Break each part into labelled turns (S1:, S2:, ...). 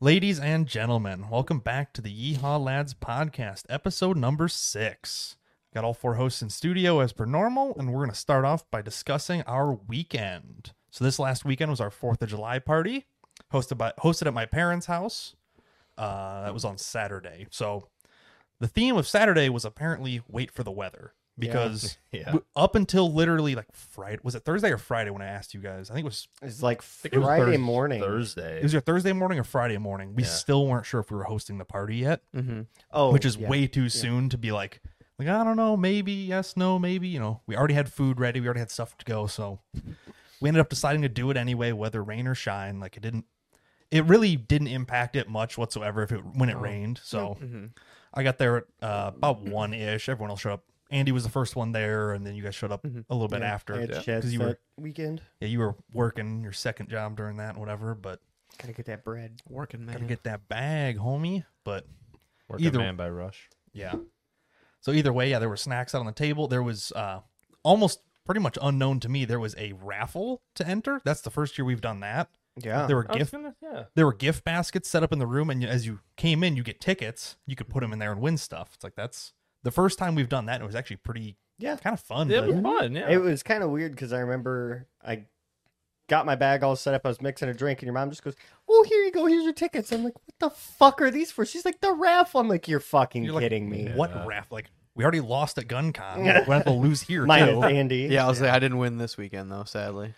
S1: Ladies and gentlemen, welcome back to the Yeehaw Lads podcast, episode number six. Got all four hosts in studio as per normal, and we're going to start off by discussing our weekend. So this last weekend was our Fourth of July party, hosted by hosted at my parents' house. Uh, that was on Saturday. So the theme of Saturday was apparently wait for the weather because
S2: Yeah.
S1: w- up until literally like Friday, was it Thursday or Friday when I asked you guys? I think it was
S3: It's like
S2: it was
S3: Friday
S2: Thurs-
S3: morning.
S1: it
S2: Thursday.
S1: was your Thursday morning or Friday morning. We
S2: Yeah.
S1: still weren't sure if we were hosting the party yet,
S3: Oh,
S1: which is
S3: yeah.
S1: way too soon to be like, like I don't know, maybe yes, no, maybe you know. We already had food ready. We already had stuff to go, so we ended up deciding to do it anyway, whether rain or shine. Like it didn't, it really didn't impact it much whatsoever. If it when
S3: Oh.
S1: it rained, so
S3: Mm-hmm.
S1: I got there at uh, about one ish. Everyone else showed up. Andy was the first one there, and then you guys showed up
S3: Mm-hmm.
S1: a little bit
S3: I
S1: after
S3: had sheds
S1: because you
S3: that
S1: were
S3: weekend.
S1: yeah you were working your second job during that, whatever. But
S3: Gotta get that bread.
S4: Working man.
S1: Gotta get that bag, homie. But
S2: Work
S1: Either-
S2: a man by Rush.
S1: yeah. So either way, yeah, there were snacks out on the table. There was uh almost pretty much unknown to me, there was a raffle to enter. That's the first year we've done that.
S3: Yeah.
S1: There were gift
S2: yeah.
S1: there were gift baskets set up in the room and as you came in, you get tickets. You could put them in there and win stuff. It's like that's the first time we've done that and it was actually pretty
S3: Yeah.
S1: kind of fun.
S2: It
S1: but-
S2: was fun. Yeah.
S3: It was kind of weird because I remember I got my bag all set up. I was mixing a drink, and your mom just goes, "Oh, here you go. Here's your tickets." I'm like, "What the fuck are these for?" She's like, "The raffle." I'm like, "You're fucking
S1: You're like,
S3: kidding me."
S1: What
S2: Yeah.
S1: raffle? Like we already lost at Gun Con. We're gonna have to lose here
S3: Minus
S1: too.
S3: Andy.
S4: Yeah, I was like, I didn't win this weekend though, sadly.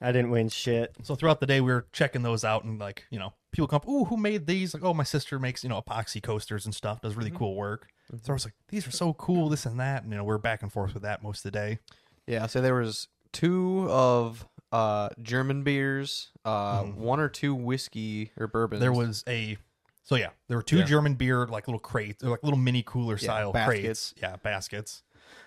S3: I didn't win shit.
S1: So throughout the day, we were checking those out, and like you know, people come, up, "Ooh, who made these?" Like, "Oh, my sister makes you know epoxy coasters and stuff. Does really cool work." So I was like, "These are so cool, this and that." And you know, we are back and forth with that most of the day.
S4: Yeah, so there was two of uh German beers, uh one or two whiskey or bourbons.
S1: There was a, so yeah, there were two
S2: Yeah.
S1: German beer like little crates, or like little mini cooler
S4: Yeah,
S1: style
S4: baskets.
S1: crates, yeah, baskets.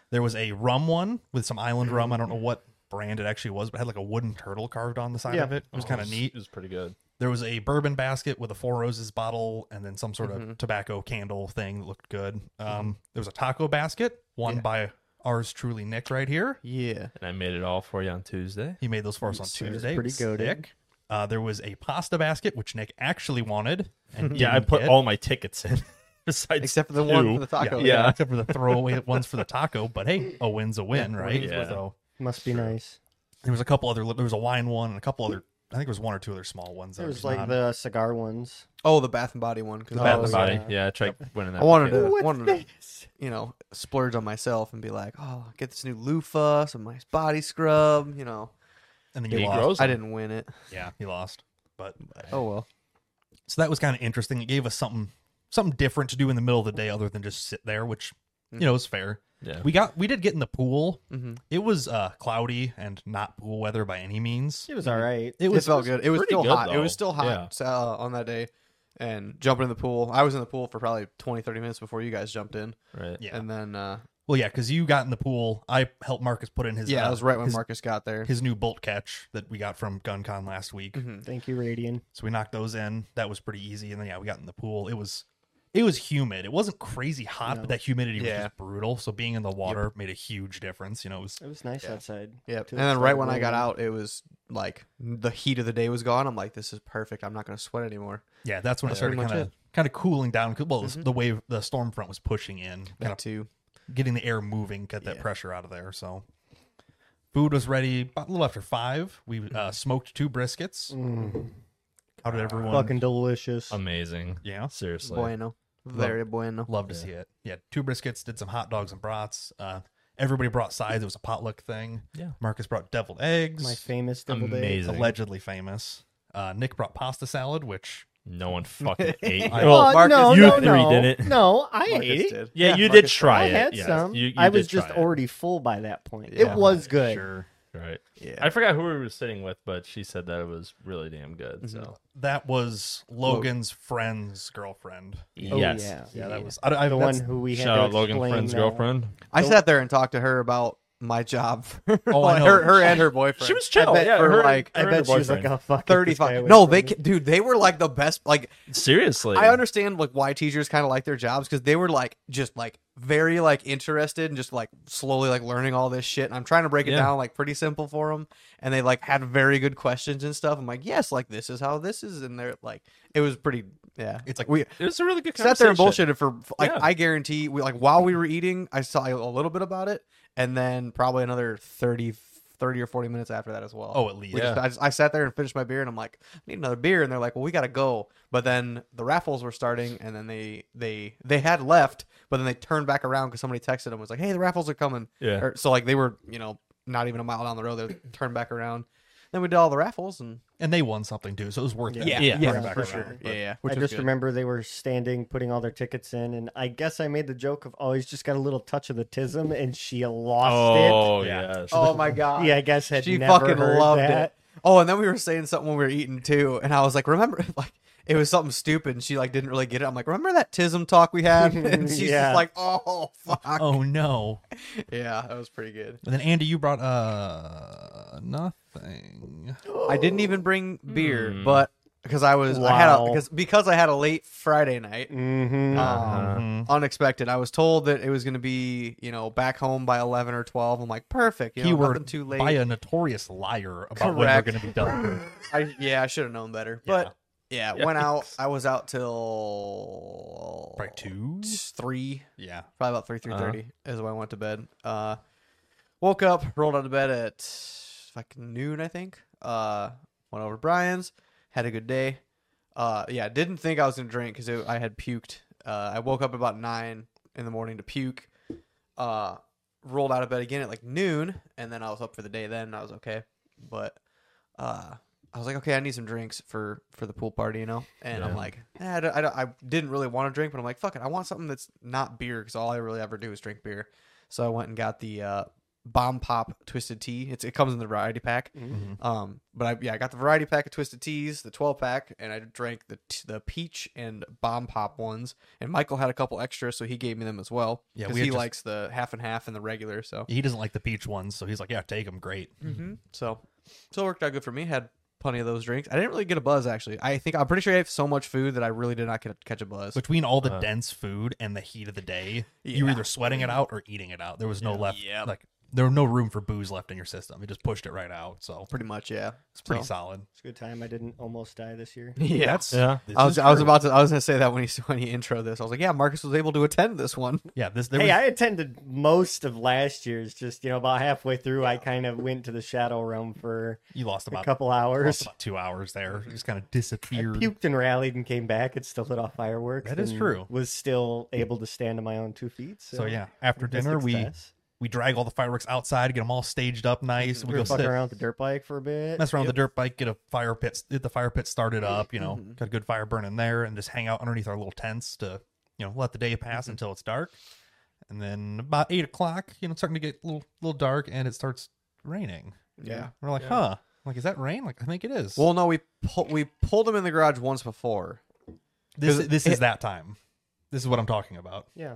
S1: There was a rum one with some island rum. I don't know what brand it actually was, but it had like a wooden turtle carved on the side
S3: Yeah.
S1: of it. It was kind of neat.
S2: It was pretty good.
S1: There was a bourbon basket with a Four Roses bottle and then some sort
S2: Mm-hmm.
S1: of tobacco candle thing that looked good. Um, There was a taco basket, one by ours truly, Nick, right here.
S4: Yeah.
S2: And I made it all for you on Tuesday.
S1: He made those for us on
S3: was
S1: Tuesday.
S3: pretty
S1: It was
S2: eh?
S3: goated.
S1: sick. Uh, there was a pasta basket, which Nick actually wanted. And
S2: Yeah, I
S1: didn't
S2: put
S1: get.
S2: all my tickets in. Besides,
S4: Except for the one
S2: two.
S4: for the taco.
S1: Yeah,
S2: Yeah.
S1: except for the throwaway ones for the taco. But hey, a win's a win, right?
S2: win's a win.
S1: So
S3: Must be nice.
S1: there was a couple other. There was a wine one and a couple other. I think there was one or two other small ones. that
S3: There
S1: were
S3: was
S1: just
S3: like
S1: not-
S3: the cigar ones.
S4: Oh, the Bath and Body one. 'cause
S3: The
S4: I
S3: Oh,
S2: Bath and
S4: was-
S2: Body.
S3: yeah.
S2: Yeah, I tried winning that.
S4: I wanted
S2: ticket.
S4: to,
S3: What's
S4: wanted to,
S3: this?
S4: you know, splurge on myself and be like, oh, I'll get this new loofah, some nice body scrub. You know,
S1: and then
S2: He
S1: you lost.
S2: grows.
S4: I didn't win it.
S1: Yeah, he lost. But
S4: Oh well.
S1: so that was kind of interesting. It gave us something something different to do in the middle of the day other than just sit there, which you know is fair.
S2: Yeah.
S1: We got we did get in the pool.
S4: Mm-hmm.
S1: It was uh, cloudy and not pool weather by any means.
S3: It was all right.
S1: It
S4: It,
S1: was
S4: felt good. It was
S2: pretty
S4: still
S2: good,
S4: hot. It
S2: though.
S4: was still hot
S2: Yeah.
S4: so, uh, on that day. And jumping in the pool. I was in the pool for probably 20, 30 minutes before you guys jumped in.
S2: Right.
S1: yeah.
S4: And then, uh,
S1: well, yeah, because you got in the pool. I helped Marcus put in his
S4: yeah,
S1: uh,
S4: that was right when
S1: his,
S4: Marcus got there.
S1: his new bolt catch that we got from GunCon last week.
S4: Mm-hmm.
S3: Thank you, Radian.
S1: So we knocked those in. That was pretty easy. And then yeah, we got in the pool. It was it was humid. It wasn't crazy hot, but that humidity was
S4: Yeah.
S1: just brutal. So being in the water made a huge difference. You know, it was
S3: It was nice outside.
S4: Yep.
S3: Till
S4: And
S3: it
S4: then right
S3: started
S4: when I got
S3: raining.
S4: out, it was like the heat of the day was gone. I'm like, this is perfect. I'm not going to sweat anymore.
S1: Yeah, that's when it
S4: pretty
S1: started
S4: much
S1: kind of kind of cooling down. 'cause- Well, it was the wave, the storm front was pushing in, kind
S4: That
S1: of
S4: too.
S1: getting the air moving, get that
S4: Yeah.
S1: pressure out of there. So, food was ready about a little after five. We uh, smoked two briskets. How did everyone?
S3: Fucking delicious.
S2: Amazing.
S1: yeah,
S2: Seriously.
S4: Bueno. Very bueno.
S1: love to see it. Yeah, two briskets. Did some hot dogs and brats. Uh, everybody brought sides. It was a potluck thing.
S2: Yeah.
S1: Marcus brought deviled eggs.
S3: My famous double day.
S2: Amazing.
S1: allegedly famous. Uh, Nick brought pasta salad, which
S2: No one fucking ate.
S1: I-
S2: well,
S1: Well,
S4: Oh, Marcus-
S3: Oh, no,
S2: You
S3: no,
S2: three
S3: no.
S2: did it.
S3: No, I
S4: Marcus
S3: ate it.
S4: did.
S2: yeah, you
S4: Marcus
S2: did try
S3: I
S2: it.
S3: had
S2: yes.
S3: some.
S2: You- you
S3: I
S2: did
S3: was just
S2: try it.
S3: already full by that point.
S4: Yeah.
S3: It was good.
S1: sure
S2: Right.
S4: Yeah.
S2: I forgot who we were sitting with, but she said that it was really damn good. So
S1: that was Logan's friend's girlfriend.
S2: yes.
S3: yeah.
S1: Yeah, that was I, I,
S3: The
S1: that's-
S3: one who we had
S2: Shout
S3: to
S2: out Logan
S3: explain
S2: friend's
S3: the-
S2: girlfriend.
S4: I sat there and talked to her about my job for
S1: Oh, I know.
S4: her, her and her boyfriend.
S2: She was chill.
S4: I bet
S2: yeah,
S4: for
S2: her,
S4: like
S2: her
S3: I
S2: and her
S3: bet she was like,
S2: boyfriend.
S3: oh, fuck. get this guy
S4: 35.
S3: away
S4: No,
S3: from
S4: they
S3: me."
S4: ca- dude, they were like the best. Like
S2: seriously.
S4: I understand like why teachers kind of like their jobs because they were like just like very like interested and just like slowly like learning all this shit. And I'm trying to break it
S2: Yeah.
S4: down like pretty simple for them. And they like had very good questions and stuff. I'm like, yes, like this is how this is, and they're like, it was pretty. Yeah, it's like we
S2: It was a really good
S4: sat
S2: conversation.
S4: there and bullshitted for like
S2: Yeah.
S4: I guarantee we like while we were eating, I saw a little bit about it, and then probably another 30, 30 or forty minutes after that as well.
S1: Oh, at least.
S4: We just- I, just, I sat there and finished my beer, and I'm like, I need another beer, and they're like, Well, we gotta go. But then the raffles were starting, and then they they they had left, but then they turned back around because somebody texted them was like, Hey, the raffles are coming.
S2: Yeah.
S4: Or, so like they were you know not even a mile down the road, they turned back around. Then we did all the raffles, and
S1: And they won something too, so it was worth it.
S4: Yeah.
S2: Yeah,
S1: Bring
S4: yeah,
S1: it back
S4: for
S1: around.
S4: sure.
S1: But-
S4: yeah, which
S3: I
S4: was
S3: just
S4: good.
S3: remember they were standing, putting all their tickets in, and I guess I made the joke of, oh, he's just got a little touch of the tism, and she lost
S2: Oh
S3: it.
S2: yes.
S4: Oh my god.
S3: Yeah, I guess had
S4: she
S3: never
S4: fucking
S3: heard
S4: loved
S3: that.
S4: it. Oh, and then we were saying something when we were eating too, and I was like, remember, like it was something stupid, and she like didn't really get it. I'm like, remember that tism talk we had? And she's
S3: Yeah.
S4: just like, oh fuck.
S1: Oh no.
S4: Yeah, that was pretty good.
S1: And then Andy, you brought uh nothing.
S4: I didn't even bring beer, but because I was I had a
S3: Hmm. Wow.
S4: because because I had a late Friday night.
S3: Mm-hmm.
S2: Uh,
S4: Um, Unexpected. I was told that it was going to be, you know, back home by eleven or twelve. I'm like, perfect. You know,
S1: Keyword
S4: nothing too late.
S1: By a notorious liar about when they're
S4: Correct.
S1: going to be done.
S4: I yeah, I should have known better. But yeah, went out. I was out till
S1: Probably two.
S4: three,
S1: Yeah.
S4: probably about three three thirty is when I went to bed. Uh, woke up, rolled out of bed at fucking noon, I think. Uh, went over to Brian's, had a good day. Uh, yeah, didn't think I was gonna drink because I had puked. Uh, I woke up about nine in the morning to puke. Uh, rolled out of bed again at like noon, and then I was up for the day. Then and I was okay, but uh, I was like, okay, I need some drinks for for the pool party, you know. And I'm
S2: Yeah.
S4: like, eh, I, don't, I, don't, I didn't really want to drink, but I'm like, fuck it, I want something that's not beer because all I really ever do is drink beer. So I went and got the uh, Bomb Pop Twisted Tea. It's, it comes in the variety pack.
S1: Mm-hmm.
S4: Um, but I yeah, I got the variety pack of Twisted Teas, the 12 pack, and I drank the t- the peach and Bomb Pop ones. And Michael had a couple extra, so he gave me them as well.
S1: Yeah,
S4: because
S1: we
S4: he
S1: had just-
S4: likes the half and half and the regular. So
S1: He doesn't like the peach ones, so he's like, "Yeah, take them. Great."
S4: hmm So, so it worked out good for me. Had plenty of those drinks. I didn't really get a buzz actually. I think I'm pretty sure I ate so much food that I really did not get, catch a buzz.
S1: Between all the dense food and the heat of the day, you were
S4: Yeah.
S1: either sweating it out or eating it out. There was no left. Like there was no room for booze left in your system. It just pushed it right out. So
S4: pretty much, yeah.
S1: it's pretty
S4: so-
S1: solid.
S3: It's a good time I didn't almost die this year.
S4: Yeah.
S1: That's
S2: Yeah.
S1: this
S4: I
S1: is
S4: was I was
S1: true.
S4: about to I was gonna say that when he when he intro this I was like yeah Marcus was able to attend this one
S1: Yeah. This there
S3: hey,
S1: was
S3: I attended most of last year's. Just you know, about halfway through, I kind of went to the shadow realm for
S1: you lost
S3: a
S1: about
S3: couple
S1: lost
S3: hours.
S1: about two hours there. You just kind of
S3: I
S1: disappeared.
S3: puked and rallied and came back and still lit off fireworks.
S1: That is
S3: and
S1: true.
S3: Was still able to stand on my own two feet. So,
S1: So yeah, after
S3: that's
S1: dinner we
S3: success.
S1: we drag all the fireworks outside, get them all staged up nice. We
S3: we
S1: go
S3: were fucking
S1: sit,
S3: around with the dirt bike for a bit.
S1: mess around with the dirt bike, get a fire pit, get the fire pit started up. You know, got a good fire burning there, and just hang out underneath our little tents to you know let the day pass until it's dark. And then about eight o'clock, you know, it's starting to get a little little dark, and it starts raining.
S4: yeah
S1: We're like, huh? Like, is that rain? Like, I think it is.
S4: well no we pull, we pulled him in the garage once before
S1: this
S4: 'cause
S1: this
S4: it-
S1: is that time. This is what I'm talking about.
S3: Yeah.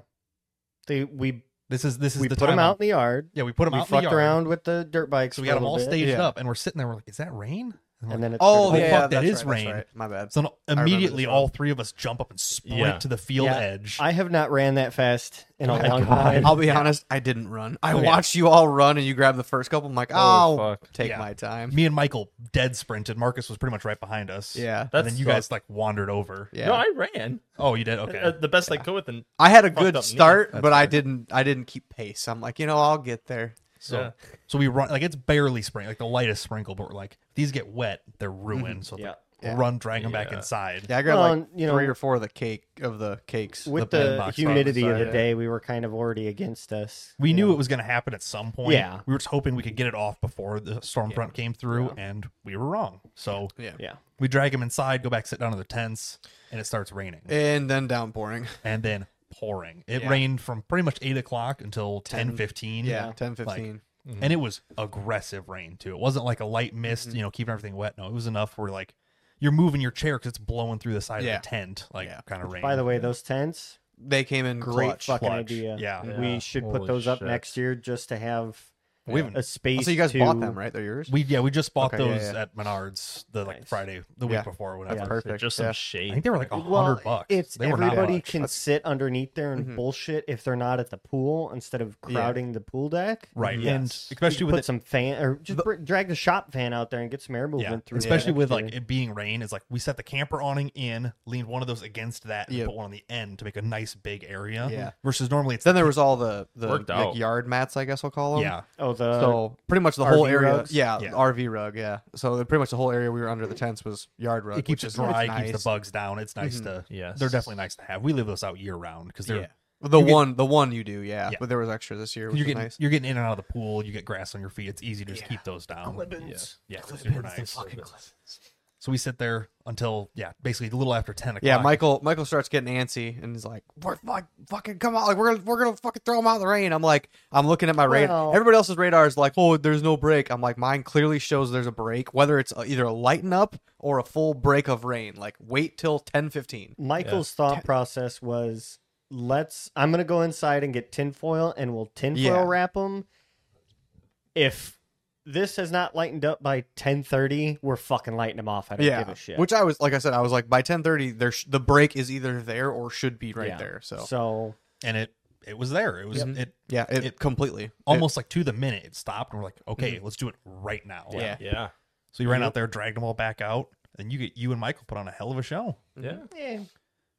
S3: They, we
S1: This is this is
S3: we
S1: the
S3: put
S1: time
S3: them out
S1: I'm-
S3: in the yard.
S1: Yeah, we put them
S3: We
S1: out. in the
S3: fucked
S1: yard.
S3: around with the dirt bikes.
S1: So we
S3: for
S1: got
S3: a
S1: them all
S3: little bit,
S1: staged
S4: Yeah.
S1: up, and we're sitting there. We're like, "Is that rain?" And we're
S3: and then it
S4: oh
S3: started-
S1: yeah,
S4: yeah
S1: fuck, that
S4: that's
S1: is
S4: right, that's
S1: rain.
S4: right. my bad
S1: So no-
S4: remember
S1: immediately,
S4: this
S1: all
S4: one.
S1: three of us jump up and sprint
S2: Yeah.
S1: to the field
S3: Yeah.
S1: edge.
S3: I have not ran that fast in a
S1: Oh my
S3: long
S1: God.
S3: time.
S4: I'll be honest I didn't run I
S1: yeah.
S4: watched you all run and you grabbed the first couple I'm like
S2: Oh,
S4: oh
S2: fuck.
S4: take
S1: Yeah.
S4: my time
S1: Me and Michael dead sprinted. Marcus was pretty much right behind us.
S4: yeah
S1: and
S2: That
S1: then you
S2: sucked.
S1: guys like wandered over.
S4: yeah
S2: No, I ran.
S1: Oh, you did.
S2: Uh,
S1: Okay.
S2: the best I could with an
S4: I had a
S2: Fucked
S4: good
S2: up knee.
S4: start,
S1: That's
S4: but I
S1: fair.
S4: didn't. I didn't keep pace. I'm like, you know, I'll get there.
S1: So
S2: yeah.
S1: so we run like it's barely sprinkle, like the lightest sprinkle, but we're like if these get wet, they're ruined. So it's
S3: Yeah.
S1: like,
S4: Yeah.
S1: run, drag them back
S2: Mm-hmm. Yeah.
S1: inside.
S4: Yeah, I grabbed
S3: Well,
S4: like
S3: you know-
S4: three or four of the cake of the cakes.
S3: with
S1: the
S3: the,
S1: bandbox
S3: humidity of
S4: outside,
S3: the
S4: yeah.
S3: day, we were kind of already against us.
S1: We
S3: you
S1: knew
S3: know.
S1: it was going to happen at some point.
S3: Yeah.
S1: We were just hoping we could get it off before the storm front came through, and we were wrong. So
S4: yeah.
S3: Yeah,
S1: we drag him inside, go back, sit down in the tents, and it starts raining.
S4: and then downpouring.
S1: and then pouring. It
S4: Yeah.
S1: rained from pretty much eight o'clock until 10, 15.
S4: Yeah, ten
S1: Like,
S4: fifteen.
S1: And it was aggressive rain too. It wasn't like a light mist, you know, keeping everything wet. No, it was enough where like you're moving your chair because it's blowing through the side
S4: Yeah.
S1: of the tent, like
S4: Yeah.
S1: kind of rain.
S3: By the way, those tents,
S4: they came in
S3: great
S4: great.
S3: fucking
S1: Clutch.
S3: idea.
S1: Yeah.
S2: Yeah.
S3: we should put
S2: Holy
S3: those up
S2: shit.
S3: next year just to have
S4: We've
S3: a space.
S4: Oh, so you guys
S3: to-
S4: bought them, right? They're yours.
S1: We yeah, we just bought
S4: Okay, yeah,
S1: those
S4: yeah.
S1: at Menards the like
S3: Nice.
S1: Friday the
S4: Yeah.
S1: week before or whatever.
S3: Yeah.
S4: Perfect.
S2: Just some
S4: yeah.
S2: shade.
S1: I think they were like a hundred
S3: Well,
S1: bucks.
S3: It's
S1: they were not
S3: everybody
S1: much.
S3: can sit underneath there and bullshit if they're not at the pool instead of crowding the pool deck.
S1: right, and
S2: Yes.
S1: especially
S3: you
S1: with
S3: put
S1: it,
S3: some fan or just br- drag the shop fan out there and get some air
S1: yeah,
S3: movement through. the
S1: especially with like
S3: exterior.
S1: it being rain. Is like we set the camper awning in, leaned one of those against that, and
S4: Yeah.
S1: put one on the end to make a nice big area.
S4: Yeah.
S1: Versus normally it's
S4: Then there was all the the
S2: Worked
S4: like
S2: out.
S4: yard mats, I guess I'll call them.
S1: yeah,
S3: oh the
S4: So pretty much the whole
S3: RV
S4: area,
S3: rugs?
S4: yeah,
S1: Yeah.
S4: RV rug, yeah. So pretty much the whole area we were under the tents was yard rug.
S1: it keeps it
S4: which is
S1: dry,
S4: nice.
S1: keeps the bugs down. It's nice
S4: Mhm.
S1: to
S2: Yes.
S1: they're definitely nice to have. We leave those out year round because they're
S4: Yeah, the
S1: You get-
S4: one, the one you do, yeah.
S1: Yeah.
S4: But there was extra this year, which
S1: you're
S4: is
S1: getting
S4: nice.
S1: you're getting in and out of the pool. You get grass on your feet. It's easy to just
S4: Yeah.
S1: keep those down.
S2: Clippins.
S1: Yeah, it's super nice. So we sit there until yeah, basically a little after ten o'clock.
S4: Yeah, Michael. Michael starts getting antsy and he's like, "We're fuck, fucking come on, like we're gonna- we're gonna fucking throw them out in the rain." I'm like, I'm looking at my radar.
S3: Well-
S4: Everybody else's radar is like, "Oh, there's no break." I'm like, mine clearly shows there's a break, whether it's uh, either a lighten up or a full break of rain. Like, wait till 10:15.
S3: Michael's thought process was, let's. I'm gonna go inside and get tinfoil, and we'll tinfoil
S4: Yeah.
S3: wrap them. If this has not lightened up by 10:30, we're fucking lighting them off. I don't give
S4: Yeah,
S3: a shit.
S4: which I was like I said, I was like by 10:30, there sh- the break is either there or should be right
S3: Yeah.
S4: there. So,
S3: so
S1: and it it was there. It was it
S4: yeah, it,
S1: It-
S4: completely
S1: almost like to the minute it stopped. And we're like, okay, let's do it right now.
S4: Mm-hmm. Yeah.
S2: Yeah.
S1: So you ran out there, dragged them all back out, and you get you and Michael put on a hell of a show
S2: Yeah.
S3: eh,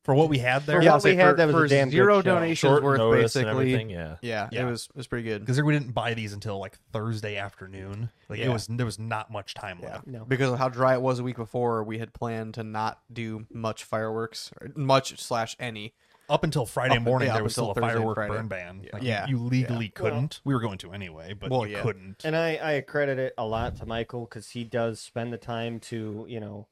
S1: for what we had there.
S3: For
S4: Yeah, I'll
S3: what we
S4: say
S3: had,
S4: for-
S3: that was a
S4: for
S3: damn good
S4: zero
S3: show.
S4: donations
S2: Short
S4: worth,
S2: notice and
S4: basically.
S2: everything. Yeah.
S4: Yeah,
S1: Yeah.
S4: it was it was pretty good.
S1: Because we didn't buy these until like Thursday afternoon. Like it
S4: Yeah.
S1: was there was not much time
S4: Yeah,
S1: left.
S3: No.
S4: because of how dry it was a week before, we had planned to not do much fireworks, or much slash any.
S1: Up until Friday
S4: Up-
S1: morning,
S4: yeah,
S1: there
S4: up
S1: was still
S4: until
S1: a
S4: Thursday and
S1: firework
S4: Friday.
S1: burn ban. Like, you-
S4: Yeah.
S1: you, legally couldn't.
S3: Well-
S1: we were going to anyway, but
S4: Well,
S1: you
S4: yeah.
S1: couldn't.
S3: And I, I credit it a lot to Michael because he does spend the time to, you know,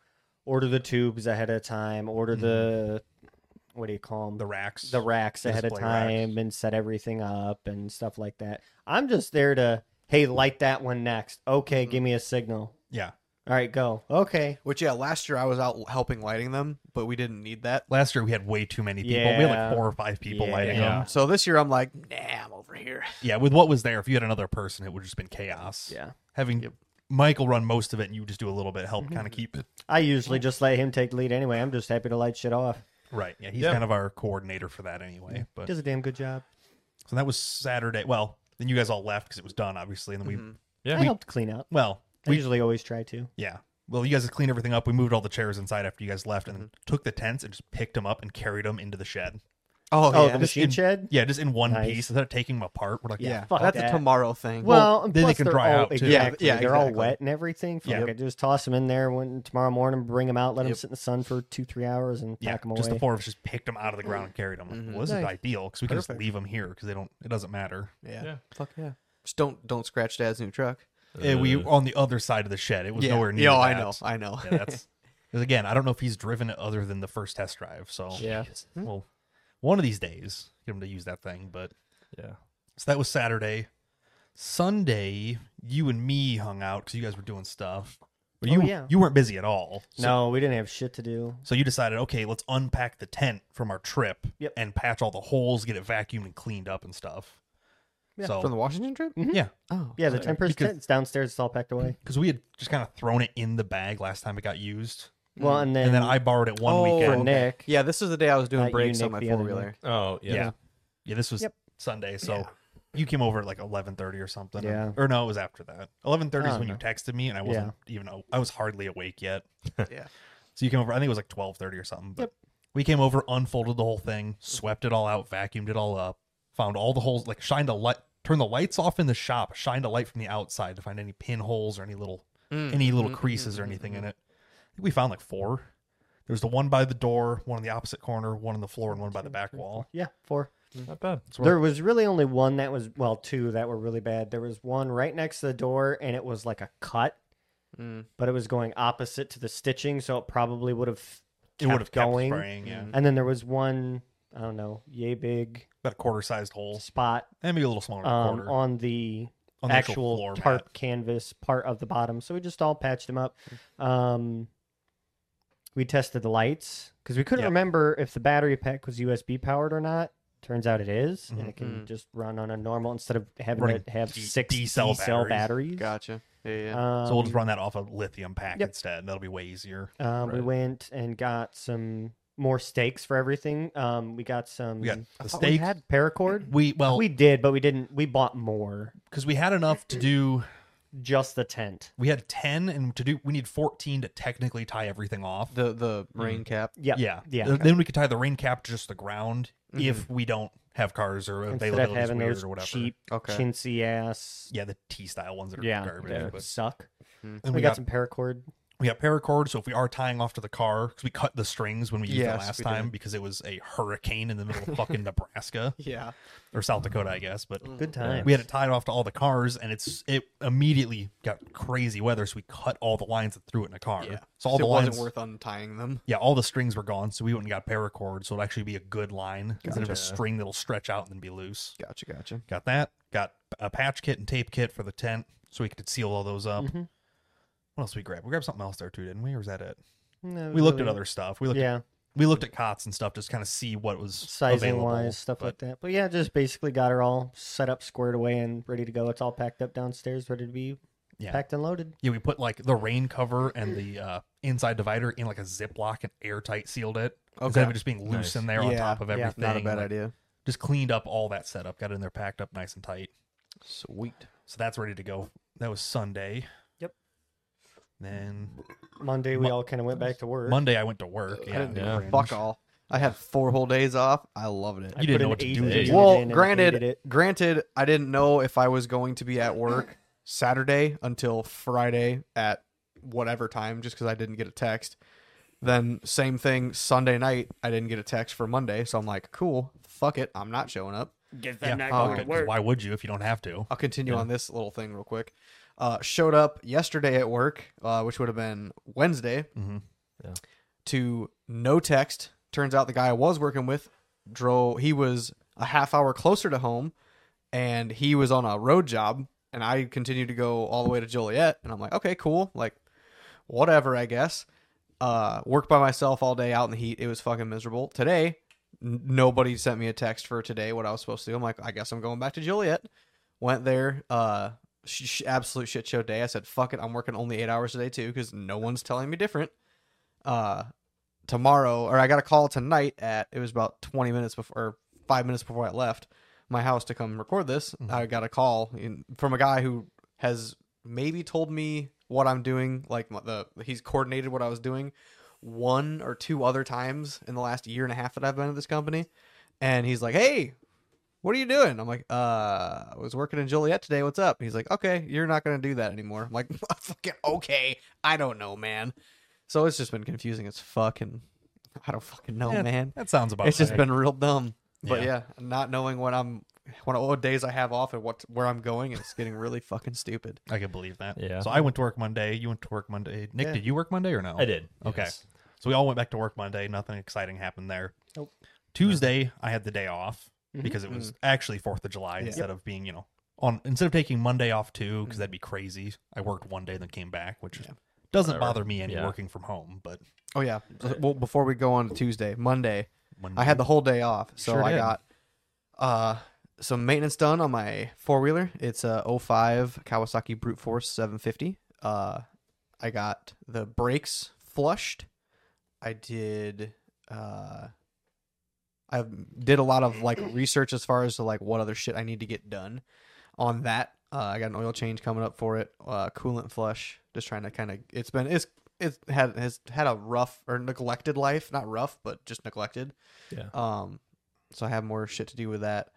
S3: order the tubes ahead of time, order the,
S4: Mm-hmm.
S3: what do you call them?
S1: the racks,
S3: the racks
S1: the
S3: ahead of
S1: display racks.
S3: time and set everything up and stuff like that. I'm just there to, hey, light that one next. Okay,
S1: Mm-hmm.
S3: give me a signal.
S1: Yeah.
S3: All right, go. Okay.
S4: Which yeah, last year I was out helping lighting them, but we didn't need that.
S1: Last year we had way too many people. We had like
S3: Yeah.
S1: four or five people lighting
S3: Yeah.
S1: them.
S4: So this year I'm like, nah, I'm over here.
S1: Yeah, with what was there, if you had another person, it would just been chaos.
S3: Yeah.
S1: having Michael run most of it and you just do a little bit,
S4: Mm-hmm.
S1: help kind of keep it
S3: I usually just let him take the lead anyway. I'm just happy to light shit off.
S1: right. Yeah, he's
S2: Yeah.
S1: kind of our coordinator for that anyway. But
S3: Does a damn good job.
S1: so that was Saturday. Well, then you guys all left because it was done, obviously, and then we
S2: Yeah.
S3: I helped clean up.
S1: well
S3: I usually always try to.
S1: yeah. Well, you guys cleaned everything up. We moved all the chairs inside after you guys left, and took the tents and just picked them up and carried them into the shed.
S4: Oh,
S3: Oh,
S4: yeah,
S3: the
S4: just-
S3: machine
S1: in-
S3: shed?
S1: Yeah, just in one
S3: Nice.
S1: piece instead of taking them apart. We're like,
S4: yeah,
S1: yeah,
S3: fuck
S4: that's
S3: that.
S4: a tomorrow thing.
S3: Well, and
S1: then they
S3: plus
S1: can
S3: they're
S1: dry
S3: all-
S1: out, too.
S3: Exactly.
S4: Yeah, yeah,
S3: they're all
S4: exactly.
S3: wet and everything. Fuck
S1: Yep.
S3: it, just toss them in there when tomorrow morning. Bring them out, let them
S4: Yep.
S3: sit in the sun for two, three hours, and
S1: yeah.
S3: pack them away.
S1: Just the four of us just picked them out of the ground and carried them. Like, well, this is
S3: Nice.
S1: ideal because we can just
S4: Perfect.
S1: leave them here because they don't. It doesn't matter.
S4: yeah.
S2: Yeah.
S4: fuck yeah. Just don't don't scratch Dad's new truck.
S1: Yeah, we
S2: Uh,
S1: were on the other side of the shed. It was
S4: yeah.
S1: nowhere near.
S4: Yo,
S1: that.
S4: I know, I know.
S1: Yeah, that's because again, I don't know if he's driven it other than the first test drive. So
S2: Yeah.
S3: Hmm.
S1: well, one of these days, get him to use that thing. But
S2: Yeah.
S1: so that was Saturday. Sunday, you and me hung out because you guys were doing stuff. But
S3: Oh,
S1: you
S3: yeah.
S1: you weren't busy at all. So,
S3: no, we didn't have shit to do.
S1: So you decided, okay, let's unpack the tent from our trip
S3: Yep.
S1: and patch all the holes, get it vacuumed and cleaned up and stuff.
S3: Yeah. Mm-hmm.
S1: So
S4: From the Washington trip?
S1: yeah,
S4: Oh,
S3: Yeah, the ten percent
S1: Because-
S3: tent's downstairs. It's all packed away.
S1: because we had just kind of thrown it in the bag last time it got used,
S3: Well, and then
S1: Mm-hmm. and then I borrowed it one
S4: Oh,
S1: weekend.
S3: for Nick.
S4: yeah. This is the day I was doing
S3: Not you,
S4: breaks on
S3: Nick,
S4: my
S3: the other
S4: four wheeler.
S3: Nick.
S2: Oh yeah.
S1: Yeah. Yeah, this was
S3: Yep.
S1: Sunday, so you came over at like 11:30 or something.
S3: Yeah.
S1: Or no, it was after that. 11:30 is
S3: Oh,
S1: when
S3: no.
S1: you texted me and I wasn't even I was hardly awake yet.
S4: Yeah.
S1: So you came over, I think it was like 12:30 or something. But we came over, unfolded the whole thing, swept it all out, vacuumed it all up, found all the holes, like shined a light turned the lights off in the shop, shined a light from the outside to find any pinholes or any little
S3: Mm,
S1: any little creases or anything in it. I think we found like four. There's the one by the door, one in the opposite corner, one on the floor, and one by the back wall.
S3: Yeah, four.
S2: Not bad.
S1: Right.
S3: There was really only one that was well, two that were really bad. There was one right next to the door, and it was like a cut,
S4: Mm.
S3: but it was going opposite to the stitching, so it probably would have.
S1: It would have kept
S3: going.
S1: spraying, yeah.
S3: And then there was one, I don't know, yay big
S1: about a quarter sized hole,
S3: spot
S1: and maybe a little smaller than a
S3: um,
S1: quarter
S3: on the
S1: on the
S3: actual,
S1: floor
S3: tarp
S1: mat.
S3: canvas part of the bottom. So we just all patched them up. Um, we tested the lights because we couldn't
S1: Yep.
S3: remember if the battery pack was USB powered or not. Turns out it is, and it can just run on a normal instead of having
S1: Mm-hmm. Running
S3: to have
S1: D-
S3: six D
S1: D-cell
S3: cell
S1: batteries.
S3: batteries.
S4: Gotcha. Yeah, yeah.
S3: Um,
S1: so we'll just run that off a lithium pack
S3: yep.
S1: instead. That'll be way easier.
S3: um, We
S2: Right.
S3: went and got some more stakes for everything. Um, we got some.
S1: We got the
S3: I thought
S1: stakes.
S3: We had paracord.
S1: We well
S3: We did, but we didn't. We bought more.
S1: because we had enough to do.
S3: Just the tent.
S1: We had ten, and to do we need fourteen to technically tie everything off.
S4: the the
S3: mm.
S4: rain cap.
S3: Yep.
S1: Yeah,
S3: Yeah. Mm-hmm.
S1: Th- Then we could tie the rain cap to just the ground if we don't have cars or if they
S3: Instead of
S1: look
S3: having
S1: weird
S3: those
S1: or whatever.
S3: cheap,
S4: Okay.
S3: chintzy ass.
S1: Yeah, the T style ones that are
S3: Yeah,
S1: garbage.
S3: that
S1: But,
S3: suck.
S1: and
S3: we,
S1: we,
S3: got,
S1: got,
S3: some paracord.
S1: we got paracord. So if we are tying off to the car, because we cut the strings when we used
S4: Yes,
S1: it last
S4: we did.
S1: time because it was a hurricane in the middle of fucking Nebraska
S4: Yeah.
S1: or South Dakota, I guess. But
S4: Mm.
S3: Good times.
S1: we had it tied off to all the cars, and it's it immediately got crazy weather, so we cut all the lines and threw it in a car.
S4: Yeah.
S1: So all
S4: it
S1: the lines.
S4: wasn't worth untying them.
S1: yeah, all the strings were gone, so we went and got paracord, so it'd actually be a good line instead of a string that'll stretch out and then be loose.
S4: Gotcha, gotcha.
S1: Got that. Got a patch kit and tape kit for the tent, so we could seal all those up.
S4: Mm-hmm.
S1: What else we grab? We grabbed something else there too, didn't we? Or was that it?
S3: No,
S1: We looked at
S3: really-
S1: other stuff. We looked.
S3: Yeah.
S1: we looked at cots and stuff, just kind of see what was
S3: sizing
S1: available.
S3: wise, stuff
S1: but-
S3: like that. But yeah, just basically got her all set up, squared away, and ready to go. It's all packed up downstairs, ready to be
S1: Yeah.
S3: packed and loaded.
S1: Yeah, we put like the rain cover and the uh, inside divider in like a Ziploc and airtight sealed it. Instead
S4: Okay.
S1: of it just being loose in there on
S4: Yeah,
S1: top of
S3: yeah, not a
S1: everything.
S4: Not a bad
S1: like,
S4: idea.
S1: Just cleaned up all that setup, got it in there packed up nice and tight.
S4: Sweet.
S1: So that's ready to go. That was Sunday.
S3: Yep.
S1: Then
S3: Monday, we all kind of went back to work.
S1: Monday I went to work. Yeah.
S4: I didn't do
S2: yeah.
S4: fuck all. I had four whole days off. I loved it.
S3: I
S1: You
S3: put
S1: didn't know
S3: in
S1: what to
S3: eight
S1: do
S3: days
S1: that
S3: in
S1: day.
S3: a
S4: well,
S3: day and I hated
S4: granted,
S3: it.
S4: granted, I didn't know if I was going to be at work Saturday until Friday at whatever time, just because I didn't get a text. Then same thing Sunday night. I didn't get a text for Monday, so I'm like, cool, fuck it, I'm not showing up.
S1: Yeah,
S4: Oh,
S1: fuck it, 'cause why would you if you don't have to?
S4: I'll continue on this little thing real quick. Uh, showed up yesterday at work, uh, which would have been Wednesday,
S1: Mhm.
S2: Yeah.
S4: to no text. Turns out the guy I was working with drove. He was a half hour closer to home, and he was on a road job. And I continued to go all the way to Joliet, and I'm like, okay, cool, like whatever, I guess. Uh, worked by myself all day out in the heat. It was fucking miserable. Today, n- nobody sent me a text for today what I was supposed to do. I'm like, I guess I'm going back to Joliet. Went there. Uh, sh- sh- absolute shit show day. I said, fuck it. I'm working only eight hours today too because no one's telling me different. Uh, tomorrow, or I got a call tonight at it was about 20 minutes before, or five minutes before I left my house to come record this. I got a call in, from a guy who has maybe told me what I'm doing, like my- the he's coordinated what I was doing one or two other times in the last year and a half that I've been at this company. And he's like, "Hey, what are you doing?" I'm like, "Uh, I was working in Joliet today. What's up?" He's like, "Okay, you're not gonna do that anymore." I'm like, "Fucking okay, I don't know, man." So it's just been confusing as fucking. I don't fucking know,
S1: Yeah,
S4: Oh, man.
S1: That sounds about
S4: It's just
S1: right.
S4: been real dumb. But
S1: Yeah.
S4: yeah. not knowing when I'm when what days I have off and what where I'm going, it's getting really fucking stupid.
S1: I can believe that.
S2: Yeah.
S1: So I went to work Monday. You went to work Monday. Nick, did you work Monday or no?
S2: I did.
S1: Okay.
S2: yes.
S1: So we all went back to work Monday. Nothing exciting happened there.
S3: Nope.
S1: Tuesday, I had the day off because it was actually Fourth of July
S4: Mm-hmm. Yeah. Mm-hmm.
S1: instead of being, you know, on instead of taking Monday off too because that'd be crazy. I worked one day then came back, which is- doesn't
S2: Whatever.
S1: bother me any
S2: Yeah.
S1: working from home. But
S4: Oh yeah. Well, before we go on to Tuesday, Monday,
S1: Monday,
S4: I had the whole day off, so
S1: Sure
S4: I
S1: did.
S4: got uh some maintenance done on my four wheeler. It's a 05 Kawasaki Brute Force 750. Uh, I got the brakes flushed. I did. Uh, I did a lot of like research as far as to like what other shit I need to get done on that. Uh, I got an oil change coming up for it. Uh, coolant flush. Just trying to kind of. It's been it's it's had has had a rough or neglected life. Not rough, but just neglected.
S2: Yeah.
S4: Um, so I have more shit to do with that.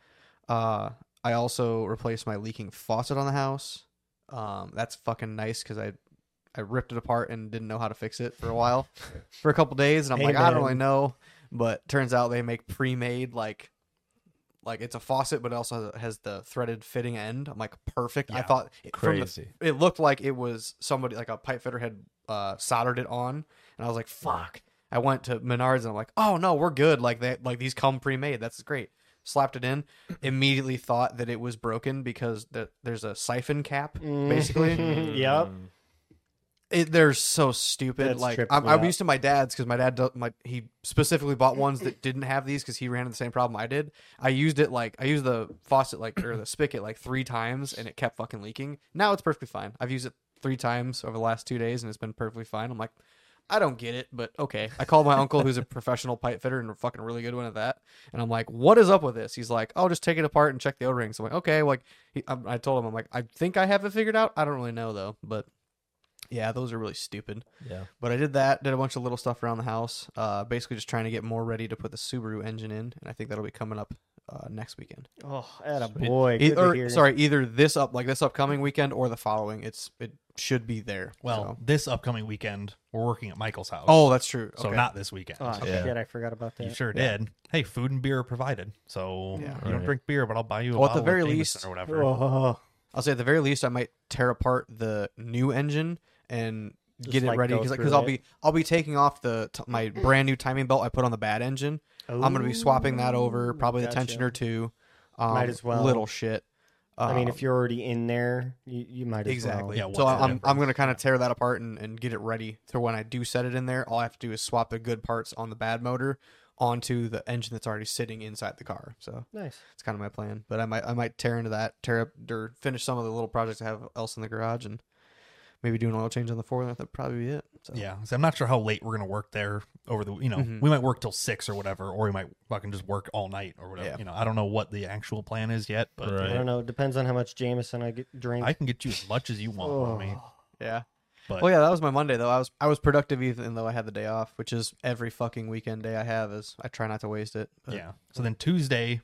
S4: Uh, I also replaced my leaking faucet on the house. Um, that's fucking nice because I I ripped it apart and didn't know how to fix it for a while, for a couple days, and I'm like, I don't
S3: Amen.
S4: really know. But turns out they make pre-made like like it's a faucet, but it also has the threaded fitting end. I'm like, perfect. I
S1: Yeah.
S4: thought it, from the-
S2: Crazy.
S4: it looked like it was somebody like a pipe fitter had uh, soldered it on, and I was like, fuck. I went to Menards and I'm like, oh no, we're good. Like they like these come pre-made. That's great. Slapped it in. Immediately thought that it
S3: Mm-hmm.
S2: Mm.
S4: was broken because the, there's a siphon cap basically
S3: Mhm. Yep.
S4: it, they're so stupid.
S3: That's
S4: like
S3: tripped
S4: I'm,
S3: me
S4: I'm
S3: up.
S4: used to my dad's because my dad do- my he specifically bought ones that didn't have these because he ran into the same problem I did. I used it like I used the faucet like or the spigot like three times and it kept fucking leaking. Now it's perfectly fine. I've used it three times over the last two days and it's been perfectly fine. I'm like, I don't get it, but okay. I called my uncle who's a professional pipe fitter and a fucking really good one at that. And I'm like, what is up with this? He's like, oh, just take it apart and check the O rings. I'm like, okay. Like he, I, I told him, I'm like, I think I have it figured out. I don't really know though, but yeah, those are really stupid.
S2: Yeah.
S4: But I did that, did a bunch of little stuff around the house, uh, basically just trying to get more ready to put the Subaru engine in, and I think that'll be coming up uh, next weekend.
S3: Oh, atta boy.
S4: E-
S3: good to
S4: or,
S3: hear.
S4: sorry, either this up like this upcoming weekend or the following. It's it should be there.
S1: Well,
S4: so.
S1: this upcoming weekend we're working at Michael's house.
S4: oh, that's true.
S1: so
S4: Okay.
S1: not this weekend.
S3: Oh,
S2: Yeah.
S3: shit, I forgot about
S1: You
S3: that.
S1: sure did. Hey, food and beer are provided. So
S4: Yeah.
S1: you don't
S2: Right.
S1: drink beer, but I'll buy you a
S4: Well, at
S1: bottle
S4: the very
S1: of Jameson
S4: least-
S1: or whatever.
S3: Oh,
S4: I'll say at the very least, I might tear apart the new engine and
S3: Just,
S4: get it
S3: like,
S4: ready
S3: go
S4: because
S3: through
S4: I'll
S3: it.
S4: be I'll be taking off the t- my brand new timing belt I put on the bad engine. I'm gonna be swapping that over, probably the
S3: Gotcha.
S4: tensioner too. Um,
S3: Might as well.
S4: Little shit.
S3: I mean,
S4: Um,
S3: if you're already in there, you, you might as
S4: Exactly.
S1: Yeah,
S4: so
S1: what's the
S4: I'm, I'm
S1: difference?
S4: going to kind of tear that apart and, and get it ready for when I do set it in there. All I have to do is swap the good parts on the bad motor onto the engine that's already sitting inside the car. So
S3: well. Nice.
S4: it's kind of my plan. But I might I might tear into that, tear up or finish some of the little projects I have else in the garage and maybe do an oil change on the four wheeler. That'd probably be it. So
S1: Yeah, so I'm not sure how late we're gonna work there over the. You know,
S4: Mhm.
S1: we might work till six or whatever, or we might fucking just work all night or whatever.
S4: Yeah.
S1: You know, I don't know what the actual plan is yet, but uh,
S2: Right.
S3: I don't know. It depends on how much Jameson I get drink.
S1: I can get you as much as you want.
S3: oh.
S1: I mean,
S4: Yeah.
S1: But-
S4: well, yeah, that was my Monday though. I was I was productive even though I had the day off, which is every fucking weekend day I have is I try not to waste it. But-
S1: yeah. So then Tuesday,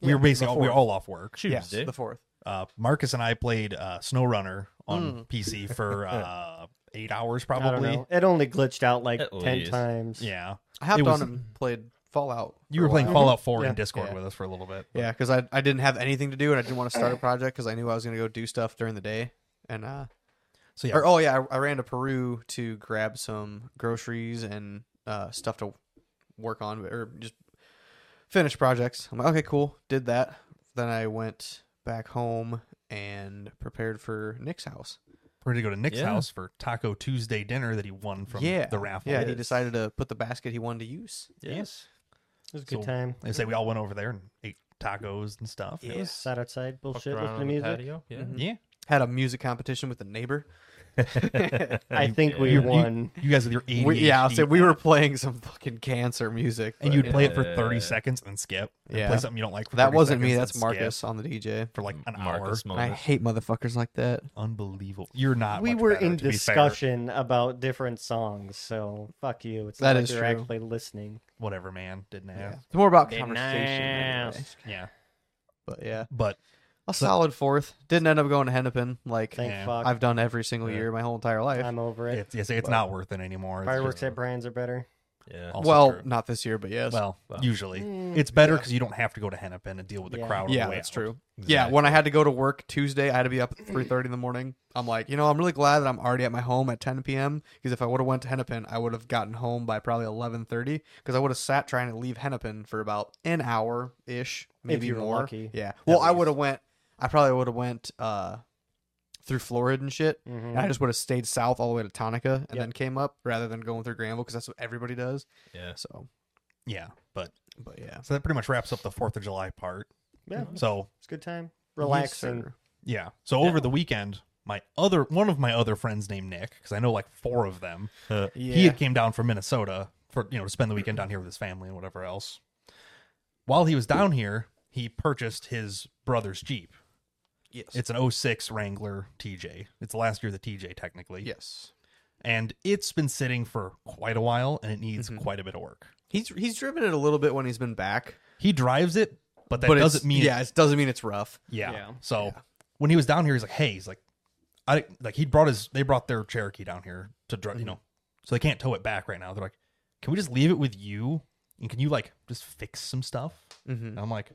S1: we
S4: Yeah,
S1: were basically all, we were
S4: before.
S1: all off work.
S4: Yes,
S2: Tuesday.
S4: the fourth.
S1: Uh, Marcus and I played uh, SnowRunner
S4: Mm.
S1: on PC for uh, eight hours,
S3: I don't
S1: probably.
S3: know. It only glitched out like
S2: At
S3: ten
S2: least.
S3: times.
S1: Yeah,
S4: I hopped
S1: It was-
S4: on and played Fallout.
S1: you
S4: for
S1: were
S4: a
S1: playing
S4: while.
S1: Fallout Four
S3: Yeah.
S1: in Discord
S4: Mm-hmm. Yeah.
S1: with us for a little bit.
S4: Yeah, because I, I didn't have anything to do and I didn't want to start a project because I knew I was going to go do stuff during the day. And, uh,
S1: So yeah,
S4: or, oh, yeah, I, I ran to Peru to grab some groceries and uh, stuff to work on or just finish projects. I'm like, okay, cool. Did that. Then I went back home and prepared for Nick's house.
S1: we're gonna go to Nick's
S2: Yeah.
S1: house for Taco Tuesday dinner that he won from
S4: yeah.
S1: the raffle.
S4: Yeah, he
S2: Yes.
S4: decided to put the basket he wanted to use.
S2: Yes.
S3: It was a good
S1: So-
S3: time.
S1: They say we all went over there and ate tacos and stuff. It was-
S3: Sat outside,
S2: Fucked
S3: bullshit, listening
S2: around
S3: to
S2: on the Mm-hmm.
S3: music.
S2: patio. Yeah.
S4: Mhm.
S1: yeah.
S4: Had a music competition with the neighbor.
S3: I think we
S1: You- you-
S3: won.
S1: You, guys with your ADHD.
S4: We, yeah, so we were playing some fucking cancer music.
S1: And
S4: but,
S1: you'd
S4: you know.
S1: play it for 30
S2: Yeah.
S1: seconds and then skip. And
S4: Yeah.
S1: Play something you don't like for
S4: That
S1: 30
S4: wasn't me.
S1: seconds
S4: That's
S1: and skip
S4: Marcus on the DJ.
S1: For like an
S2: Marcus
S1: hour.
S4: And I
S2: Moment.
S4: hate motherfuckers like that.
S1: Unbelievable. You're not.
S3: We
S1: much
S3: were
S1: better,
S3: in
S1: to be fair.
S3: discussion about different songs, so fuck you. It's not
S4: That
S3: like
S4: is
S3: you're
S4: true.
S3: actually listening.
S1: Whatever, man. Didn't
S4: Yeah.
S1: have.
S4: It's more about
S3: Didn't
S4: conversation.
S3: ask.
S4: anyway.
S1: Yeah.
S4: But yeah,
S1: But
S4: a solid fourth. Didn't end up going to Hennepin like
S3: Thank
S1: Yeah.
S3: fuck.
S4: I've done every single
S2: Yeah.
S4: year my whole entire life.
S3: I'm over it.
S1: it's, yes, it's not worth it anymore. It's
S3: Fireworks
S1: just-
S3: at Brian's are better.
S2: Yeah.
S1: also
S4: well,
S1: true.
S4: not this year, but yes.
S1: Well,
S2: Well.
S1: usually.
S3: Mm,
S1: it's better because you don't have to go to Hennepin and deal with the
S3: Yeah.
S1: crowd. on
S4: yeah,
S1: the way
S4: that's
S1: out.
S4: true. Yeah, when I had to go to work Tuesday, I had to be up at three thirty in the morning. I'm like, you know, I'm really glad that I'm already at my home at ten p.m. Because if I would have went to Hennepin, I would have gotten home by probably eleven thirty. Because I would have sat trying to leave Hennepin for about an hour ish, maybe
S3: you were
S4: more.
S3: lucky,
S4: yeah. Well, I
S1: least.
S4: would have went. I probably would have went uh, through Florida and shit.
S3: Mhm.
S4: And I just would have stayed south all the way to Tonica and
S3: Yep.
S4: then came up rather than going through Granville because that's what everybody does.
S2: Yeah.
S4: So,
S1: Yeah. But
S4: but yeah,
S1: so that pretty much wraps up the 4th of July part.
S3: Yeah, it's
S1: So
S3: a good time.
S4: Yes,
S3: Relaxing.
S4: sir.
S1: Yeah. So over the weekend, my other one of my other friends named Nick, because I know like four of them.
S4: Yeah.
S1: He had came down from Minnesota for you know to spend the weekend down here with his family and whatever else. While he was down here, he purchased his brother's Jeep.
S4: yes.
S1: It's an 06 Wrangler TJ. It's the last year of the TJ technically.
S4: yes.
S1: And it's been sitting for quite a while and it needs
S4: Mhm.
S1: quite a bit of work.
S4: He's he's driven it a little bit when he's been back,
S1: He drives it, but that
S4: but it's-
S1: doesn't mean
S4: yeah, it doesn't mean it's rough.
S1: Yeah.
S3: Yeah.
S1: So when he was down here, he's like, "Hey, he's like, I like he brought his they brought their Cherokee down here to drive,
S4: Mm-hmm.
S1: you know, so they can't tow it back right now. They're like, can we just leave it with you? And can you like just fix some stuff?
S4: Mm-hmm.
S1: And I'm like,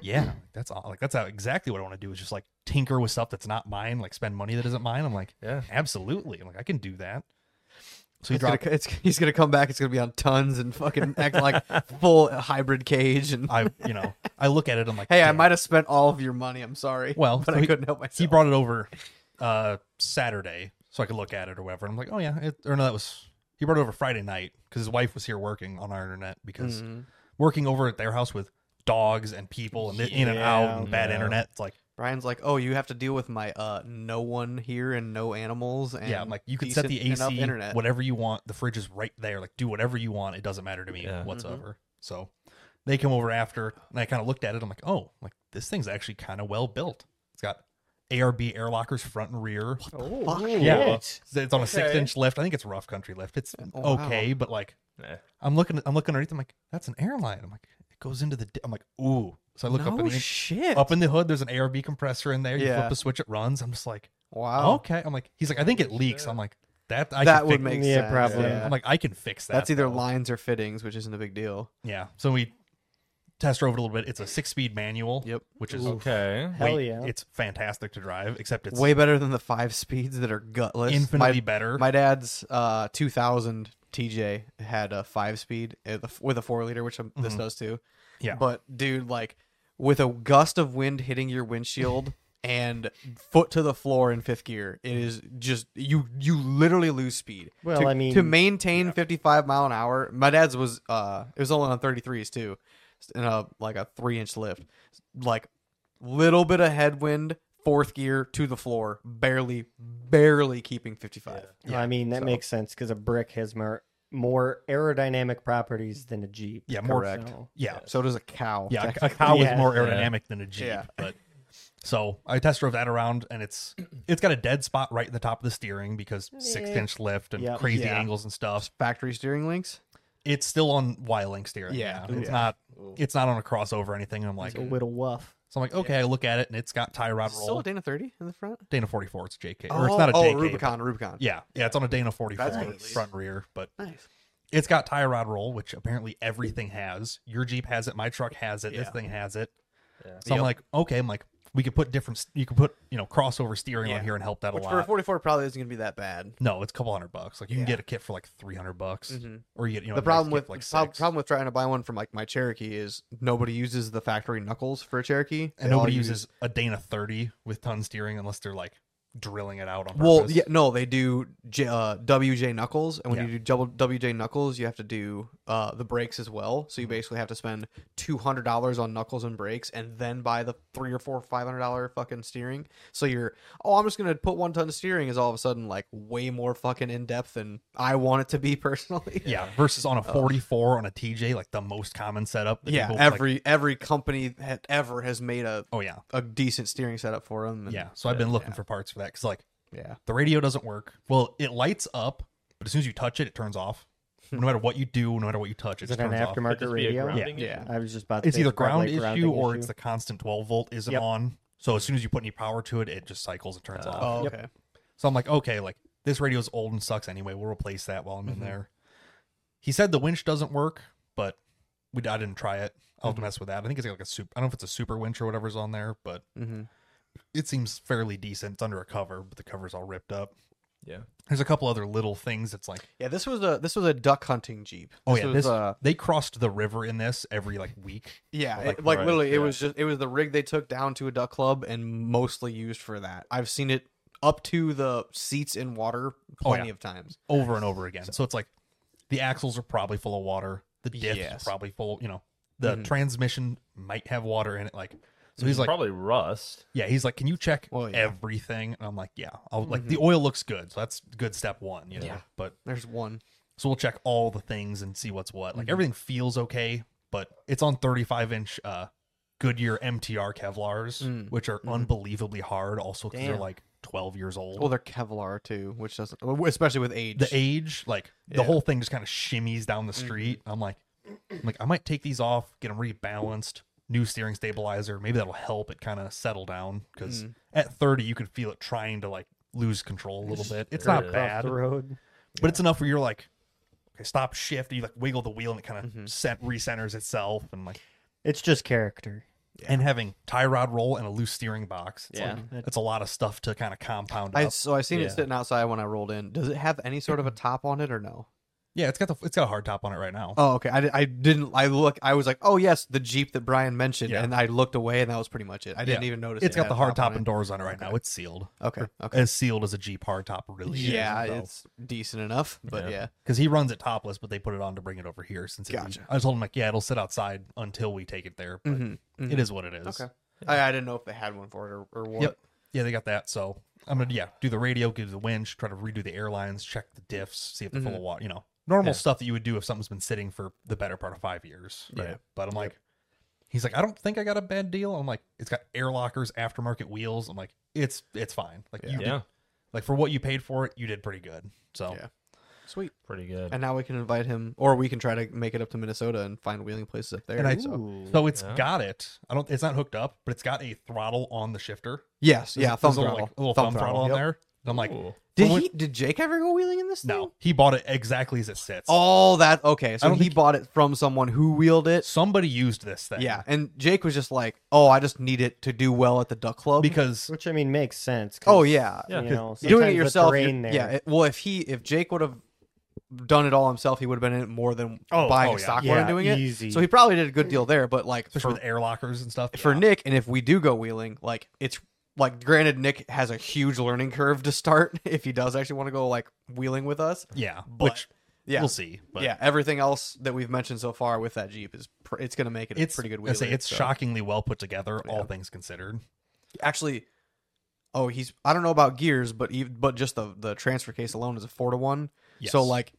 S1: yeah, like, that's all. Like that's how, exactly what I want to do is just like tinker with stuff that's not mine, like spend money that isn't mine. I'm like,
S2: Yeah.
S1: absolutely. I'm like, I can do that. So he
S4: He's
S1: dropped.
S4: gonna, it's, he's gonna come back. It's gonna be on tons and fucking act like full hybrid cage. And
S1: I you know I look at it. I'm like,
S4: hey, I
S1: "Damn."
S4: might have spent all of your money. I'm sorry.
S1: Well,
S4: but
S1: so
S4: I
S1: he-
S4: couldn't help myself.
S1: He brought it over uh Saturday. so I could look at it or whatever. And I'm like, oh yeah, it, or no, that was he brought it over Friday night because his wife was here working on our internet
S4: Mm-hmm.
S1: because working over at their house with dogs and people and in and out and bad
S2: Yeah.
S1: internet. It's like,
S4: Brian's like, oh, you have to deal with my uh, no one here and no animals. And
S1: yeah, I'm like you can set the
S4: decent enough
S1: AC,
S4: internet.
S1: whatever you want. The fridge is right there. Like do whatever you want. It doesn't matter to me
S2: Yeah. Mhm.
S1: whatsoever.
S4: Mm-hmm.
S1: So they come over after, and I kind of looked at it. I'm like, oh, like this thing's actually kind of well built. It's got ARB air lockers front and rear.
S3: Oh,
S4: Fuck
S1: yeah.
S3: shit.
S1: It's it's on a six
S2: Okay.
S1: inch lift. I think it's rough country lift. It's
S4: Oh, wow.
S1: okay, but like
S2: Eh.
S1: I'm looking, I'm looking underneath. I'm like, that's an airline. I'm like, it goes into the. Di-. I'm like, ooh. So I look up
S4: No
S1: and
S4: shit.
S1: up in the hood. There's an ARB compressor in there. You
S4: Yeah.
S1: flip a switch, it runs. I'm just like,
S4: wow.
S1: okay. I'm like, he's like, I think it leaks. I'm like, that I
S4: that
S1: can
S4: would
S1: fix-
S4: make
S3: Yeah,
S4: sense.
S3: probably.
S1: I'm like, I can fix that.
S4: That's either
S1: though.
S4: lines or fittings, which isn't a big deal.
S1: Yeah. So we test drove it a little bit. It's a six speed manual.
S4: Yep.
S1: Which is
S2: Okay.
S1: wait,
S3: Hell yeah.
S1: It's fantastic to drive, except it's
S4: Way better than the five speeds that are gutless.
S1: infinitely
S4: my,
S1: better.
S4: My dad's uh, 2000 TJ had a five speed uh, the- with a four liter, which um,
S1: Mm-hmm.
S4: this does too.
S1: Yeah.
S4: But dude, like with a gust of wind hitting your windshield and foot to the floor in fifth gear, it is just you. You literally lose speed.
S3: Well,
S4: To-
S3: I mean-
S4: to maintain 55 mile an hour. My dad's was uh, it was only on 33s too, in a like a three inch lift, like little bit of headwind. Fourth gear to the floor, barely, barely keeping 55.
S3: Well, I mean, that makes sense because a brick has more more aerodynamic properties than a jeep.
S1: Yeah, more-
S3: correct.
S1: yeah.
S4: So does a cow.
S1: Yeah, a- a
S4: technically.
S1: cow
S3: Yeah.
S1: is more aerodynamic than a jeep.
S4: Yeah.
S1: But so I test drove that around, and it's it's got a dead spot right in the top of the steering because six inch lift and
S3: Yep.
S1: crazy
S4: Yeah.
S1: angles and stuff.
S4: Factory steering links.
S1: It's still on Y link steering.
S4: Yeah.
S1: it's
S4: Yeah.
S1: not it's not on a crossover or anything. And I'm like,
S3: a little woof.
S1: so I'm like, okay, I look at it, and it's got tie rod
S4: Still
S1: roll.
S4: a Dana 30 in the front?
S1: Dana 44. It's JK, or it's not a
S4: oh,
S1: JK. but-
S4: Rubicon, Rubicon.
S1: Yeah, yeah, it's on a Dana 44
S4: That's nice.
S1: front and rear, but
S4: Nice.
S1: it's got tie rod roll, which apparently everything has. Your Jeep has it. My truck has it. This
S4: Yeah.
S1: thing has it.
S2: Yeah.
S1: So I'm
S4: Yep.
S1: like, okay, I'm like, we could put different. You could put you know crossover steering
S4: Yeah.
S1: on here and help that
S4: Which
S1: a
S4: for a
S1: lot.
S4: 44 probably isn't going to be that bad.
S1: no, it's a couple hundred bucks. Like you
S4: Yeah.
S1: can get a kit for like three hundred bucks,
S4: Mhm.
S1: or you get you know
S4: the
S1: a nice
S4: problem
S1: kit
S4: with
S1: for, like
S4: prob-
S1: six.
S4: problem with trying to buy one from like my Cherokee is nobody uses the factory knuckles for a Cherokee.
S1: and
S4: They all
S1: nobody
S4: use-
S1: uses a Dana 30 with ton steering unless they're like drilling it out on purpose.
S4: Well, yeah, no, they do J, uh, WJ knuckles, and when
S1: Yeah.
S4: you do double WJ knuckles, you have to do uh, the brakes as well. So you
S1: Mm-hmm.
S4: basically have to spend two hundred dollars on knuckles and brakes, and then buy the three or four five hundred dollar fucking steering. So you're oh, I'm just gonna put one ton of steering is all of a sudden like way more fucking in depth than I want it to be personally.
S1: yeah. Versus on a 44 on a TJ, like the most common setup. that
S4: yeah.
S1: people, like-
S4: Every every company that ever has made a
S1: oh yeah,
S4: a decent steering setup for them.
S1: yeah. So I've been looking for parts for that because like
S4: yeah.
S1: The radio doesn't work. Well, it lights up, but as soon as you touch it, it turns off. No matter what you do, no matter what you touch, it
S3: Hmm. Is
S1: just
S3: it an
S1: turns off.
S2: Could
S3: aftermarket
S2: this be
S3: radio?
S2: a grounding
S4: Yeah.
S2: issue?
S3: I was just about to
S1: It's
S3: say
S1: either ground
S3: probably a
S1: issue
S3: grounding
S1: or it's the constant 12 volt isn't
S3: Yep.
S1: on. So as soon as you put any power to it, it just cycles and turns off.
S4: Oh, okay.
S1: So I'm like, okay, like this radio's old and sucks anyway. We'll replace that while I'm
S4: Mm-hmm.
S1: in there. He said the winch doesn't work, but we I didn't try it. I'll
S4: Mm-hmm.
S1: have to mess with that. I think it's like a super. I don't know if it's a super winch or whatever's on there, but
S4: Mm-hmm.
S1: it seems fairly decent. It's under a cover, but the cover's all ripped up.
S2: Yeah.
S1: There's a couple other little things. It's like
S4: Yeah, this was a this was a duck hunting jeep.
S1: Oh yeah,
S4: was,
S1: this
S4: uh,
S1: they crossed the river in this every like week.
S4: yeah,
S2: Like,
S4: it- like
S2: right,
S4: literally,
S2: yeah.
S4: it was just it was the rig they took down to a duck club and mostly used for that. I've seen it up to the seats in water
S1: Oh,
S4: plenty
S1: yeah.
S4: of times.
S1: over and over again. So, it's like the axles are probably full of water. The diff
S4: Yes. Mm-hmm.
S1: is probably full. You know, the transmission might have water in it. Like, so he's like,
S2: Probably rust.
S1: yeah, he's like, can you check
S4: Well, yeah. Mm-hmm.
S1: everything? And I'm like, yeah, I'll like the oil looks good, so that's good step one. You know,
S4: Yeah.
S1: but
S4: There's one.
S1: so we'll check all the things and see what's what.
S4: Mm-hmm.
S1: Like everything feels okay, but it's on 35 inch uh Goodyear MTR Kevlars,
S4: Mm.
S1: which are unbelievably hard. Also, because they're
S3: Damn.
S1: like 12 years old.
S4: Well, they're Kevlar too, which doesn't, especially with age.
S1: the age, like the
S4: Yeah.
S1: whole thing just kind of shimmies down the street. I'm like, I'm like, I might take these off, get them rebalanced, new steering stabilizer. Maybe that'll help it kind of settle down because at 30 you could feel it trying to like lose control a little bit. It's
S2: there
S1: not
S2: it is.
S1: bad,
S3: the road.
S1: but it's enough where you're like, okay, stop, shift, and you like wiggle the wheel and it kind of set recenters itself and like,
S3: It's just character.
S1: and having tie rod roll and a loose steering box. It's
S3: Yeah.
S1: like, that's a lot of stuff to kind of compound
S4: I
S1: up.
S4: so I seen
S2: Yeah.
S4: it sitting outside when I rolled in. Does it have any sort of a top on it or no?
S1: Yeah, it's got the it's got a hard top on it right now.
S4: Oh, okay. I, di- I didn't. I look. I was like, oh yes, the Jeep that Brian mentioned,
S1: Yeah.
S4: and I looked away, and that was pretty much it. I didn't
S1: Yeah.
S4: even notice.
S1: It's
S4: it
S1: got
S4: had
S1: the
S4: a
S1: hard top
S4: on
S1: and
S4: it.
S1: doors on it right now. It's sealed.
S4: Okay. Okay.
S1: As sealed as a Jeep hard top really is.
S4: yeah, it's decent enough, but
S2: Yeah.
S4: yeah.
S1: because he runs it topless, but they put it on to bring it over here. Since it-
S4: Gotcha.
S1: I told him like, yeah, it'll sit outside until we take it there. But
S4: Mhm, mhm.
S1: it is what it is.
S4: Okay. I, I didn't know if they had one for it or, or what.
S1: Yep. Yeah, they got that. So I'm gonna yeah do the radio, give the winch, try to redo the airlines, check the diffs, see if they're
S4: Mm-hmm.
S1: full of water. You know, normal
S2: Yeah.
S1: stuff that you would do if something's been sitting for the better part of five years.
S4: Yeah.
S1: But I'm like, he's like, I don't think I got a bad deal. I'm like, it's got air lockers, aftermarket wheels. I'm like, it's it's fine. Like you did,
S2: Yeah,
S1: like for what you paid for it, you did pretty good. So
S4: Yeah. Sweet.
S2: pretty good.
S4: And now we can invite him, or we can try to make it up to Minnesota and find wheeling places up there.
S1: And I-
S4: so-
S3: Ooh.
S1: so it's
S2: Yeah.
S1: got it. I don't. It's not hooked up, but it's got a throttle on the shifter.
S4: yes,
S1: There's
S4: yeah,
S1: a-
S4: thumb
S1: there's a little,
S4: throttle,
S1: like, a little thumb, throttle, on
S4: yep.
S1: there. And I'm like,
S2: Ooh.
S4: Did
S1: But
S4: he? Did Jake ever go wheeling in this?
S1: no,
S4: thing?
S1: he bought it exactly as it sits.
S4: All that. Okay, so
S1: don't
S4: he
S1: think-
S4: bought it from someone who wheeled it.
S1: Somebody used this thing.
S4: Yeah, and Jake was just like, "Oh, I just need it to do well at the duck club
S1: because
S3: Which I mean makes sense. 'cause,
S4: Oh yeah,
S2: Yeah.
S3: you know,
S4: doing it
S3: sometimes the
S4: yourself.
S3: terrain
S4: you're-
S3: there-
S4: Yeah. It, well, if he if Jake would have done it all himself, he would have been in it more than
S1: Oh,
S4: buying
S1: oh,
S4: a
S1: yeah.
S4: stock
S3: Yeah,
S4: and doing it.
S3: easy.
S4: So he probably did a good deal there. But like
S1: especially
S4: for,
S1: with air lockers and stuff.
S4: for
S1: yeah.
S4: Nick, and if we do go wheeling, like it's like granted Nick has a huge learning curve to start if he does actually want to go like wheeling with us.
S1: yeah,
S4: But-
S1: which
S4: Yeah.
S1: we'll see. But
S4: yeah, everything else that we've mentioned so far with that Jeep is pr- it's going to make it
S1: it's
S4: a pretty good
S1: I
S4: wheeling.
S1: say it's
S4: so.
S1: shockingly well put together, all things considered.
S4: actually oh he's i don't know about gears but even but just the the transfer case alone is a four to one so
S1: Yes.
S4: like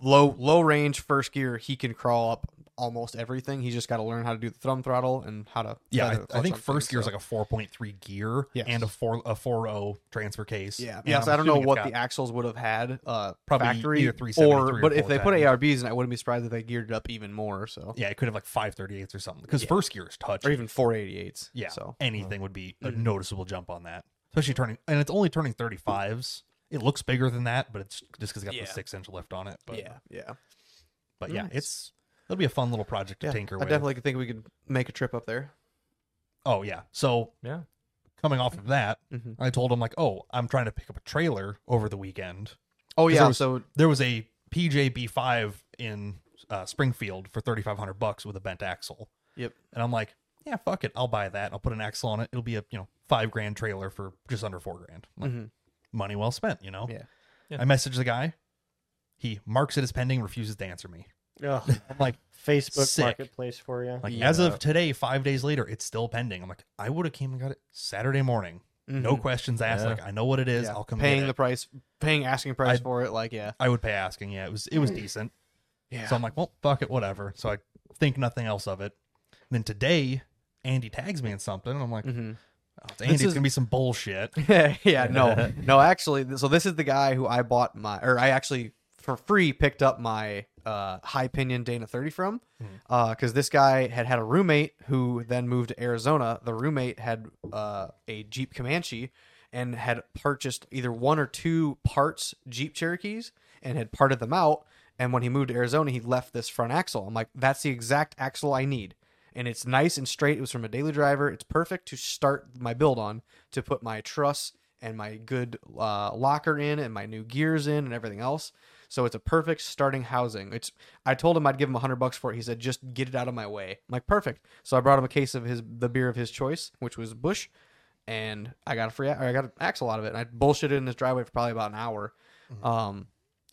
S4: low low range first gear he can crawl up almost everything he's just got to learn how to do the thumb throttle and how to
S1: Yeah,
S4: feather the
S1: I, I think
S4: clutch on
S1: first gear
S4: things,
S1: is like a 4.3 gear
S4: Yes.
S1: and a four a 4.0 transfer case.
S4: so. yeah
S1: And
S4: yeah
S1: I'm
S4: so i don't know
S1: assuming it's
S4: what the
S1: got-
S4: axles would have had uh
S1: Probably
S4: factory
S1: either
S4: or
S1: 373
S4: but
S1: or
S4: if they put
S1: 410.
S4: arbs in i wouldn't be surprised if they geared it up even more so
S1: yeah, it could have like 538s or something because
S4: Yeah.
S1: first gear is touch.
S4: or even 488s
S1: Yeah.
S4: so Mm-hmm.
S1: anything would be a noticeable jump on that, especially turning, and it's only turning 35s. It looks bigger than that, but it's just because it's got
S4: Yeah.
S1: the six inch lift on it. But
S4: yeah yeah
S1: but yeah,
S4: Nice.
S1: it's that'll be a fun little project to
S4: yeah i
S1: tinker with.
S4: definitely think we could make a trip up there
S1: Oh yeah. So
S2: Yeah.
S1: coming off of that,
S4: Mhm.
S1: I told him like, oh, I'm trying to pick up a trailer over the weekend.
S4: oh
S1: 'Cause there
S4: yeah
S1: was-
S4: so
S1: There was a PJB5 in uh, Springfield for 3,500 bucks with a bent axle,
S4: yep
S1: and I'm like, yeah, fuck it, I'll buy that. I'll put an axle on it. It'll be a you know five grand trailer for just under four grand. I'm like,
S4: Mhm.
S1: Money well spent, you know.
S4: Yeah.
S2: Yeah.
S1: I message the guy. He marks it as pending, refuses to answer me.
S3: Ugh,
S1: I'm like,
S3: Facebook
S1: Sick.
S3: Marketplace for you.
S1: like as of today, five days later, it's still pending. I'm like, I would have came and got it Saturday morning. No
S4: Mhm.
S1: questions asked.
S2: Yeah.
S1: Like I know what it is.
S4: Yeah,
S1: I'll come
S4: paying
S1: get
S4: the
S1: it.
S4: price, paying asking price
S1: I-
S4: for it. Like, yeah,
S1: I would pay asking. Yeah, it was it was
S4: Mm.
S1: decent.
S4: yeah.
S1: So I'm like, well, fuck it, whatever. So I think nothing else of it. And then today, Andy tags me in something. And I'm like,
S4: Mhm.
S1: oh, it's Andy,
S4: is-
S1: it's gonna be some bullshit.
S4: yeah, no, no. Actually, th- so this is the guy who I bought my, or I actually for free picked up my uh, high pinion Dana thirty from,
S1: Hmm.
S4: because this guy had had a roommate who then moved to Arizona. The roommate had uh, a Jeep Comanche and had purchased either one or two parts Jeep Cherokees and had parted them out. And when he moved to Arizona, he left this front axle. I'm like, that's the exact axle I need. And it's nice and straight. It was from a daily driver. It's perfect to start my build on to put my truss and my good uh, locker in and my new gears in and everything else. So it's a perfect starting housing. It's I told him I'd give him hundred bucks for it. He said, just get it out of my way. I'm like, perfect. So I brought him a case of his the beer of his choice, which was Bush, and I got a free or I got an axle out of it. And I bullshitted in his driveway for probably about an hour. Um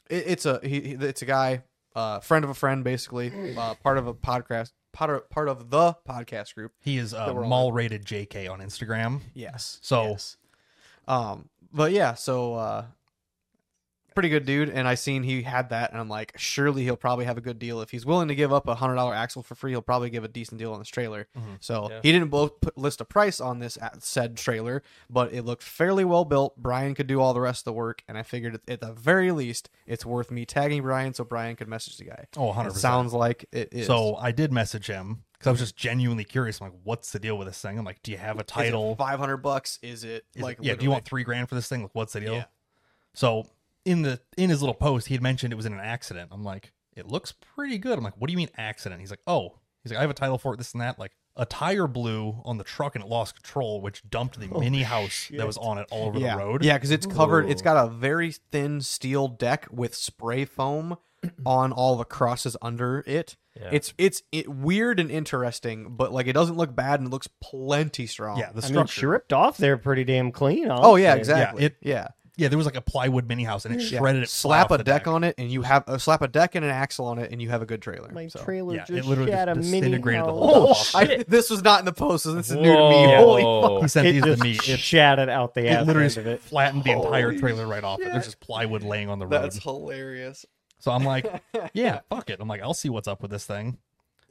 S4: it, it's a he, he- it's a guy uh friend of a friend basically uh part of a podcast part of, part of the podcast group
S1: He is uh,
S4: we're all-
S1: mall rated JK on Instagram.
S4: yes
S1: So-
S4: yes. um but yeah so uh pretty good dude and i seen he had that and i'm like surely he'll probably have a good deal if he's willing to give up a hundred dollar axle for free he'll probably give a decent deal on this trailer
S1: Mm-hmm.
S4: so
S2: Yeah.
S4: he didn't both put, list a price on this at said trailer but it looked fairly well built brian could do all the rest of the work and i figured at- at the very least it's worth me tagging brian so brian could message the guy
S1: Oh, 100
S4: it
S1: percent.
S4: sounds like it is
S1: So I did message him because I was just genuinely curious. I'm like, what's the deal with this thing? I'm like, do you have a title?
S4: 500 bucks is it
S1: Is it-
S4: like
S1: yeah, do you
S4: literally-
S1: want three grand for this thing? Like, what's the deal?
S4: Yeah.
S1: So in the in his little post, he had mentioned it was in an accident. I'm like, it looks pretty good. I'm like, what do you mean accident? He's like, oh, he's like, I have a title for it, this and that. Like, a tire blew on the truck and it lost control, which dumped the mini house that was on it all over
S4: yeah.
S1: the road.
S4: Yeah, because it's covered. It's got a very thin steel deck with spray foam on all the crosses under it.
S2: Yeah.
S4: It's it's it, weird and interesting, but like it doesn't look bad and it looks plenty strong.
S1: Yeah, the
S3: I mean, she
S1: structure.
S3: ripped off there pretty damn clean. I'll
S4: Oh yeah,
S3: say.
S4: exactly. Yeah,
S1: it- yeah, there was like a plywood mini house, and it
S4: Yeah.
S1: shredded it. flat
S4: slap
S1: off
S4: a
S1: the
S4: deck, on it, and you have uh, slap a deck and an axle on it, and you have a good trailer.
S3: My
S4: So-
S3: trailer
S1: Yeah, it
S3: just
S1: literally
S3: shot
S1: just
S3: a mini
S1: disintegrated the
S3: house.
S1: whole
S4: Oh,
S1: Shit.
S4: I, this was not in the post. so This is new to me. Holy
S2: Whoa.
S1: He sent
S3: it
S1: these
S3: just
S1: to me. It,
S3: shattered out the
S1: it
S3: ass
S1: literally
S3: end
S1: just
S3: of it.
S1: flattened the entire
S4: Holy
S1: trailer right off. it.
S4: shit.
S1: There's just plywood laying on the road.
S4: That's hilarious.
S1: So I'm like, yeah, fuck it. I'm like, I'll see what's up with this thing.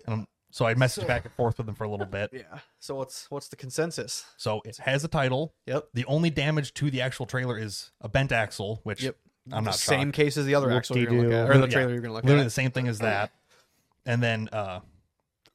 S1: And i so I messaged back and forth with him for a little bit.
S4: Yeah. So what's what's the consensus?
S1: So it has a title.
S4: Yep.
S1: The only damage to the actual trailer is a bent axle, which
S4: Yep.
S1: I'm not
S4: the same
S1: shocked.
S4: case as the other axle you're gonna look
S3: Whoop-de-doo.
S4: at, or the
S1: Yeah.
S4: trailer you're gonna look
S1: Literally
S4: at.
S1: the same thing as that. And then uh,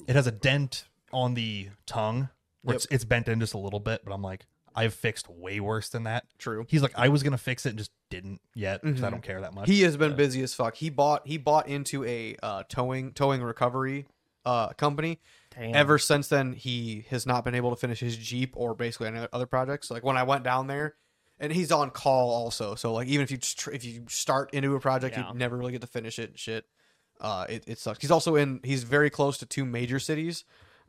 S1: it has a dent on the tongue. Where
S4: Yep.
S1: it's, it's bent in just a little bit, but I'm like, I've fixed way worse than that.
S4: True.
S1: He's like, I was gonna fix it and just didn't yet because I
S4: Mhm.
S1: don't care that much.
S4: He has been busy as fuck. He bought he bought into a uh, towing towing recovery uh, company.
S3: Damn.
S4: Ever since then, he has not been able to finish his Jeep or basically any other projects. Like when I went down there, and he's on call also. So like even if you just tr- if you start into a project,
S3: Yeah.
S4: you never really get to finish it. And shit, uh, it it sucks. He's also in. He's very close to two major cities,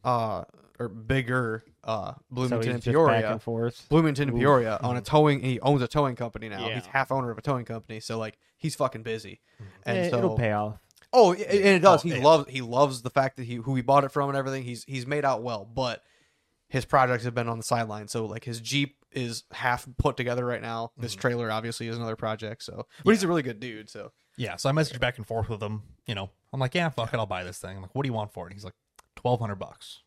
S4: uh, or bigger, uh,
S3: so
S4: Bloomington
S3: he's
S4: and
S3: just
S4: Peoria.
S3: back and forth.
S4: Bloomington,
S3: Oof.
S4: Peoria on a towing. He owns a towing company now.
S3: Yeah.
S4: He's half owner of a towing company, so like he's fucking busy. And
S3: Eh,
S4: so,
S3: it'll pay off.
S4: Oh, and it does.
S1: Oh,
S4: he
S1: yeah.
S4: loves he loves the fact that he who he bought it from and everything. He's he's made out well, but his projects have been on the sideline. So like his Jeep is half put together right now. This trailer obviously is another project. So, but he's a really good dude. So
S1: Yeah, so I messaged back and forth with him. You know, I'm like, yeah, fuck it, I'll buy this thing. I'm like, what do you want for it? And he's like, twelve hundred bucks.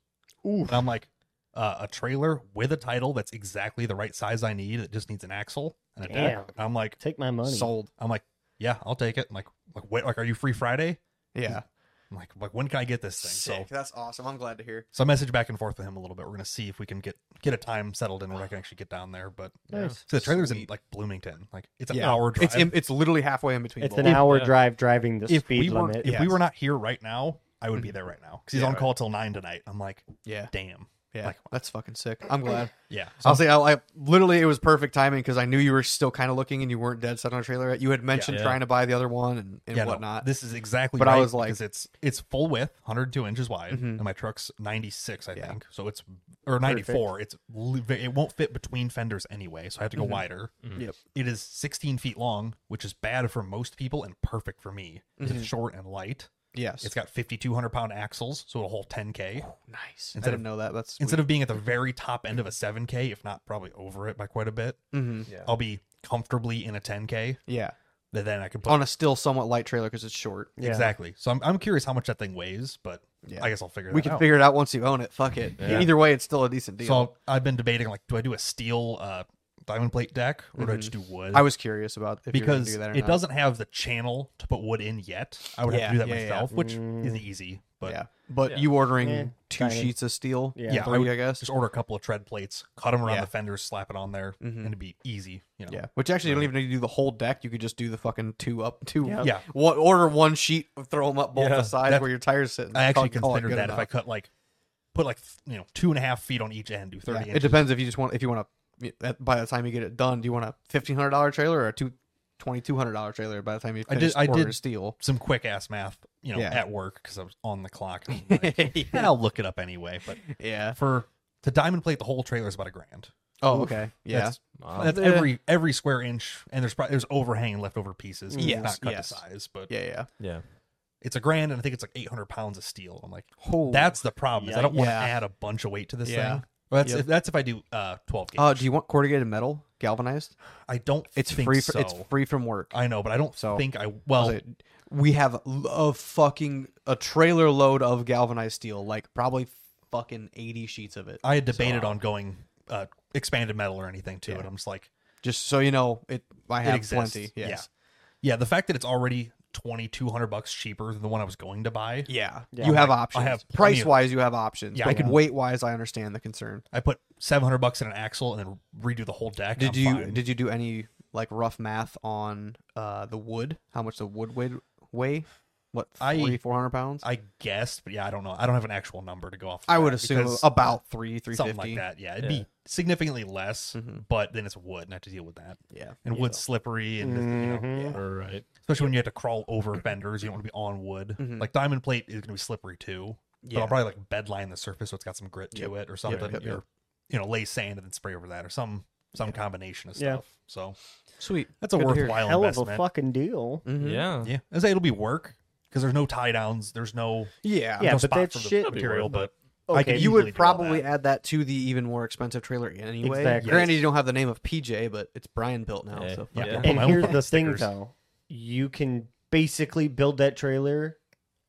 S1: And I'm like, uh, a trailer with a title that's exactly the right size I need. It just needs an axle and a deck.
S3: Damn.
S1: And I'm like,
S3: Take my money.
S4: sold.
S1: I'm like, yeah, I'll take it. I'm like, like, wait, like, are you free Friday?
S4: Yeah,
S1: I'm like, like, when can I get this thing?
S4: sick.
S1: So,
S4: That's awesome. I'm glad to hear.
S1: so I messaged back and forth with him a little bit. We're gonna see if we can get get a time settled in where I can actually get down there. But
S3: Nice.
S1: so the trailer's in
S4: Sweet.
S1: like Bloomington. Like it's an
S4: Yeah.
S1: hour drive.
S4: It's in, it's literally halfway in between.
S3: It's
S4: both.
S3: an hour
S2: Yeah.
S3: drive driving the
S1: if
S3: speed
S1: we were
S3: limit.
S1: if we
S4: Yes. Mm-hmm.
S1: were not here right now, I would be there right now because he's
S4: Yeah,
S1: on
S4: right.
S1: call till nine tonight. I'm like,
S4: Yeah,
S1: damn.
S4: yeah.
S1: Like-
S4: that's fucking sick. I'm glad.
S1: Yeah.
S4: I'll
S1: So
S4: say I, I literally it was perfect timing because I knew you were still kind of looking and you weren't dead set on a trailer. yet. You had mentioned
S2: Yeah.
S4: trying to buy the other one and, and
S1: yeah, no,
S4: whatnot.
S1: this is exactly.
S4: But I
S1: right,
S4: was like-
S1: because it's it's full width, 102 inches wide,
S4: Mhm.
S1: and my truck's 96, I
S4: Yeah.
S1: think. So it's or 94. It's li- it won't fit between fenders anyway, so I have to go
S4: Mhm.
S1: wider.
S3: Mm-hmm.
S2: Mhm.
S4: Yep.
S1: It is 16 feet long, which is bad for most people and perfect for me. 'cause
S4: Mm-hmm.
S1: It's short and light.
S4: yes,
S1: It's got 5,200 pound axles, so it'll hold 10k.
S4: nice. I
S1: instead
S4: didn't
S1: of-
S4: know that. That's sweet.
S1: Instead of being at the very top end of a 7k, if not probably over it by quite a bit.
S4: Mhm.
S2: Yeah.
S1: I'll be comfortably in a 10k.
S4: yeah
S1: That then I can put
S4: on a still somewhat light trailer because it's short.
S3: Yeah.
S1: exactly. So I'm, I'm curious how much that thing weighs, but
S4: Yeah.
S1: I guess I'll figure.
S4: We
S1: that
S4: can
S1: out.
S4: figure it out once you own it. Fuck it.
S2: Yeah.
S4: Either way, it's still a decent deal.
S1: So I've been debating like, do I do a steel uh, diamond plate deck or do I
S4: Mhm.
S1: just do wood?
S4: I was curious about if
S1: because
S4: you're gonna do that or
S1: it
S4: not.
S1: doesn't have the channel to put wood in yet. I would have
S4: Yeah,
S1: to do that
S4: yeah, yeah.
S1: myself, which
S3: Mm.
S1: is easy. But
S4: yeah, but
S2: Yeah.
S4: you ordering
S3: Eh,
S4: two
S3: kinda.
S4: sheets of steel,
S3: Yeah.
S1: Yeah, I
S4: three,
S1: would-
S4: I, guess.
S1: just order a couple of tread plates, cut them around
S4: Yeah.
S1: the fenders, slap it on there,
S4: Mhm.
S1: and it'd be easy. You know?
S4: Yeah, which actually you don't even need to do the whole deck. You could just do the fucking two up, two.
S3: Yeah.
S1: Yeah.
S4: One, order one sheet, throw them up both
S2: Yeah,
S4: the sides
S1: that-
S4: where your tires sitting.
S1: I actually
S4: Call- call it
S1: considered
S4: good
S1: that if I
S4: enough.
S1: cut like, put like you know two and a half feet on each end, do
S4: Yeah,
S1: thirty.
S4: It
S1: inches.
S4: depends if you just want if you want to. at- By the time you get it done, do you want a fifteen hundred dollar trailer or a two twenty two hundred dollar trailer? By the time you
S1: I did-
S4: finish
S1: I
S4: order
S1: did-
S4: steel.
S1: some quick ass math, you know,
S4: Yeah.
S1: at work because I was on the clock. And I'm like, "Eh, I'll look it up anyway. But
S4: Yeah.
S1: for to diamond plate, the whole trailer is about a grand.
S4: Oh,
S3: Oof.
S4: okay. Yeah.
S1: that's,
S2: Wow.
S1: that's
S4: Eh.
S1: every every square inch, and there's probably there's overhang leftover pieces. 'cause it's
S4: Yes,
S1: not cut
S4: yes.
S1: to size, but
S4: yeah. Yeah.
S2: Yeah.
S1: it's a grand, and I think it's like 800 pounds of steel. I'm like,
S4: Oh.
S1: that's the problem. Is I don't want to
S4: Yeah.
S1: add a bunch of weight to this
S4: Yeah.
S1: thing. Well, that's
S4: Yep.
S1: if, that's if I do uh 12 gauge.
S4: Uh, do you want corrugated metal galvanized?
S1: I don't.
S4: It's
S1: think
S4: free. For,
S1: So.
S4: It's free from work.
S1: I know, but I don't
S4: So-
S1: think I. Well,
S4: Like, we have a- a fucking a trailer load of galvanized steel, like probably fucking eighty sheets of it.
S1: I had debated on going uh expanded metal or anything to it. I'm just like,
S4: Just so you know, it. I
S1: it
S4: have
S1: exists.
S4: plenty. Yes.
S1: Yeah. Yeah, the fact that it's already 2200 bucks cheaper than the one I was going to buy.
S4: Yeah.
S3: Yeah.
S4: You have
S1: Like, I
S4: options.
S1: have plenty of-
S4: price wise, you have options.
S1: Yeah,
S4: Yeah,
S1: I can-
S4: weight wise, I understand the concern.
S1: I put 700 bucks in an axle and then redo the whole deck.
S4: Did
S1: I'm
S4: you
S1: fine.
S4: did you do any like rough math on uh the wood? How much the wood weigh? weigh? What
S1: I-
S4: three four hundred pounds? I,
S1: I guessed, but yeah, I don't know. I don't have an actual number to go off.
S4: would assume about three three
S1: something
S4: fifty.
S1: like that. Yeah, it'd
S2: Yeah.
S1: be significantly less,
S4: Mhm.
S1: but then it's wood, and I have to deal with that.
S4: Yeah. Mm-hmm.
S1: And wood's slippery, and you know,
S3: Mhm.
S2: All right.
S1: Especially when you had to crawl over fenders, you don't want to be on wood.
S4: Mhm.
S1: Like diamond plate is going to be slippery too. But
S4: Yeah.
S1: I'll probably like bed line the surface so it's got some grit to it or something.
S4: yep,
S1: or
S4: yep.
S1: you know, lay sand and then spray over that or some some combination of
S3: Yeah.
S1: stuff. So
S4: Sweet.
S1: that's a
S4: Good to hear.
S1: worthwhile
S3: Hell of a
S1: investment.
S3: fucking deal.
S4: Mhm.
S2: Mm-hmm. Yeah.
S1: Yeah, I say it'll be work because there's no tie downs. The's no
S4: Yeah.
S3: Yeah,
S1: no
S3: but
S1: spot
S3: that
S1: for the
S3: shit-
S2: That'd be
S1: material,
S2: worth
S1: but
S2: it.
S1: I
S3: Okay,
S1: could
S4: You
S1: easily
S4: would
S1: do all
S4: probably
S1: that.
S4: add that to the even more expensive trailer anyway.
S3: Exactly.
S4: Granted, you don't have the name of PJ, but it's Brian built now.
S2: Yeah.
S4: So
S1: Yeah,
S4: fuck
S2: Yeah.
S1: I'll put
S3: And
S1: my own
S3: here's
S1: fucking
S3: the thing,
S1: stickers.
S3: though. You can basically build that trailer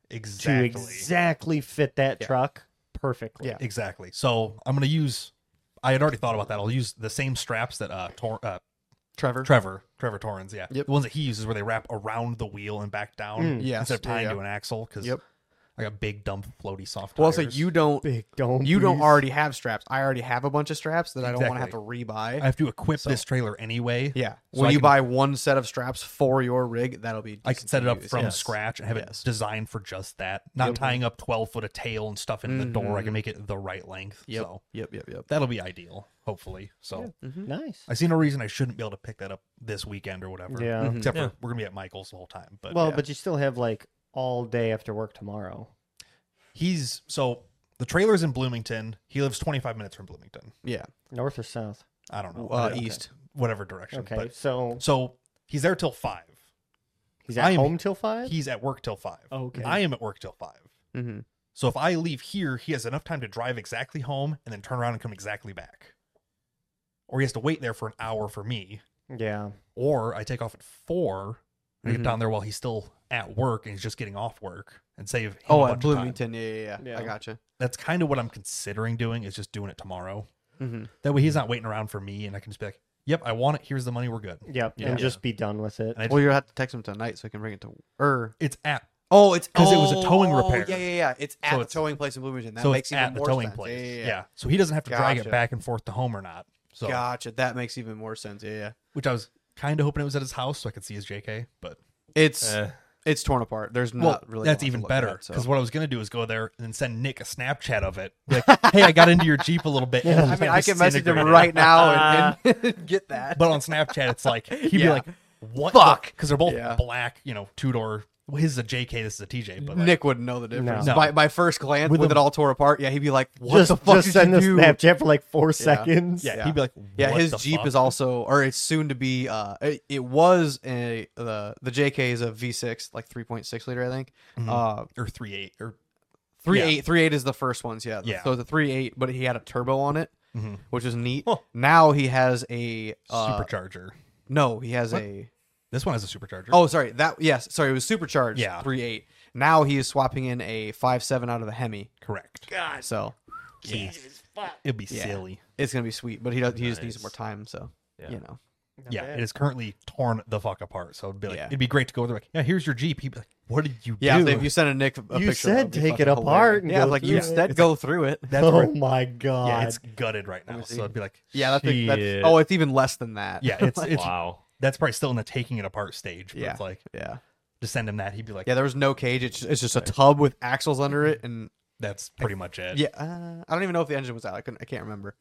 S3: to
S1: Exactly.
S3: exactly fit that
S4: Yeah.
S3: truck perfectly.
S4: Yeah.
S1: Exactly. So I'm gonna use. I had already thought about that. I'll use the same straps that uh, Tor- uh
S4: Trevor.
S1: Trevor Trevor Torrens, yeah,
S4: Yep.
S1: the ones that he uses where they wrap around the wheel and back down
S3: Mm.
S4: Yes.
S1: instead of
S4: Yeah,
S1: tying
S4: yeah.
S1: to an axle because
S4: Yep.
S1: I got big dump floaty soft.
S4: Well, also
S1: tires.
S4: you don't
S3: Big dome.
S4: you don't
S3: piece.
S4: already have straps. I already have a bunch of straps that I don't want to have to
S1: I
S4: rebuy.
S1: have to equip this trailer anyway.
S4: yeah.
S1: So
S4: when
S1: I
S4: you
S1: can-
S4: buy one set of straps for your rig, that'll be
S1: I can
S4: decent
S1: set it
S4: to
S1: up
S4: use.
S1: from
S4: Yes.
S1: scratch and have
S4: Yes.
S1: it designed for just that. Not tying up twelve foot of tail and stuff in the door. I can make it the right length.
S4: Mm-hmm. Yep.
S1: So
S4: Yep. Yep. Yep.
S1: that'll be ideal, hopefully. So
S4: Mm-hmm.
S3: Nice.
S1: I see no reason I shouldn't be able to pick that up this weekend or whatever.
S3: Yeah.
S4: Mm-hmm.
S3: Mhm.
S1: Except
S2: Yeah.
S1: for we're gonna be at Michael's the whole time. But
S3: Well,
S4: yeah.
S3: but you still have like all day after work tomorrow.
S1: he's so the trailer's in Bloomington. He lives twenty five minutes from Bloomington.
S4: Yeah.
S3: North or south?
S1: I don't know.
S4: Uh,
S1: Yeah.
S4: East.
S1: whatever direction.
S3: Oh, Okay,
S1: But,
S3: so
S1: so he's there till five.
S3: he's at
S1: I am-
S3: home till five.
S1: He's at work till five.
S3: Okay.
S1: I am at work till five.
S4: Mm-hmm.
S1: So if I leave here, he has enough time to drive exactly home and then turn around and come exactly back. Or he has to wait there for an hour for me.
S3: yeah,
S1: Or I take off at four and
S3: Mm-hmm.
S4: Mhm.
S1: get down there while he's still at work and he's just getting off work and save him
S4: Oh,
S1: a
S4: at
S1: bunch of time.
S4: Bloomington. Yeah, yeah, yeah. I
S3: Yeah.
S4: gotcha.
S1: That's kind of what I'm considering doing is just doing it tomorrow.
S4: Mm-hmm.
S1: That way he's not waiting around for me and I can just be like, yep, I want it. Here's the money. We're good.
S3: yep,
S1: Yeah.
S3: and just be done with it.
S1: And I-
S4: Well, you'll have to text him tonight so I can bring it to. er. Or
S1: It's at
S4: oh, it's
S1: 'Cause it was a
S4: oh,
S1: towing
S4: oh,
S1: repair.
S4: Yeah, yeah, yeah. It's at
S1: So
S4: the
S1: it's-
S4: towing place in Bloomington. That
S1: so
S4: makes
S1: it's at
S4: even
S1: the
S4: more
S1: towing
S4: sense.
S1: place.
S4: Yeah, yeah, yeah.
S1: So he doesn't have to drag
S4: Gotcha.
S1: it back and forth to home or not. So
S4: Gotcha. That makes even more sense. Yeah, yeah.
S1: which I was kind of hoping it was at his house so I could see his JK, but
S4: It's
S2: Eh,
S4: it's torn apart. There's not
S1: well,
S4: really.
S1: that's
S4: a lot to
S1: even
S4: look
S1: better
S4: at, so.
S1: because what I was gonna do is go there and then send Nick a Snapchat of it. Be Like, hey, I got into your Jeep a little bit. and
S4: I
S1: it
S4: mean, I can message him
S1: disintegrated."
S4: right now and, and get that.
S1: But on Snapchat, it's like he'd be
S4: Yeah.
S1: like, "What?
S4: Fuck.
S1: Because they're both
S4: Yeah.
S1: black, you know, two door. Well, his is a JK, this is a TJ. But like,
S4: Nick wouldn't know the difference.
S1: No.
S4: By, by first glance, with,
S1: With
S4: it
S1: a-
S4: all tore apart, yeah, he'd be like, "What
S3: just
S4: the fuck
S3: just
S4: did
S3: send the
S4: you do?"
S3: Snapchat for like four seconds.
S1: yeah,
S4: Yeah.
S1: he'd be like,
S4: Yeah,
S1: "What
S4: his
S1: the
S4: Jeep
S1: fuck?"
S4: is also, or it's soon to be. Uh, it, it was a the the JK is a V6, like 3.6 liter, I think. Uh,
S1: or three eight or
S4: three eight three eight is the first ones, yeah.
S1: Yeah.
S4: So the three eight, but he had a turbo on it,
S1: Mhm.
S4: which was neat.
S1: Huh.
S4: Now he has a uh,
S1: supercharger.
S4: no, he has a
S1: This one has a supercharger.
S4: oh sorry that yes sorry it was supercharged
S1: Yeah.
S4: three eight. Now he is swapping in a five seven out of the Hemi,
S1: correct.
S4: so
S1: Jesus, it'd be
S4: Yeah.
S1: silly.
S4: it's gonna be sweet. But he does, he just needs
S2: Nice.
S4: more time, so
S2: Yeah.
S4: you know.
S1: yeah, it is currently torn the fuck apart. So it'd be like,
S4: Yeah.
S1: it'd be great to go over there. Like, yeah, here's your Jeep. He'd be like, what did you
S4: Yeah,
S1: do?
S4: if you sent a Nick a picture,
S3: You
S4: that'd
S3: said
S4: be
S3: take
S4: fucking
S3: it apart
S4: hilarious.
S3: and
S4: yeah,
S3: go
S4: like
S3: through
S4: you
S3: it.
S4: said go through it.
S1: that's
S3: oh
S1: where-
S3: my god.
S1: yeah, it's gutted right now. So it'd be like,
S4: Yeah, that's, like, that's
S2: Shit.
S4: oh, it's even less than that.
S1: yeah, it's it's
S2: wow.
S1: that's probably still in the taking it apart stage. But
S4: Yeah.
S1: it's like
S4: yeah,
S1: to send him that, he'd be like,
S4: yeah. There was no cage. It's just, it's just a tub with axles under it, and
S1: that's pretty much it.
S4: yeah, uh, I don't even know if the engine was out. I couldn't, I can't remember.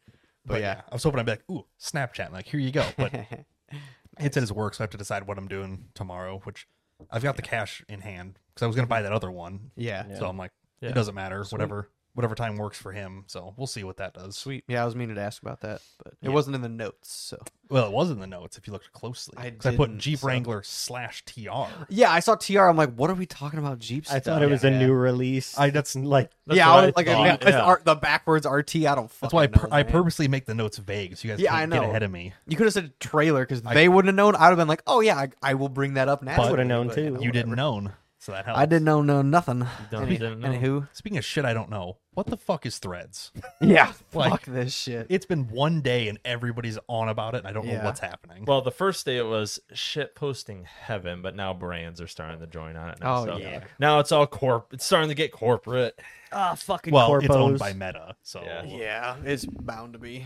S4: But,
S1: But yeah.
S4: yeah,
S1: I was hoping I'd be like, ooh, Snapchat. and, like, here you go. But it's at his work, so I have to decide what I'm doing tomorrow. Which I've got the cash in hand because I was gonna buy that other one.
S4: yeah, yeah.
S1: So I'm like,
S2: Yeah.
S1: it doesn't matter. Whatever, whatever time works for him. So we'll see what that does.
S4: Sweet. Yeah, I was meaning to ask about that, but it wasn't in the notes. So
S1: Well, it was in the notes if you looked closely.
S4: I
S1: 'Cause I put
S4: didn't,
S1: Jeep
S4: so-
S1: Wrangler slash TR.
S4: yeah, I saw TR. I'm like, what are we talking about? Jeep
S3: I
S4: stuff?
S3: thought it was
S4: yeah.
S3: a new release.
S1: I that's
S3: like
S2: That's
S4: yeah,
S2: what
S4: I was
S2: I
S4: like,
S2: thought,
S4: it's the
S2: yeah.
S4: art- the backwards RT. I don't.
S1: that's why I,
S4: fucking
S1: pur-
S4: know,
S1: I
S4: man.
S1: purposely make the notes vague so you guys
S4: Yeah,
S1: can't
S4: I know.
S1: get ahead of me.
S4: You could have said trailer because they wouldn't have known. I'd have been like, oh yeah, I, I will bring that up now.
S1: I would've
S3: known, too.
S1: You didn't know, so that helps.
S4: I didn't know no nothing.
S2: Don't-
S4: Any-
S2: didn't know.
S4: Anywho,
S1: Speaking of shit, I don't know what the fuck is Threads.
S4: yeah,
S1: Like-
S4: fuck this shit.
S1: It's been one day and everybody's on about it. And I don't
S4: Yeah.
S1: know what's happening.
S2: Well, the first day it was shit posting heaven, but now brands are starting to join on it. Now,
S4: Oh,
S2: so
S4: yeah.
S2: Now it's all corp. It's starting to get corporate.
S4: Ah, fucking
S1: Well, it's owned
S3: corpos.
S1: by Meta, so
S2: Yeah.
S4: Yeah, it's bound to be.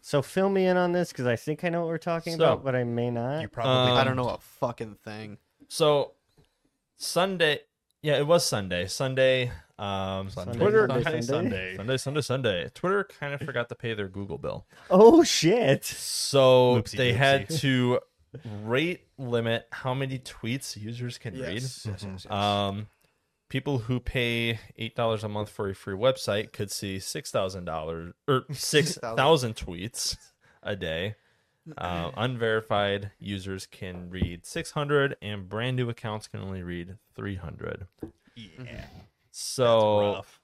S3: so fill me in on this because I think I know what we're talking
S2: So-
S3: about, but I may not.
S1: you probably
S2: Um,
S4: I don't know a fucking thing.
S2: So Sunday, yeah, it was Sunday. Sunday, um,
S1: Sunday,
S2: Twitter,
S3: Sunday,
S2: kinda-
S1: Sunday.
S2: Sunday, Sunday, Sunday. Twitter kind of forgot to pay their Google bill,
S3: oh shit!
S2: so
S1: Oopsie
S2: they
S1: doopsie.
S2: had to rate limit how many tweets users can
S4: Yes, yes, yes,
S2: read. Um, people who pay eight dollars a month for a free website could see six thousand dollars or six thousand tweets a day.
S1: mm.
S2: Uh, unverified users can read 600, and brand new accounts can only read 300.
S1: Yeah.
S2: So
S1: Rough.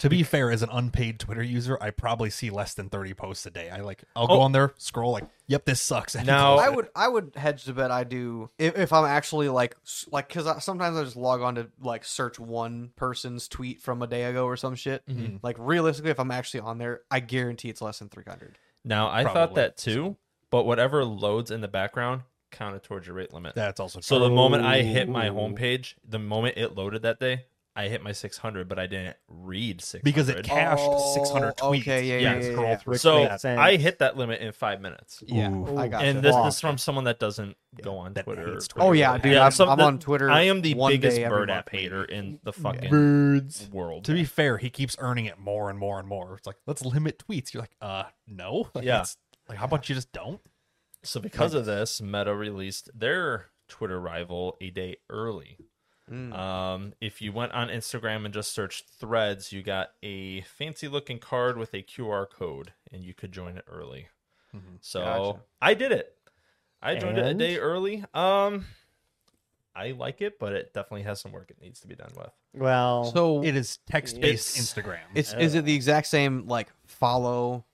S1: To be fair, as an unpaid Twitter user, I probably see less than 30 posts a day. I like, I'll go
S2: Oh.
S1: on there, scroll, like, yep, this sucks. and
S2: Now-
S1: close
S4: I
S1: it.
S4: would I would hedge to bet I do if, if I'm actually like s- like because I, sometimes I just log on to like search one person's tweet from a day ago or some shit. Like realistically, if I'm actually on there, I guarantee it's less than 300.
S2: now I thought
S1: Probably.
S2: that too, but whatever loads in the background counted towards your rate limit.
S1: That's also
S2: So
S1: true.
S2: the moment I hit my
S1: Oh.
S2: homepage, the moment it loaded that day, I hit my 600, but I didn't read 600
S1: because it cached 600
S4: Oh,
S1: tweets.
S4: okay, yeah,
S1: You
S2: yeah,
S1: can
S2: yeah,
S1: scroll
S4: yeah.
S1: through
S3: Which
S2: So
S3: makes sense.
S2: I hit that limit in five minutes.
S4: Yeah,
S1: Ooh.
S4: I got
S2: And this,
S3: Wow.
S2: this is from someone that doesn't go on
S1: That
S2: Twitter.
S1: hates
S2: or
S1: Twitter.
S4: Oh, yeah,
S2: Facebook.
S4: dude, I'm-
S2: some-
S4: I'm on Twitter
S2: I am the
S4: one
S2: biggest
S4: day every
S2: bird
S4: month,
S2: app hater in the fucking
S1: Birds.
S2: world.
S1: To be fair, he keeps earning it more and more and more. It's like, let's limit tweets. You're like, uh, no. Like,
S2: Yeah.
S1: it's- Like, how about you just don't?
S2: So because of this, Meta released their Twitter rival a day early.
S4: Hmm.
S2: Um, if you went on Instagram and just searched Threads, you got a fancy looking card with a QR code, and you could join it early. So
S4: Mm-hmm. Gotcha.
S2: I did it. I joined it a
S3: And?
S2: day early. Um, I like it, but it definitely has some work it needs to be done with.
S3: Well,
S4: so
S1: It is text based
S2: It's-
S1: Instagram.
S4: it's is it the exact same like follow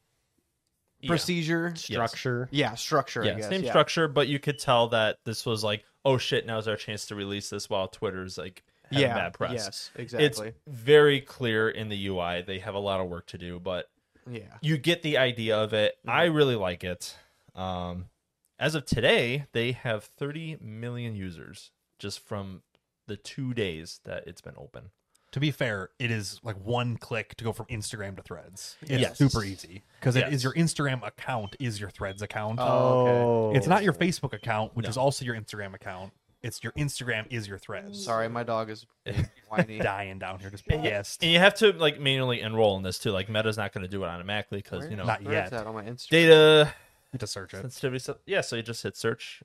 S2: Yeah.
S4: procedure?
S3: structure.
S4: Yeah, structure. I
S2: yeah,
S4: guess.
S2: same
S4: yeah.
S2: structure, but you could tell that this was like, oh shit, now's our chance to release this while Twitter's like having
S4: Yeah.
S2: bad press.
S4: Yes, exactly.
S2: It's very clear in the UI. They have a lot of work to do, but
S4: yeah.
S2: you get the idea of it.
S3: Mm-hmm.
S2: I really like it. Um, as of today, they have 30 million users just from the two days that it's been open.
S1: to be fair, it is like one click to go from Instagram to Threads. It's
S2: Yes.
S1: super easy because it
S2: Yes.
S1: is your Instagram account is your Threads account.
S4: Oh,
S1: It's not your Facebook account, which is also your Instagram account. It's your Instagram is your Threads.
S4: Sorry, my dog is being whiny.
S1: dying down here, just pissed.
S2: And you have to like manually enroll in this too. Like Meta's not going to do it automatically because you know
S1: Not
S4: Where
S1: yet.
S4: is that on my Instagram?
S2: data
S1: to search it.
S2: sensitivity stuff. Yeah, so you just hit search.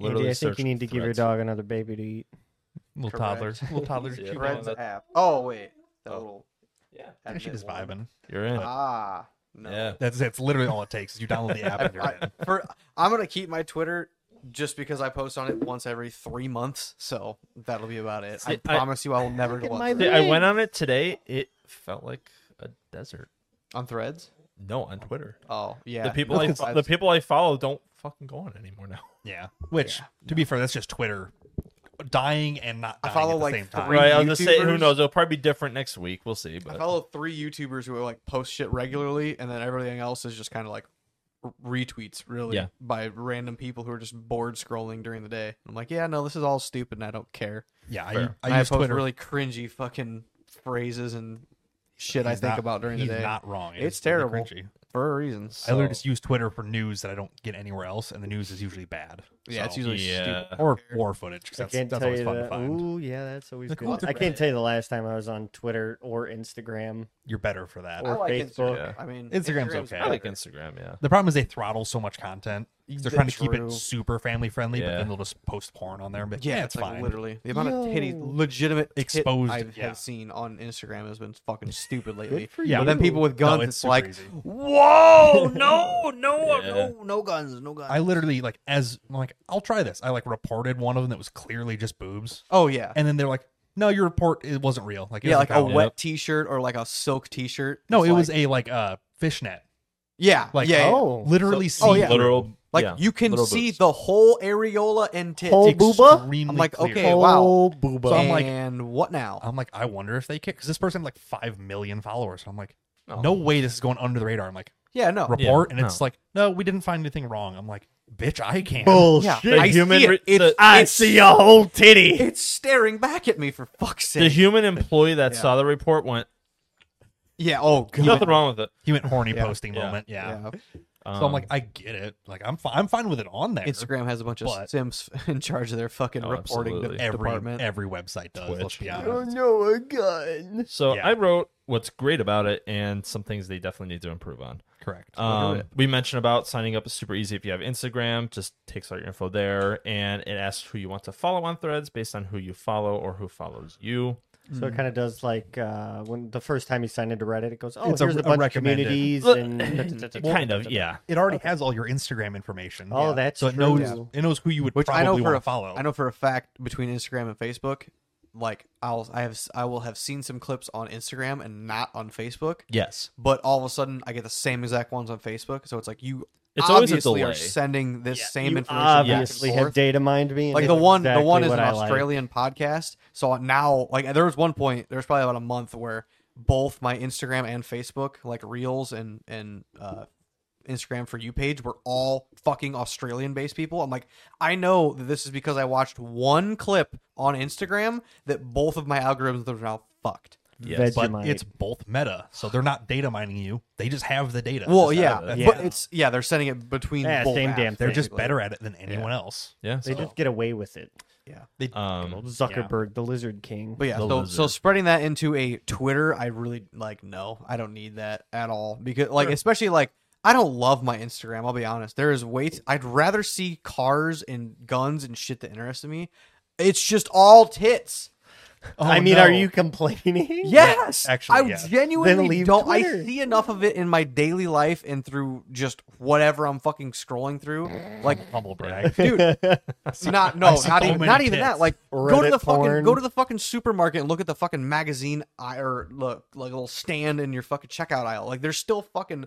S3: Andy, I think
S2: search
S3: you need to give your
S2: threads.
S3: dog another baby to eat.
S1: Little toddler,
S4: Correct.
S1: little toddler.
S2: Yeah.
S1: cute.
S4: Threads
S2: that-
S4: app. Oh wait, that
S2: Oh.
S4: little.
S2: Yeah.
S4: admin
S1: She just
S4: one.
S1: vibing.
S2: You're in.
S4: Ah, no.
S2: yeah.
S1: That's that's literally all it takes. is You download the app and you're in.
S4: I, for I'm gonna keep my Twitter just because I post on it once every three months, so that'll be about it. I,
S2: See, I-
S4: promise you, I will never
S3: Look
S4: go
S3: at
S4: on,
S3: my
S4: Threads.
S2: See, I went on it today. It felt like a desert.
S4: on Threads.
S2: No, on Twitter.
S4: Oh yeah,
S2: the people
S4: No,
S2: I
S4: I-
S2: the people I follow don't fucking go on anymore now.
S1: Yeah. Which, to be fair, that's just Twitter dying and not dying
S4: follow,
S1: at the
S4: like,
S1: same time.
S4: three-
S2: Right, I'll just say who
S4: YouTubers?
S2: knows. It'll probably be different next week. We'll see. But
S4: I follow three YouTubers who like post shit regularly, and then everything else is just kind of like r- retweets, really,
S2: Yeah.
S4: by random people who are just bored scrolling during the day. I'm like, yeah, no, this is all stupid, and I don't care.
S1: Yeah, I,
S2: Fair.
S1: I use
S4: post
S1: Twitter.
S4: really cringy fucking phrases and shit I
S1: He's
S4: think
S1: not-
S4: about during the
S1: he's
S4: day.
S1: not wrong. It
S4: It's
S1: is really
S4: terrible.
S1: cringy.
S4: for a reason.
S1: I literally
S2: So-
S1: just use Twitter for news that I don't get anywhere else, and the news is usually bad.
S4: yeah, it's
S1: So-
S4: usually
S2: yeah.
S4: stupid.
S1: or war footage. 'cause
S3: I
S1: That's,
S3: can't
S1: that's
S3: tell
S1: always
S3: you
S1: fun to
S3: that.
S1: find.
S3: Ooh, yeah, that's always
S1: Like,
S3: good.
S1: what's
S3: I
S1: it-
S3: can't tell you the last time I was on Twitter or Instagram.
S1: You're better for that.
S3: Or Facebook.
S2: Yeah.
S4: I mean,
S1: Instagram's okay.
S2: I like Instagram. Yeah,
S1: the problem is they throttle so much content. 'cause They're trying to keep
S4: True.
S1: it super family friendly, but
S2: Yeah.
S1: then they'll just post porn on there. and be like,
S4: Yeah,
S1: yeah,
S4: it's,
S1: it's
S4: like
S1: fine.
S4: literally the amount of titty
S3: Yo.
S4: legitimate tit
S1: Exposed,
S4: I've
S1: yeah.
S4: have seen on Instagram has been fucking stupid lately.
S3: for
S1: Yeah.
S4: but then people with guns,
S1: No, it's
S4: it's,
S1: super
S4: like,
S1: easy.
S4: whoa, Oh, no, no,
S2: Yeah.
S4: no, no guns, no guns.
S1: I literally like as I'm like I'll try this. I like reported one of them that was clearly just boobs,
S4: oh yeah,
S1: and then they're like, "No, your report it wasn't real." Like it
S4: yeah,
S1: was
S4: like a
S1: a-
S4: wet T-shirt or like a silk T-shirt.
S1: No,
S4: It's
S1: it
S4: like-
S1: was a like uh fishnet.
S4: yeah,
S1: Like
S4: yeah, yeah.
S3: oh,
S1: Literally
S4: So- oh,
S1: see
S4: yeah.
S2: literal.
S4: like
S2: yeah,
S4: you can
S2: little
S4: see
S2: boobs.
S4: the whole areola and tits.
S3: Whole
S4: Ex-
S3: booba?
S1: extremely
S4: I'm like,
S1: clear.
S4: okay, wow.
S3: Oh, booba.
S1: So I'm like-
S4: and what now?
S1: I'm like, I wonder if they kick because this person had like five million followers. I'm like,
S2: Oh.
S1: no way, this is going under the radar. I'm like,
S4: yeah, no,
S1: report,
S2: Yeah,
S1: and it's
S2: no.
S1: like, no, we didn't find anything wrong. I'm like, bitch, I can't.
S4: yeah,
S3: bullshit.
S2: The
S4: I
S2: human
S4: see it.
S2: re-
S4: It's-
S2: the-
S3: I
S4: it's-
S3: see a Oh, whole titty.
S4: It's staring back at me for fuck's
S2: the
S4: sake.
S2: human employee that
S4: Yeah.
S2: saw the report went
S4: yeah. Oh god.
S2: nothing wrong with it.
S1: He went horny
S4: Yeah.
S1: posting
S2: Yeah. Um,
S1: moment. Yeah.
S4: Yeah.
S1: So I'm like, I get it. Like I'm fine. I'm fine with it on there.
S4: Instagram has a bunch of
S1: But-
S4: simps in charge of their fucking
S2: Oh,
S4: reporting de-
S2: absolutely.
S1: every
S4: department.
S1: every website does. Let's
S2: Twitch.
S1: be honest.
S3: no, a gun.
S2: so
S1: Yeah.
S2: I wrote what's great about it and some things they definitely need to improve on.
S1: Correct.
S2: Um, we mentioned about signing up is super easy if you have Instagram. Just takes all your info there, and it asks who you want to follow on Threads based on who you follow or who follows you.
S3: So it kind of does like uh, when the first time you sign into Reddit, it goes, "Oh,
S1: It's a-
S3: here's a,
S1: a
S3: bunch of
S1: recommended.
S3: communities."
S2: Look,
S3: and
S2: kind of, yeah.
S1: it already has all your Instagram information.
S3: Oh, that's
S1: so it
S3: true.
S1: knows
S3: Yeah.
S1: it knows who you would
S4: Which I
S1: probably
S4: know for
S1: want
S4: a
S1: to follow.
S4: I know for a fact between Instagram and Facebook, like I'll I have s- I will have seen some clips on Instagram and not on Facebook,
S2: Yes.
S4: but all of a sudden I get the same exact ones on Facebook. So it's like you
S2: It's always a
S4: obviously are
S2: delay.
S4: sending this same
S3: You
S4: information. back and
S3: obviously
S4: forth.
S3: have data mined me. and
S4: like
S3: it's
S4: the one
S3: exactly
S4: the one is
S3: what
S4: an
S3: I like.
S4: Australian podcast. So now like there was one point there was probably about a month where both my Instagram and Facebook like Reels and and uh, Instagram for you page were all fucking Australian based people. I'm like I know that this is because I watched one clip on Instagram that both of my algorithms are now fucked.
S2: Yes.
S1: but
S3: Vegemite.
S1: it's both meta, so they're not data mining you. They just have the data.
S4: Well,
S1: That's
S4: yeah,
S1: how- that's-
S3: Yeah.
S4: but it's yeah they're sending it between
S3: Yeah,
S4: both
S3: same damn
S4: apps,
S1: They're just
S4: basically.
S1: better at it than anyone else.
S2: yeah.
S3: They
S2: so,
S3: just get away with it.
S4: Yeah.
S1: They,
S2: um,
S3: Zuckerberg, the lizard king.
S4: But yeah,
S2: The
S4: so, so
S2: lizard.
S4: spreading that into a Twitter, I really like no, I don't need that at all because like especially like I don't love my Instagram. I'll be honest. There is way t- I'd rather see cars and guns and shit that interested me. It's just all tits.
S3: I
S1: Oh,
S3: mean,
S1: no.
S3: are you complaining?
S4: Yes,
S1: actually,
S4: I
S1: yes.
S4: genuinely
S3: Then leave
S4: don't. I
S3: Twitter.
S4: see enough of it in my daily life and through just whatever I'm fucking scrolling through. Like
S1: humble brag?
S4: dude. not no,
S1: see
S4: not
S1: so
S4: even
S1: many
S4: not even
S1: tits.
S4: that. Like go to
S3: Reddit
S4: the fucking
S3: porn.
S4: go to the fucking supermarket and look at the fucking magazine I or look like a little stand in your fucking checkout aisle. Like there's still fucking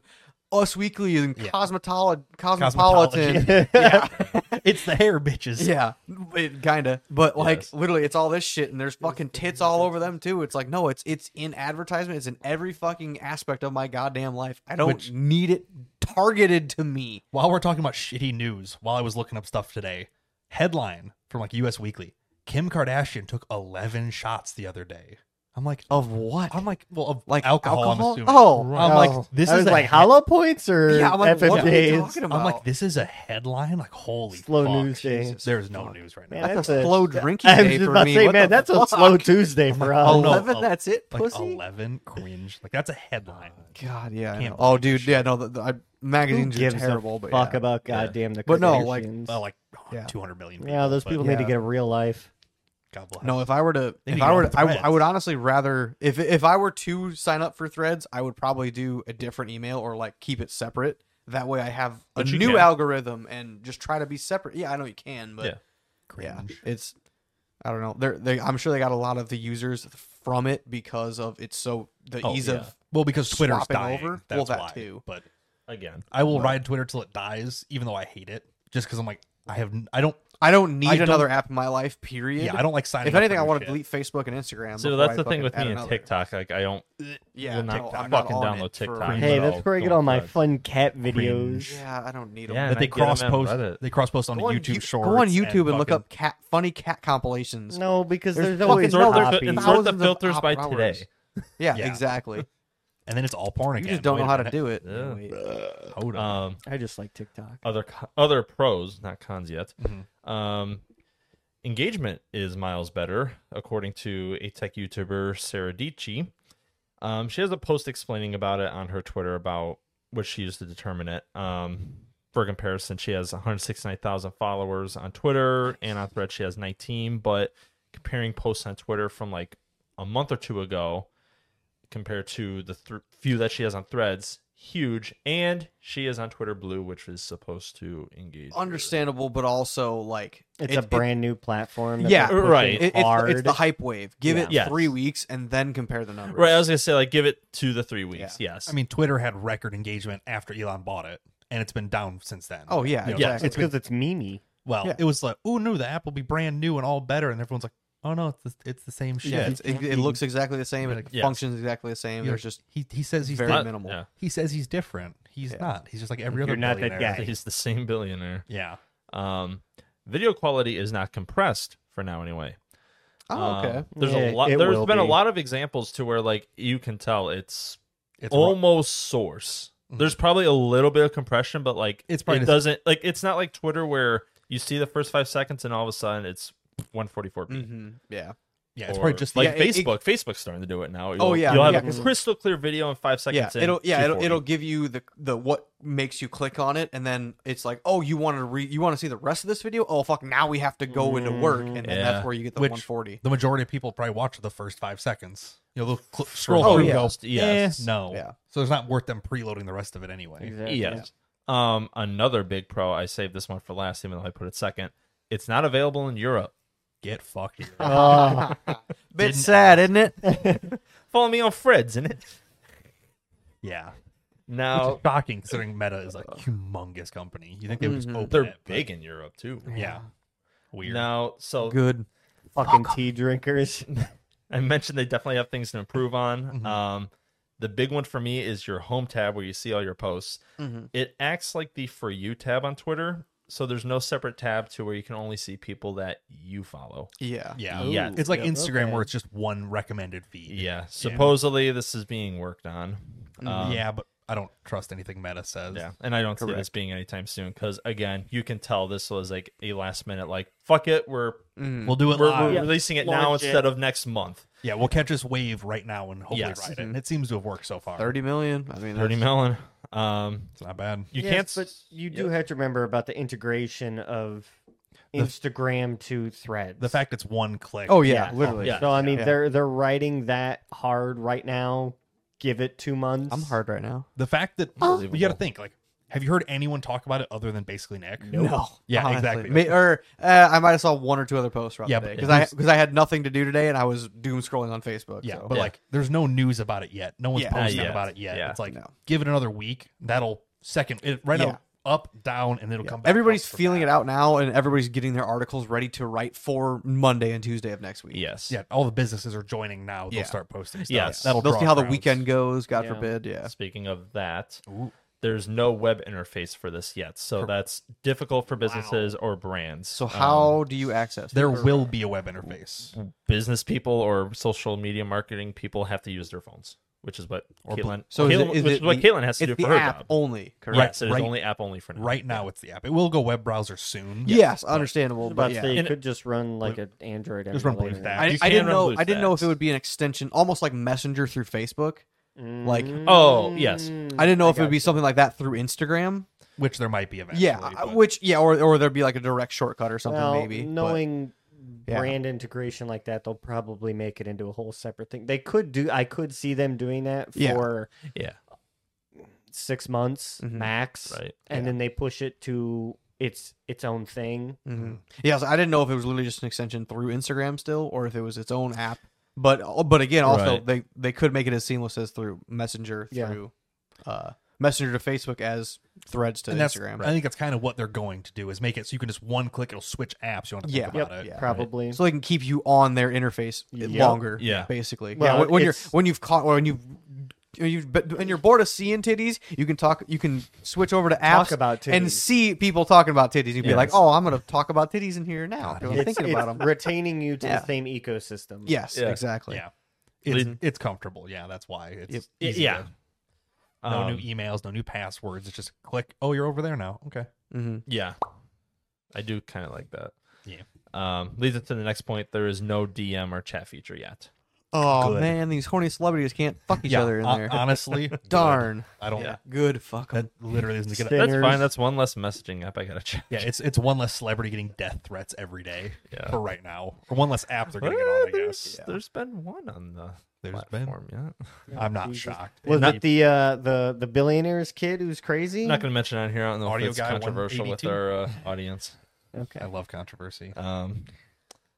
S4: Us Weekly and
S1: Yeah.
S4: Cosmetolo- Cosmopolitan. yeah,
S1: it's the hair, bitches.
S4: yeah, it, kinda. But like
S2: Yes.
S4: literally, it's all this shit, and there's fucking tits all over them too. It's like no, it's it's in advertisement. It's in every fucking aspect of my goddamn life. I don't
S1: Which-
S4: need it targeted to me.
S1: While we're talking about shitty news, while I was looking up stuff today, headline from like U.S. Weekly: Kim Kardashian took 11 shots the other day. I'm like,
S4: Of what?
S1: I'm like, well, of
S4: Like
S1: alcohol.
S4: alcohol?
S1: I'm assuming.
S4: Oh,
S1: I'm
S3: Oh,
S1: like, this
S3: I
S1: is
S3: was
S1: a
S3: like
S1: he-
S3: hollow points or
S4: yeah, I'm like, what are you
S3: FMJs.
S4: talking about?
S1: I'm like, this is a headline. Like, holy
S3: Slow
S1: fuck.
S3: news day. Jesus
S1: There's no news right now.
S3: Man,
S4: That's
S3: That's
S4: a
S3: a-
S4: slow drinking
S3: I was
S4: day
S3: just
S4: for
S3: about
S4: me.
S3: to say,
S4: What
S3: man,
S4: the
S3: that's
S4: fuck?
S3: a slow Tuesday for us.
S1: Oh, no.
S4: Eleven.
S1: oh,
S4: that's it,
S1: like
S4: pussy.
S1: eleven cringe. Like that's a headline.
S4: God, yeah. I
S1: Can't
S4: know. Oh, dude, yeah. No, the, the I,
S3: Who
S4: magazines are
S3: gives
S4: terrible.
S3: a
S4: But
S3: fuck
S4: yeah.
S3: about goddamn the
S4: But no, like-
S3: Kardashians?
S1: Well, like
S4: Yeah.
S1: 200 million. People,
S3: yeah, those
S1: but
S3: people need to
S4: yeah.
S3: get a real life.
S1: God bless.
S4: No, if I were to,
S1: They
S4: if
S1: need
S4: I
S1: to
S4: were,
S1: go
S4: to,
S1: on
S4: I, I would
S1: Threads.
S4: honestly rather if if I were to sign up for Threads, I would probably do a different email or like keep it separate. That way, I have a
S2: But you
S4: new
S2: can.
S4: algorithm and just try to be separate. Yeah, I know you can, but
S2: Yeah.
S4: yeah,
S1: cringe.
S4: it's I don't know. They're, they, I'm sure they got a lot of the users from it because of it's so the
S2: Oh,
S4: ease
S2: yeah.
S4: of
S1: Well, because Twitter's
S4: Swapping
S1: dying.
S4: over?
S1: That's
S4: Well, that
S1: why.
S4: too.
S1: But
S2: again,
S1: I will ride Twitter till it dies, even though I hate it, just because I'm like, I have, n- I don't,
S4: I don't need
S1: I don't-
S4: another app in my life. Period.
S1: yeah, I don't like signing.
S4: If
S1: up for
S4: anything, I
S1: new
S4: want to
S1: shit.
S4: delete Facebook and Instagram.
S2: so
S4: before
S2: that's
S4: I
S2: the thing
S4: fucking
S2: with me
S4: add
S2: and
S4: another.
S2: TikTok. Like, I don't.
S4: Yeah,
S2: will not
S4: no, I'm
S2: fucking
S4: on
S2: download
S4: it for-
S2: TikTok.
S3: Hey,
S2: Well,
S3: that's where I get
S2: don't
S3: all my
S2: judge.
S3: fun cat videos.
S4: Yeah, I don't need them.
S2: Yeah,
S1: That
S2: and
S1: they
S2: I get 'em on
S1: cross post,
S2: Reddit.
S1: they cross post on
S4: Go on
S1: YouTube
S4: You-
S1: Shorts.
S4: Go on YouTube and, look
S1: fucking-
S4: up cat funny cat compilations.
S3: No, because
S4: There's
S3: there's,
S4: fucking-
S3: always
S4: It's no,
S2: Sort
S4: there's-
S2: the-
S3: copies.
S4: it's
S2: it's
S4: all-
S2: sort the
S4: thousands of
S2: filters by
S4: hours.
S2: today.
S4: Yeah,
S1: Yeah.
S4: exactly.
S1: and then it's all porn
S4: You
S1: again.
S4: just don't
S1: Wait
S4: know
S1: a
S4: how to
S1: minute.
S4: do it.
S2: Yeah.
S4: Wait.
S1: Hold on.
S2: Um,
S3: I just like TikTok.
S2: other co- other pros, not cons yet. Um, engagement is miles better, according to a tech YouTuber Sarah Dici. Um, she has a post explaining about it on her Twitter about what she used to determine it. Um, for comparison, she has 169,000 followers on Twitter, and on Thread she has 19. But comparing posts on Twitter from like a month or two ago compared to the thr few that she has on Threads, huge. And she is on Twitter Blue, which is supposed to engage. her.
S4: Understandable, but also like
S3: It's
S4: it-
S3: a brand new platform. That
S4: Yeah,
S3: they're pushing
S2: right.
S4: It, it, it's,
S3: hard.
S4: it's the hype wave. Give it
S2: Yeah. Yes.
S4: three weeks and then compare the numbers.
S2: Right, I was gonna say like give it two to three weeks. Yes,
S1: I mean, Twitter had record engagement after Elon bought it, and it's been down since then.
S4: Oh, yeah,
S1: You know,
S2: yeah.
S1: it's-
S3: It's because it's memey.
S1: well,
S4: Yeah.
S1: it was like, oh no, the app will be brand new and all better, and everyone's like, oh no, it's the, it's the same shit.
S4: Yeah, it's, it, it looks exactly the same. It
S2: Yes.
S4: functions exactly the same.
S1: You're
S4: There's
S1: like,
S4: just
S1: he he says he's
S4: very
S1: different.
S4: minimal.
S2: yeah.
S1: he says he's different. He's not. He's just like every other.
S3: You're not that
S1: billionaire.
S3: guy.
S2: he's the same billionaire.
S1: Yeah,
S2: Um, video quality is not compressed for now, anyway.
S4: oh
S2: Um,
S4: okay.
S2: there's
S3: Yeah,
S2: a lot.
S3: it
S2: There's
S3: will
S2: been a
S3: be.
S2: lot of examples to where like you can tell it's,
S1: it's
S3: Oh
S1: raw.
S2: almost source. There's probably a little bit of compression, but like
S1: It's probably
S2: it
S1: just-
S2: doesn't like it's not
S4: Mm.
S2: like Twitter where you see the first five seconds and all of a sudden it's 144p.
S4: hmm Yeah.
S1: Yeah, it's probably
S2: or
S1: just the-
S2: like
S4: Yeah, it- it-
S2: Facebook. Facebook's starting to do it now.
S4: Oh,
S2: You'll-
S4: yeah,
S2: you'll have
S4: yeah,
S2: a
S4: 'cause-
S2: crystal clear video in five seconds.
S4: yeah,
S2: in,
S4: it'll yeah it'll
S2: 240.
S4: it'll give you the the what makes you click on it, and then it's like, oh, you want to re you want to see the rest of this video? Oh fuck, now we have to go into work, and then
S2: Yeah.
S4: that's where you get the
S1: Which-
S4: 140.
S1: the majority of people probably watch the first five seconds. You know, they'll cl- scroll
S2: Oh,
S1: through
S2: yeah.
S1: and go,
S2: Yes.
S1: eh, no.
S4: Yeah.
S1: So it's not worth them preloading the rest of it anyway.
S3: Exactly.
S2: Yes. Um, another big pro. I saved this one for last, even though I put it second. It's not available in Europe.
S1: Get fucked.
S3: Oh,
S4: Bit sad, isn't it?
S2: Follow me on Fred's, isn't it?
S1: yeah. Which
S2: Now
S1: is shocking considering Meta is a humongous company. You think they would just open
S2: Mm-hmm. they're
S1: it, but-
S2: big in Europe too.
S1: Yeah. Weird.
S2: Now, so
S4: Good.
S3: fucking tea drinkers.
S2: I mentioned they definitely have things to improve on.
S4: Mm-hmm.
S2: Um, the big one for me is your home tab where you see all your posts.
S4: Mm-hmm.
S2: It acts like the for you tab on Twitter, so there's no separate tab to where you can only see people that you follow.
S4: Yeah.
S1: Yeah.
S2: Ooh,
S1: It's like
S3: yeah,
S1: Instagram
S3: okay.
S1: where it's just one recommended feed.
S2: Yeah, supposedly this is being worked on.
S4: Mm-hmm.
S2: Um,
S1: yeah, but I don't trust anything Meta says.
S2: Yeah, and I don't see this being anytime soon because again, you can tell this was like a last minute, like fuck it, we're
S4: Mm.
S1: We'll do it
S2: we're,
S1: live.
S2: we're releasing it now
S3: Launch it.
S2: instead of next month.
S1: Yeah, we'll catch this wave right now and hopefully
S2: Yes. Mm-hmm.
S1: ride it. And it seems to have worked so far.
S4: 30 million. I mean,
S2: Thirty
S4: that's-
S2: million. Um,
S1: It's not bad.
S2: you
S3: Yes,
S2: can't. s-
S3: but you do have to remember about the integration of Instagram to Threads.
S1: The fact it's one click.
S4: Oh
S3: Yeah.
S4: yeah, literally.
S2: Yeah.
S3: so I mean
S4: Yeah.
S3: they're they're writing that hard right now. Give it two months.
S4: I'm hard right now.
S1: The fact that
S2: Unbelievable.
S1: you got to think like, have you heard anyone talk about it other than basically Nick?
S4: No.
S1: Yeah,
S4: Oh, honestly.
S1: exactly.
S4: Me- or uh, I might have saw one or two other posts around
S1: Yeah,
S4: today
S1: but
S4: because I because I had nothing to do today and I was doom scrolling on Facebook.
S1: Yeah,
S4: so.
S1: but like, there's no news about it yet. No one's
S4: Yeah. Not
S1: posting
S2: yet.
S1: about it yet.
S2: Yeah.
S1: It's like,
S4: No.
S1: give it another week. That'll second it right
S4: Yeah.
S1: up, up, down, and it'll come back.
S4: everybody's feeling it out now and everybody's getting their articles ready to write for Monday and Tuesday of next week.
S2: yes.
S1: Yeah, all the businesses are joining now. They'll
S4: Yeah.
S1: start posting. Stuff.
S2: Yes.
S1: that'll.
S4: They'll
S1: draw
S4: see how the
S1: crowds.
S4: weekend goes. God
S3: Yeah.
S4: forbid. Yeah.
S2: Speaking of that,
S1: Ooh.
S2: there's no web interface for this yet, so that's difficult for businesses or brands. Um,
S4: So how do you access?
S1: um, There will be a web interface.
S2: business people or social media marketing people have to use their phones, which is what
S1: Or bl-
S2: Caitlin,
S4: so is
S2: Caitlin-
S4: it- is
S2: which
S4: it
S2: is what
S4: the-
S2: Caitlin has to
S4: it's
S2: do
S4: the
S2: for her
S4: app
S2: job.
S4: only. Correct.
S2: Yes, it is
S1: right-
S2: only app only for now.
S1: Right now, it's the app. It will go web browser soon.
S4: Yes, understandable.
S3: About
S4: But
S3: to
S4: yeah.
S3: say, you
S2: And-
S3: could just run like an Android.
S1: Just run
S3: emulator.
S1: BlueStack.
S4: I,
S2: You
S4: I
S2: can
S4: didn't
S2: run
S4: know.
S2: blue
S4: I didn't know if
S2: stacks.
S4: it would be an extension, almost like Messenger through Facebook.
S3: Mm-hmm.
S4: Like
S2: Oh yes,
S4: I didn't know if it would be something like that through Instagram.
S1: which there might be eventually.
S4: Yeah, I-
S1: but-
S4: which yeah, or or there'd be like a direct shortcut or something
S3: Well,
S4: maybe. but-
S3: knowing
S4: Yeah.
S3: brand integration like that, they'll probably make it into a whole separate thing. They could do. I could see them doing that
S4: Yeah.
S3: for
S2: yeah,
S3: six months
S4: Mhm.
S3: max,
S2: right.
S3: and then they push it to its its own thing.
S4: Mhm. Yeah, so I didn't know if it was literally just an extension through Instagram still, or if it was its own app. But uh, but again, also
S2: Right.
S4: they they could make it as seamless as through Messenger
S3: Yeah.
S4: through uh, Messenger to Facebook as Threads to
S1: and that's
S4: Instagram.
S1: I think that's kind of what they're going to do is make it so you can just one click. It'll switch apps. You don't have to think
S4: Yeah. Yep.
S1: about it.
S4: Yeah.
S3: Probably.
S4: so they can keep you on their interface
S3: Yeah.
S4: longer.
S2: Yeah.
S4: basically.
S3: Well,
S4: yeah, when, when you're
S3: it's-
S4: when you've caught or when you've when you've been- when you're bored of seeing titties, you can talk. You can switch over to apps
S3: Talk about titties.
S4: and see people talking about titties. You'd be like, "Oh, I'm going to talk about titties in here now." 'cause I'm
S3: It's,
S4: thinking
S3: it's
S4: about them.
S3: retaining you to
S4: Yeah.
S3: the same ecosystem.
S4: Yes,
S2: Yeah.
S4: exactly.
S1: Yeah, it's, it's comfortable. Yeah, that's why it's
S4: Yep.
S2: Y-
S1: easy
S2: yeah.
S1: to- no
S2: Um,
S1: new emails, no new passwords. It's just click. Oh, you're over there now. Okay.
S4: Mm-hmm.
S2: yeah. I do kind of like that.
S1: Yeah.
S2: Um, leads us to the next point. There is no DM or chat feature yet.
S4: Oh
S1: Good.
S4: man, these horny celebrities can't fuck each
S1: yeah.
S4: other in
S1: hon-
S4: there.
S1: honestly, good.
S4: Darn.
S1: I don't.
S2: Yeah.
S4: Good fuck 'em.
S1: That literally isn't gonna.
S3: Sick.
S2: That's
S3: Dinners.
S2: fine. That's one less messaging app I gotta check.
S1: Yeah, it's it's one less celebrity getting death threats every day
S2: Yeah.
S1: for right now, or one less app they're
S2: Well,
S1: getting it on. I
S2: there's,
S1: guess
S2: there's been one on the
S1: There's been.
S2: platform. Yeah,
S1: I'm not
S3: Jesus.
S1: shocked.
S3: Was
S1: Not-
S3: it the uh, the the billionaire's kid who's crazy?
S2: I'm not gonna mention it on here. I don't know
S1: Audio
S2: if it's
S1: guy
S2: controversial with
S1: 182.
S2: our uh, audience.
S1: I
S3: Okay.
S1: love controversy.
S2: Um,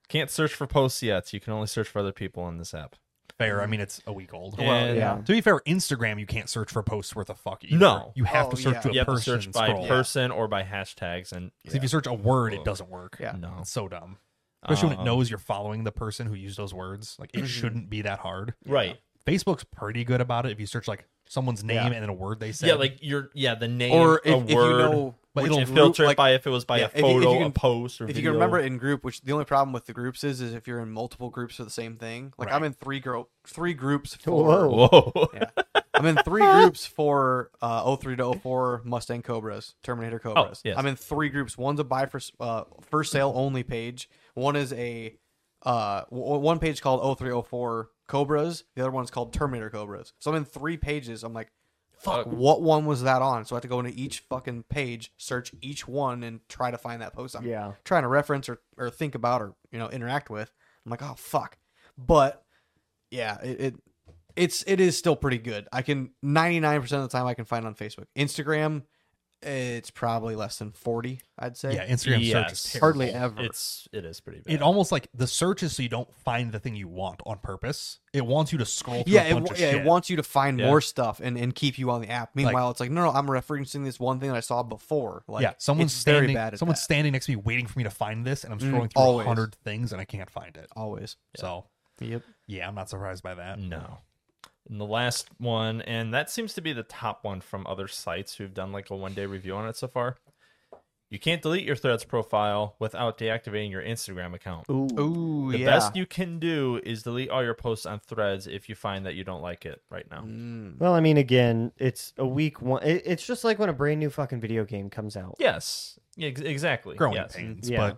S2: can't search for posts yet. You can only search for other people in this app.
S1: Fair. I mean, it's a week old.
S2: And
S4: yeah.
S1: To be fair, Instagram you can't search for posts worth a fuck. Either.
S2: No.
S1: you have
S4: Oh,
S1: to search
S4: yeah.
S1: to a
S2: You have to
S1: person.
S2: search by
S1: scroll.
S2: person or by hashtags, and
S1: 'Cause If you search a word, it
S2: Ugh.
S1: doesn't work.
S4: Yeah.
S2: No. Um,
S1: it's so dumb. Especially when it knows you're following the person who used those words. Like it
S4: Mm-hmm.
S1: shouldn't be that hard.
S2: right.
S1: Facebook's pretty good about it. If you search like someone's name and then a word they said,
S2: Yeah, like your yeah the name
S4: Or
S2: a
S4: if, if you
S2: word.
S4: know,
S1: But
S4: which
S1: it'll
S2: and
S4: group,
S2: filter
S4: like,
S2: it by if it was by
S4: yeah,
S2: a
S4: if you- if you
S2: photo,
S4: can-
S2: a post, or
S4: if you
S2: video.
S4: can remember it in group, which the only problem with the groups is, is if you're in multiple groups for the same thing. Like I'm
S1: Right.
S4: in three group, three groups for.
S3: Whoa.
S2: Whoa.
S4: I'm in three groups for uh, 03 to 04 Mustang Cobras, Terminator Cobras.
S2: yes.
S4: I'm in three groups. One's a buy for s- uh, for sale only page. One is a uh, w- one page called 0304 Cobras, the other one's called Terminator Cobras. So I'm in three pages. I'm like, fuck,
S2: Fuck.
S4: what one was that on? So I have to go into each fucking page, search each one, and try to find that post I'm
S3: Yeah.
S4: trying to reference or, or think about or you know interact with. I'm like, oh fuck, but yeah, it, it it's it is still pretty good. I can 99 percent of the time I can find on Facebook, Instagram. It's probably less than 40, I'd say.
S1: Yeah, Instagram search is
S2: Yes.
S1: terrible.
S4: hardly ever.
S2: It's it is pretty bad.
S1: It almost like the search is so you don't find the thing you want on purpose. It wants you to scroll through
S4: yeah,
S1: a
S4: it,
S1: bunch
S4: wa-
S1: of
S4: yeah
S1: shit.
S4: it wants you to find
S2: Yeah.
S4: more stuff and, and keep you on the app. Meanwhile, it's like, no, no, I'm referencing this one thing that I saw before. Like,
S1: yeah, someone's
S4: it's
S1: standing.
S4: very bad at
S1: someone's
S4: that. Mm,
S1: standing next to me, waiting for me to find this, and I'm scrolling through a
S4: always.
S1: hundred things and I can't find it.
S4: always.
S1: So
S4: Yep.
S1: yeah, I'm not surprised by that.
S2: No. And the last one, and that seems to be the top one from other sites who've done like a one day review on it so far. You can't delete your threads profile without deactivating your Instagram account.
S3: Ooh.
S4: Ooh,
S2: the
S4: yeah.
S2: best you can do is delete all your posts on threads if you find that you don't like it right now.
S4: Mm.
S3: Well, I mean, again, it's a week one. It, it's just like when a brand new fucking video game comes out.
S2: Yes. Yeah, ex- exactly.
S1: Growing
S2: yes.
S1: pains,
S3: Yeah.
S1: but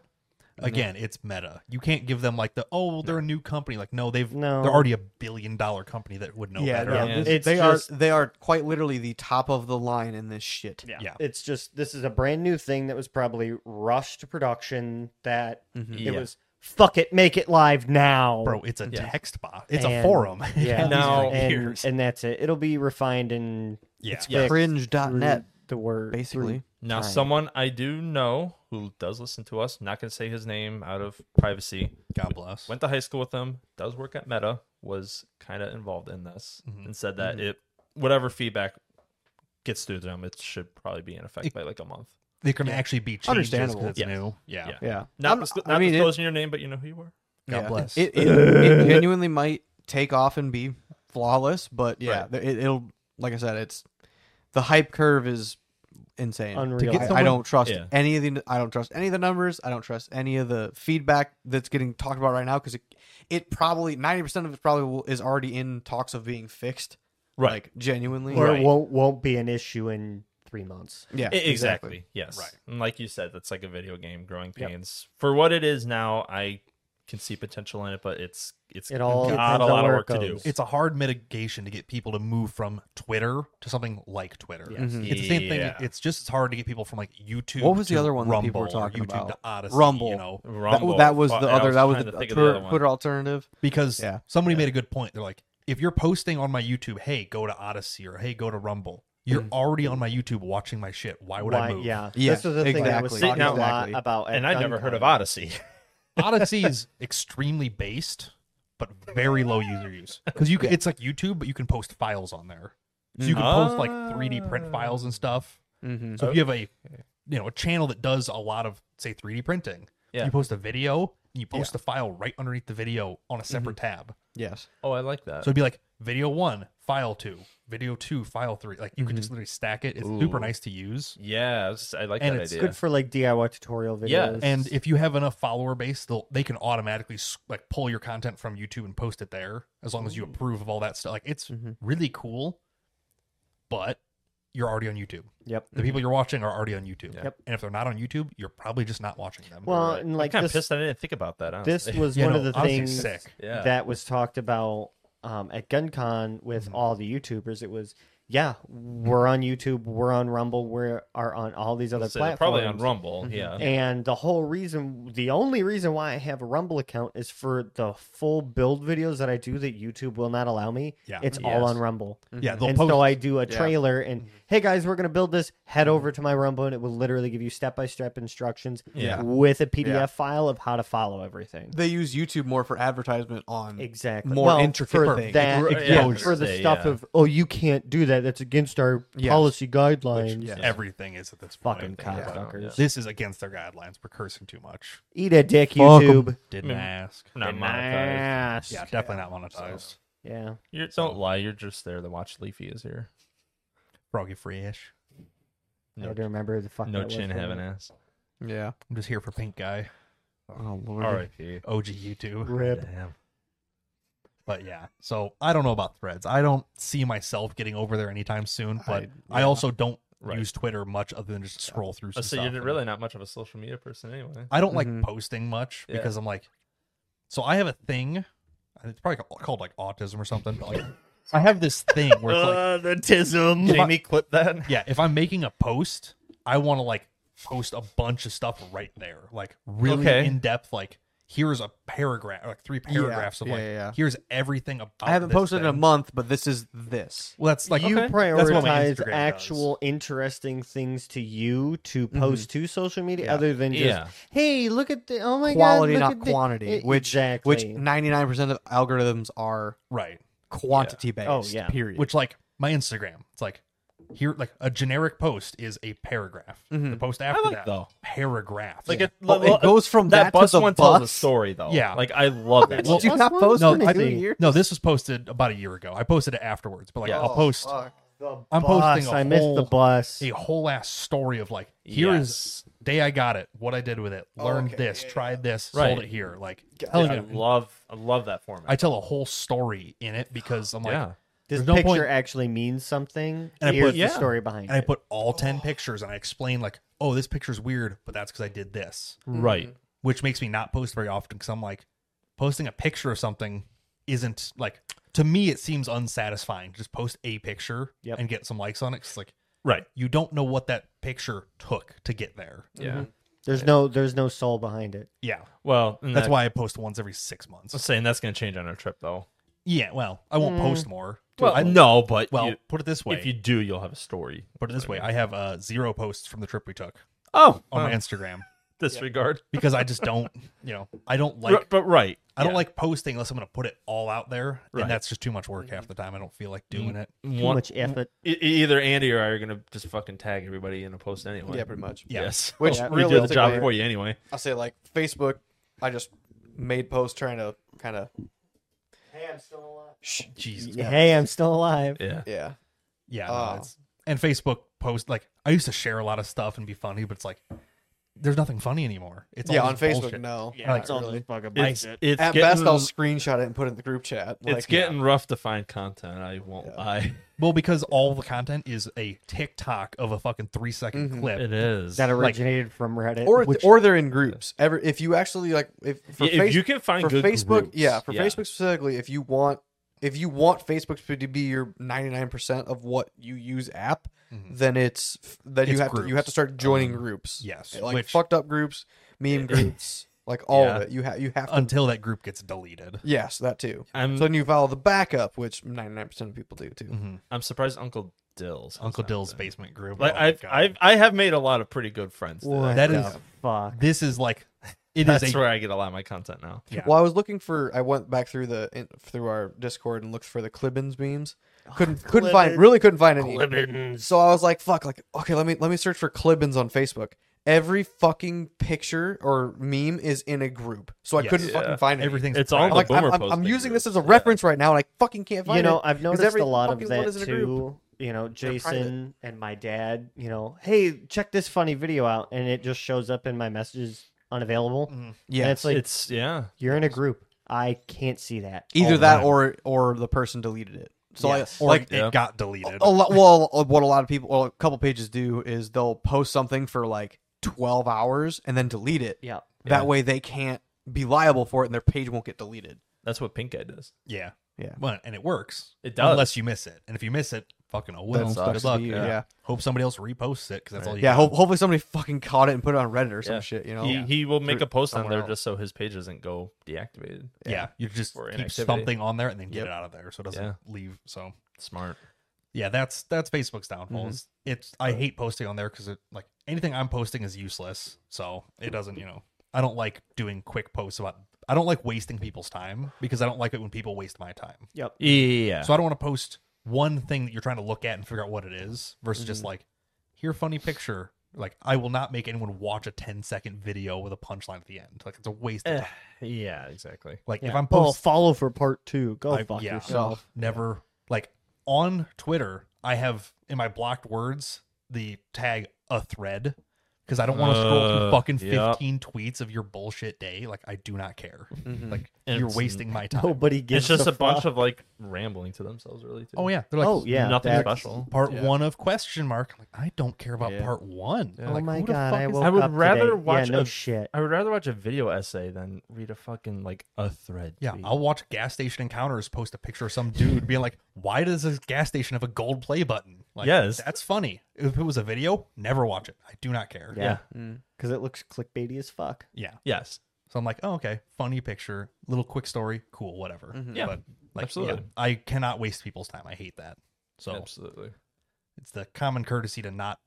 S1: again, it's meta. You can't give them like the oh, well, they're a new company. Like no, they've
S3: No.
S1: they're already a billion dollar company that would know
S4: yeah,
S1: better.
S2: no.
S4: Mm, yeah.
S2: Yeah.
S4: this-
S3: It's
S4: they
S3: just-
S4: are they are quite literally the top of the line in this shit.
S1: Yeah.
S3: It's just this is a brand new thing that was probably rushed to production that it
S2: Yeah.
S3: was fuck it, make it live now.
S1: Bro, it's a
S2: Yeah.
S1: text bot. It's a
S3: And-
S1: forum.
S3: yeah.
S2: Now-
S3: and, and that's it. It'll be refined and
S1: yeah.
S3: it's
S2: Yeah.
S3: fixed through
S4: Cringe.net,
S3: the word
S4: basically.
S2: Now,
S3: Time.
S2: someone I do know who does listen to us, not going to say his name out of privacy,
S1: God bless.
S2: went to high school with him, does work at Meta, was kind of involved in this,
S4: Mm-hmm.
S2: and said that it whatever feedback gets through them, it should probably be in effect by like a month.
S1: They can actually be changes because
S4: Understandable.
S1: it's
S2: Yes.
S1: new. Yeah.
S2: Yeah.
S4: Yeah,
S2: Not,
S4: I'm-
S2: disclo- not
S4: it-
S2: disclosing your name, but you know who you are.
S1: God
S4: yeah.
S1: bless.
S4: It, it, it genuinely might take off and be flawless, but yeah,
S2: Right.
S4: th- it, it'll like I said, it's the hype curve is insane.
S3: Unreal.
S4: To get
S3: I-
S4: I,
S3: someone-
S4: don't trust
S2: Yeah.
S4: any of the I don't trust any of the numbers. I don't trust any of the feedback that's getting talked about right now because it, it probably ninety percent of it probably will, is already in talks of being fixed.
S2: Right.
S4: Like genuinely.
S3: Or
S2: Right.
S3: it won't won't be an issue in three months.
S4: yeah.
S2: I- exactly. Yes.
S1: Right.
S2: And like you said, that's like a video game, growing pains. For what it is now, I can see potential in it, but it's it's
S3: It all
S2: got
S3: depends
S2: a
S3: on
S2: lot of
S3: where
S2: work
S3: it
S2: to do.
S3: goes.
S1: it's a hard mitigation to get people to move from Twitter to something like Twitter.
S3: Yes. Mhm.
S1: It's the same thing.
S2: Yeah.
S1: It's just as hard to get people from like YouTube.
S4: What was the
S1: to
S4: other one that
S1: Rumble
S4: people were
S1: or
S4: talking
S1: YouTube
S4: about?
S1: To Odyssey,
S4: Rumble.
S1: You know,
S4: That,
S2: Rumble.
S4: that was the
S2: Fuck, I
S4: other. that was
S2: trying
S4: the,
S2: to think of
S4: Twitter-
S2: other one.
S4: Twitter alternative.
S1: because
S4: Yeah.
S1: somebody made a good point. They're like, if you're posting on my YouTube, hey, go to Odyssey or hey, go to Rumble. You're already on my YouTube watching my shit. Why would I
S3: Why?
S1: move?
S3: Yeah.
S4: Yeah,
S3: This was the thing that was
S4: exactly.
S3: talked a lot
S4: Exactly.
S3: about. at
S2: and I've never heard of
S3: DunCon.
S2: Odyssey.
S1: Odyssey is extremely based, but very low user use because you can, it's like YouTube, but you can post files on there. So you can post like 3D print files and stuff.
S4: Mm-hmm.
S1: So if you have a you know a channel that does a lot of say 3D printing,
S2: Yeah.
S1: you post a video, and you post the file right underneath the video on a separate tab.
S4: Yes.
S2: Oh, I like that.
S1: So it'd be like video one, file two, video two, file three. Like you could
S3: Mm-hmm.
S1: just literally stack it. It's super
S2: Ooh.
S1: nice to use.
S2: yeah, I was- I like
S1: And
S2: that
S1: it's
S2: idea.
S3: Good for like DIY tutorial videos.
S2: Yeah,
S1: And if you have enough follower base, they'll they can automatically s- like pull your content from YouTube and post it there as long as you approve of all that stuff. Like it's
S3: Mm-hmm.
S1: really cool, but you're already on YouTube.
S3: yep.
S1: The people you're watching are already on YouTube.
S3: Mm-hmm. Yep.
S1: And if they're not on YouTube, you're probably just not watching them.
S3: Well,
S2: Right.
S3: and like
S2: I'm kind
S3: this,
S2: of pissed I didn't think about that. Honestly.
S3: this was
S1: Yeah,
S3: one
S1: no,
S3: of the
S1: Odyssey's
S3: things Mm-hmm.
S1: sick.
S2: Yeah.
S3: that was talked about um, at GunCon with
S2: Mm-hmm.
S3: all the YouTubers. It was, yeah, we're on YouTube, we're on Rumble, we are on all these other
S2: So they're
S3: platforms.
S2: probably on Rumble. Yeah.
S3: And the whole reason, the only reason why I have a Rumble account is for the full build videos that I do that YouTube will not allow me.
S1: Yeah.
S3: It's all
S2: Yes.
S3: on Rumble.
S1: yeah, they'll
S3: and
S1: post.
S3: so I do a trailer
S2: Mm-hmm.
S3: and hey guys, we're gonna build this. Head over to my Rumble and it will literally give you step by step instructions
S2: Yeah.
S3: with a PDF
S4: Yeah.
S3: file of how to follow everything.
S4: They use YouTube more for advertisement on
S3: Exactly.
S4: more
S3: Well,
S4: intricate
S3: for
S4: things.
S3: that
S2: Right,
S3: yeah,
S2: yeah.
S3: for the
S2: Yeah,
S3: stuff
S2: yeah.
S3: of oh you can't do that. That's against our
S4: Yes.
S3: policy guidelines.
S4: yeah.
S1: Everything is at this point.
S3: Fucking
S2: yeah.
S3: cocksuckers.
S1: This is against their guidelines. We're cursing too much.
S3: Eat a dick,
S4: Fuck 'em.
S3: YouTube.
S1: Didn't
S2: Mm.
S1: ask.
S2: Not
S1: Didn't ask.
S2: monetized.
S3: Ass.
S1: Yeah, definitely not monetized.
S3: Yeah.
S2: You're, don't lie. You're just there to watch Leafy is here.
S1: Froggy free-ish.
S3: I
S2: No,
S3: had to remember who the fuck.
S2: no
S3: that was
S2: chin
S3: for a
S2: having
S3: minute.
S2: ass.
S4: Yeah.
S1: I'm just here for pink guy.
S4: Oh lord.
S2: R.I.P.
S1: OG YouTube.
S3: Rip.
S2: Damn.
S1: But yeah, so I don't know about threads. I don't see myself getting over there anytime soon. But I,
S4: I-
S1: also don't
S2: Right. Oh,
S1: use Twitter much other than just scroll through. Some
S2: So
S1: stuff
S2: you're
S1: and-
S2: really not much of a social media person anyway.
S1: I don't like
S4: Mhm.
S1: posting much
S2: Yeah.
S1: because I'm like, So I have a thing. It's probably ca- called like autism or something. but, like, I have this thing where it's like
S3: the tism.
S2: Jamie, clip that.
S1: yeah, if I'm making a post, I want to like post a bunch of stuff right there, like really
S2: Okay.
S1: in depth. Like here's a paragraph, like three paragraphs of
S4: yeah,
S1: like
S4: yeah, yeah.
S1: here's everything about.
S4: I haven't
S1: this
S4: posted in a
S1: thing.
S4: month, but this is this.
S1: Well, that's like
S3: you
S1: okay. That's what my
S3: prioritize
S1: Instagram does.
S3: actual interesting things to you to post to social media other than just
S2: Mm-hmm. Yeah.
S3: hey look at the oh my
S4: Quality,
S3: god look
S4: not
S3: at the-"
S4: quantity.
S3: E-
S4: Which
S3: exactly
S4: which ninety nine percent of algorithms are
S1: right.
S4: quantity based.
S3: Oh, yeah.
S4: Period.
S1: Which like my Instagram, it's like here like a generic post is a paragraph.
S4: Mm-hmm.
S1: The post after
S2: like
S1: that,
S2: though.
S1: paragraph.
S2: Like
S1: yeah.
S2: it,
S4: Well, it goes from
S2: that
S4: that to
S2: bus
S4: the
S2: one tells a
S4: bus.
S2: story though.
S1: Yeah.
S2: like I love that.
S1: Well,
S4: Did you
S3: Us
S4: not
S3: one?
S4: post
S1: No,
S4: for
S1: I
S4: two
S1: think-
S4: years?
S1: no, this was posted about a year ago. I posted it afterwards, but like
S2: Yeah.
S1: I'll
S4: Oh,
S1: post
S3: The
S1: I'm posting
S3: bus.
S1: a
S3: I missed the
S1: whole-
S3: bus.
S1: a whole ass story of like here is day I got it, what I did with it, learned this, tried this, sold
S2: Right.
S1: it here. Like
S2: Yes.
S1: telling
S2: I
S1: you,
S2: love, I love that format.
S1: I tell a whole story in it because I'm like,
S2: yeah,
S3: This
S1: there's no
S3: picture
S1: point-
S3: actually means something.
S1: And I
S3: Here's
S1: put-
S3: the
S2: yeah.
S3: story behind
S1: and I
S3: it.
S1: put all ten pictures and I explain like, oh, this picture's weird, but that's because I did this,
S2: right.
S1: which makes me not post very often because I'm like, posting a picture of something isn't like to me it seems unsatisfying. Just post a picture
S3: Yep.
S1: and get some likes on it. 'cause, like
S2: Right.
S1: you don't know what that picture took to get there.
S2: Yeah.
S3: There's no there's no soul behind it.
S1: Yeah.
S2: Well, and
S1: That's
S2: that-
S1: why I post once every six months.
S2: I'm saying that's going to change on our trip though.
S1: Yeah, well, I won't post more.
S2: Well,
S1: I,
S2: no, but
S1: well,
S2: you-
S1: put it this way.
S2: if you do, you'll have a story.
S1: put it this way, I have uh, zero posts from the trip we took
S2: Oh,
S1: on
S2: well,
S1: my Instagram
S2: disregard.
S1: because I just don't, you know, I don't
S2: R-
S1: like
S2: but right,
S1: I don't
S2: yeah.
S1: like posting unless I'm going to put it all out there,
S2: Right.
S1: and that's just too much work half the time. I don't feel like doing it.
S3: Too
S2: One,
S3: much effort.
S2: e- either Andy or I are going to just fucking tag everybody in a post anyway.
S4: Yeah, pretty much.
S1: Yeah.
S2: Yes,
S4: Which
S2: we did the job
S4: realistically-
S2: for you anyway.
S4: I'll say like Facebook. I just made posts trying to kind of
S3: Hey, I'm still alive.
S1: Jesus. Yeah.
S3: Hey, I'm still alive.
S2: Yeah,
S4: yeah.
S1: yeah no,
S4: Oh.
S1: it's- and Facebook post like I used to share a lot of stuff and be funny, but it's like there's nothing funny anymore. It's
S4: yeah,
S1: all
S4: on
S1: just
S4: Facebook,
S1: bullshit.
S4: no.
S1: Like,
S4: it's all really. just
S3: fucking
S2: it's, it's
S4: At
S2: getting,
S4: best, I'll screenshot it and put it in the group chat.
S2: it's getting rough to find content. I won't lie.
S1: Well, because all the content is a TikTok of a fucking three second clip.
S2: It is.
S3: that originated from Reddit.
S4: or
S3: which-
S4: or they're in groups. Ever if you actually like if for
S2: Yeah, if
S4: Face-
S2: you can find
S4: for
S2: good
S4: Facebook,
S2: groups,
S4: yeah, for
S2: yeah.
S4: Facebook specifically, if you want if you want Facebook to be your ninety nine percent of what you use app, then it's then
S1: Mm-hmm. It's
S4: you have to you have
S1: groups. Um,
S4: to start joining groups.
S1: yes,
S4: like
S1: which-
S4: fucked up groups, meme groups, like all of
S2: Yeah.
S4: it. You have you have to.
S1: until that group gets deleted.
S4: Yes, that too.
S2: I'm
S4: So then you follow the backup, which ninety nine percent of people do too.
S1: Mm-hmm.
S2: I'm surprised Uncle Dill's has
S1: Uncle
S2: not
S1: Dill's
S2: been.
S1: basement group.
S2: Like
S1: Oh my
S2: I've,
S1: God.
S2: I've I have made a lot of pretty good friends. there.
S3: What
S1: That
S3: the
S1: is-
S3: fuck.
S1: this is like it is
S2: That's
S1: a
S2: where I get a lot of my content now.
S1: yeah.
S4: Well, I was looking for. I went back through the in, through our Discord and looked for the Clibbins memes. Couldn't couldn't find
S3: Clibbins.
S4: really couldn't find any.
S3: Clibbins.
S4: So I was like, fuck. Like okay, let me let me search for Clibbins on Facebook. Every fucking picture or meme is in a group, so I
S1: Yes.
S4: couldn't
S2: Yeah.
S4: fucking find it.
S1: everything's
S2: It's
S1: private.
S2: all
S4: I'm
S2: the
S4: like, I'm,
S2: boomer
S4: I'm- I'm
S2: posting
S4: using this as
S2: groups.
S4: a
S2: Yeah.
S4: reference right now, and I fucking can't find
S3: you know,
S4: it.
S3: I've
S4: 'cause
S3: noticed
S4: every
S3: a lot of
S4: fucking one
S3: that
S4: is in a group.
S3: too. You know,
S4: private.
S3: Jason and my dad, you know, hey, check this funny video out, and it just shows up in my messages unavailable.
S4: Yeah,
S3: And it's like
S2: it's yeah.
S3: you're in a group. I can't see that.
S4: either
S1: all
S4: that
S1: time.
S4: or or the person deleted it. So I-
S3: Yes.
S1: or
S4: like
S1: it
S2: Yeah.
S1: got deleted.
S4: a lot well what a lot of people well a couple pages do is they'll post something for like 12 hours and then delete it
S3: Yeah.
S4: that way they can't be liable for it and their page won't get deleted
S2: That's what Pink Eye does.
S1: yeah,
S4: Yeah.
S1: Well, and it works.
S2: It does.
S1: unless you miss it. And if you miss it, fucking oh well.
S4: sucks
S1: Good
S4: to
S1: luck.
S4: you,
S1: Yeah.
S4: yeah.
S1: Hope somebody else reposts it because that's all you.
S4: yeah
S1: got.
S4: ho- hopefully somebody fucking caught it and put it on reddit or some
S2: Yeah.
S4: shit you know
S2: He he will make
S4: Through
S2: a post on
S4: somewhere
S2: there
S4: else.
S2: just so his page doesn't go deactivated.
S1: yeah. You just
S2: For
S1: keep
S2: inactivity.
S1: something on there and then get
S4: Yep.
S1: it out of there so it doesn't
S2: Yeah.
S1: leave. So
S2: Smart.
S1: yeah, that's that's Facebook's downfall. is It's I hate posting on there because it like anything I'm posting is useless. So it doesn't you know I don't like doing quick posts about. I don't like wasting people's time because I don't like it when people waste my time.
S3: Yep.
S2: Yeah.
S1: So I don't want to post one thing that you're trying to look at and figure out what it is versus just like, here, funny picture. Like, I will not make anyone watch a 10 second video with a punchline at the end. Like, it's a waste of time.
S2: yeah, exactly.
S1: Like, if
S3: Yeah.
S1: I'm
S3: oh,
S1: posting,
S3: follow for part two. Go
S1: I-
S3: Oh, fuck
S1: yeah.
S3: yourself.
S1: never, like, on Twitter, I have in my blocked words the tag a thread because I don't want to scroll through
S2: Uh,
S1: fucking
S2: yeah.
S1: 15 tweets of your bullshit day. Like, I do not care. Like,
S2: And
S1: you're
S2: it's-
S1: wasting my time.
S3: Nobody gives.
S2: It's just a bunch
S3: fuck.
S2: of like rambling to themselves, really. Too.
S1: Oh, yeah. They're like,
S3: oh yeah,
S2: nothing
S3: that's-
S2: special.
S1: part
S4: Yeah.
S1: one of question mark. I'm like, I don't care about
S4: Yeah.
S1: part one.
S4: Yeah.
S1: I'm
S3: Oh
S1: like,
S3: my
S1: who the
S3: god,
S1: fuck
S3: I
S1: is-
S3: woke
S2: I would
S3: up
S2: rather
S3: today.
S2: watch
S3: Yeah, no
S2: a-
S3: shit.
S2: I would rather watch a video essay than read a fucking like a thread.
S1: Yeah,
S2: tweet.
S1: I'll watch gas station encounters post a picture of some dude being like, "Why does this gas station have a gold play button?" Like,
S2: Yes.
S1: that's funny. If it was a video, never watch it. I do not care.
S3: Yeah,
S4: Mm.
S3: because it looks clickbaity as fuck.
S1: yeah.
S2: yes.
S1: So I'm like, oh, okay, funny picture, little quick story, cool, whatever.
S2: Yeah,
S1: but like,
S2: absolutely.
S1: yeah, I cannot waste people's time. I hate that. So
S2: Absolutely.
S1: it's the common courtesy to not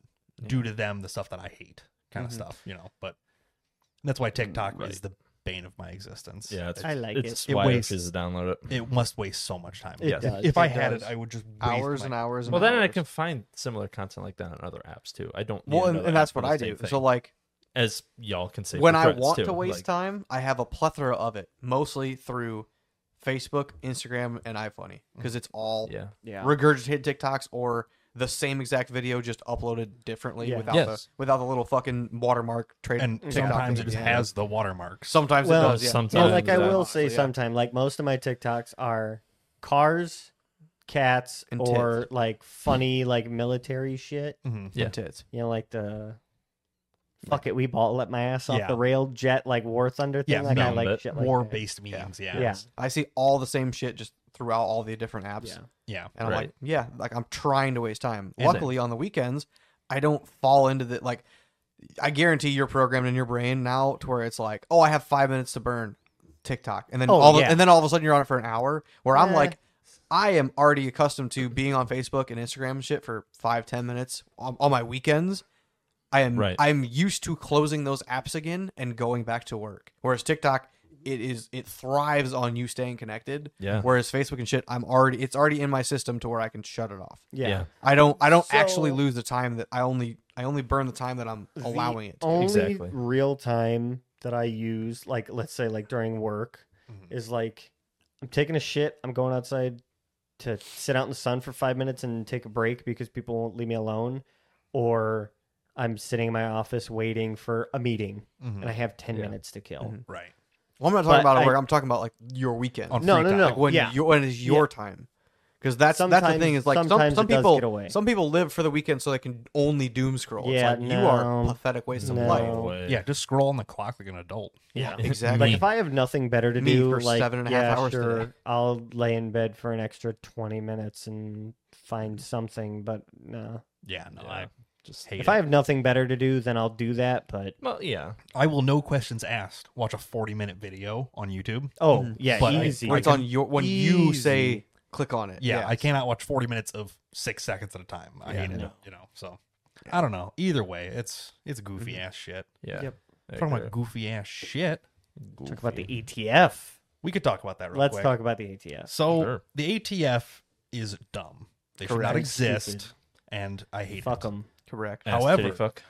S1: do to them the stuff that I hate, kind of stuff, you know. But that's why TikTok is
S2: Right.
S1: the bane of my existence.
S2: Yeah, it's,
S3: I like it.
S2: it's
S1: It
S2: why
S1: wastes-
S2: refuses to download it.
S1: it must waste so much time.
S3: It
S2: Yes.
S3: does.
S1: If I
S3: it
S1: had
S3: does.
S1: it, I would just waste
S4: Hours
S1: my
S4: and hours and
S2: Well, then I
S4: hours.
S2: can find similar content like that on other apps too. I don't. need
S4: Well, and,
S2: another
S4: and
S2: app
S4: that's
S2: for
S4: what
S2: the
S4: I
S2: same
S4: do.
S2: thing.
S4: So like
S2: as y'all can say,
S4: when
S2: for
S4: I
S2: threads,
S4: want
S2: too.
S4: to waste
S2: Like,
S4: time, I have a plethora of it, mostly through Facebook, Instagram, and iFunny, because it's all
S2: Yeah.
S3: Yeah.
S4: regurgitated TikToks or the same exact video just uploaded differently
S3: Yeah.
S4: without
S2: Yes.
S4: the without the little fucking watermark trade.
S1: and
S4: TikTok
S1: sometimes
S4: thing.
S1: it just
S4: Yeah.
S1: has the watermarks.
S4: Sometimes
S3: Well,
S4: it does. Oh, Yeah.
S2: sometimes-
S3: Yeah,
S2: Sometimes
S3: like I
S2: that-
S3: will say
S4: Honestly, yeah.
S3: sometime, like most of my TikToks are cars, cats,
S4: And
S3: or like funny like military shit.
S1: Mhm.
S2: Yeah.
S4: And tits.
S3: You know, like the fuck it, we ball let my ass off
S1: Yeah.
S3: the rail jet like War Thunder thing.
S1: Yeah,
S3: like I
S2: dumb,
S3: like
S2: but
S3: shit like that.
S1: War-based memes. Yeah.
S3: Yeah.
S1: Yeah.
S4: I see all the same shit just throughout all the different apps,
S3: Yeah.
S4: and I'm like,
S2: Right.
S4: yeah, like I'm trying to waste time.
S1: And-
S4: Luckily, on the weekends, I don't fall into the like. I guarantee you're programmed in your brain now to where it's like, oh, I have five minutes to burn TikTok, and then
S3: Oh,
S4: all of-
S3: yeah.
S4: and then all of a sudden you're on it for an hour. Where I'm
S3: Yeah.
S4: like, I am already accustomed to being on Facebook and Instagram and shit for five ten minutes on, on my weekends. I am
S2: Right.
S4: I'm used to closing those apps again and going back to work. Whereas TikTok, it is it thrives on you staying connected.
S2: Yeah.
S4: Whereas Facebook and shit, I'm already it's already in my system to where I can shut it off.
S3: Yeah.
S2: Yeah.
S4: I don't I don't
S3: So-
S4: actually lose the time that I only I only burn the time that I'm allowing it.
S3: The Oh. only
S2: Exactly.
S3: real time that I use, like let's say like during work,
S4: Mm-hmm.
S3: is like I'm taking a shit. I'm going outside to sit out in the sun for five minutes and take a break because people won't leave me alone, or I'm sitting in my office waiting for a meeting
S4: Mm-hmm.
S1: Mhm.
S3: and I have ten
S2: Yeah. Mm-hmm.
S3: minutes to kill.
S4: Mhm.
S1: Right.
S4: Well, I'm not talking
S3: But
S4: about
S3: I-
S4: work. I'm talking about like your weekend.
S1: On
S3: No,
S1: free
S3: no,
S1: time.
S3: no.
S4: like when
S3: yeah.
S4: your when is your time. Because that's that's the
S3: Sometimes-
S4: thing is like some,
S3: sometimes
S4: some
S3: it does
S4: people
S3: get away.
S4: some people live for the weekend so they can only doom scroll.
S3: Yeah,
S4: it's like you are a
S3: no.
S4: pathetic waste
S3: No.
S4: of life.
S1: Yeah, just scroll on the clock like an adult.
S3: Yeah.
S4: Exactly.
S3: Like if I have nothing better to
S4: Me
S3: do,
S4: for
S3: like
S4: seven and a
S3: yeah,
S4: half hours
S3: sure,
S4: today.
S3: I'll lay in bed for an extra twenty minutes and find something. But no,
S1: Yeah, no,
S2: Yeah.
S1: I just hate
S3: if
S1: it.
S3: I have nothing better to do, then I'll do that. But
S2: Well, yeah.
S1: I will, no questions asked, watch a 40 minute video on YouTube.
S3: oh yeah,
S1: Mm-hmm. But I-
S3: easy.
S4: When it's on your when you say
S1: Easy.
S4: click on it.
S1: Yeah, I cannot watch 40 minutes of six seconds at a time. I
S4: Yeah,
S1: hate it,
S3: no.
S1: you know, so. I don't know. Either way, it's it's goofy ass shit.
S2: Yeah.
S3: Yep.
S2: There
S1: Talking
S2: you
S1: about goofy ass shit,
S2: go.
S3: Talk about the
S2: Goofy.
S3: ETF.
S1: we could talk about that real
S3: Let's
S1: quick.
S3: talk about the E ETF.
S1: So
S2: Sure.
S1: the ATF is dumb. They should not
S4: Correct.
S1: exist,
S3: Stupid.
S1: and I hate
S3: Fuck
S1: it.
S3: them.
S4: Correct.
S2: Ass titty
S1: However-
S2: fuck.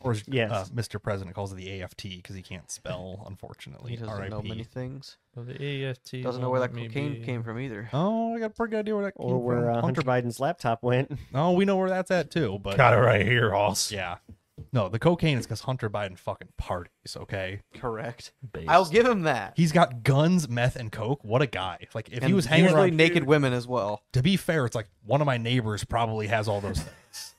S1: Or as
S3: Yes.
S1: uh, Mr. President calls it the AFT because he can't spell, unfortunately.
S4: He doesn't know
S1: RIP.
S4: many things.
S2: Well, the E AFT
S4: Doesn't know where that
S2: won't let me
S4: cocaine
S2: be-
S4: came from either.
S1: Oh, I got a pretty good idea where that came
S3: Or where
S1: from.
S3: uh, Hunter Biden's laptop went.
S1: Oh, we know where that's at too. But
S2: Got it right here, Hoss.
S1: yeah, no, the cocaine is because Hunter Biden fucking parties. Okay,
S4: Correct.
S2: Based.
S4: I'll give him that.
S1: he's got guns, meth, and coke. What a guy! Like if
S4: and
S1: he was hanging
S4: usually
S1: around.
S4: naked women as well.
S1: To be fair, it's like one of my neighbors probably has all those things,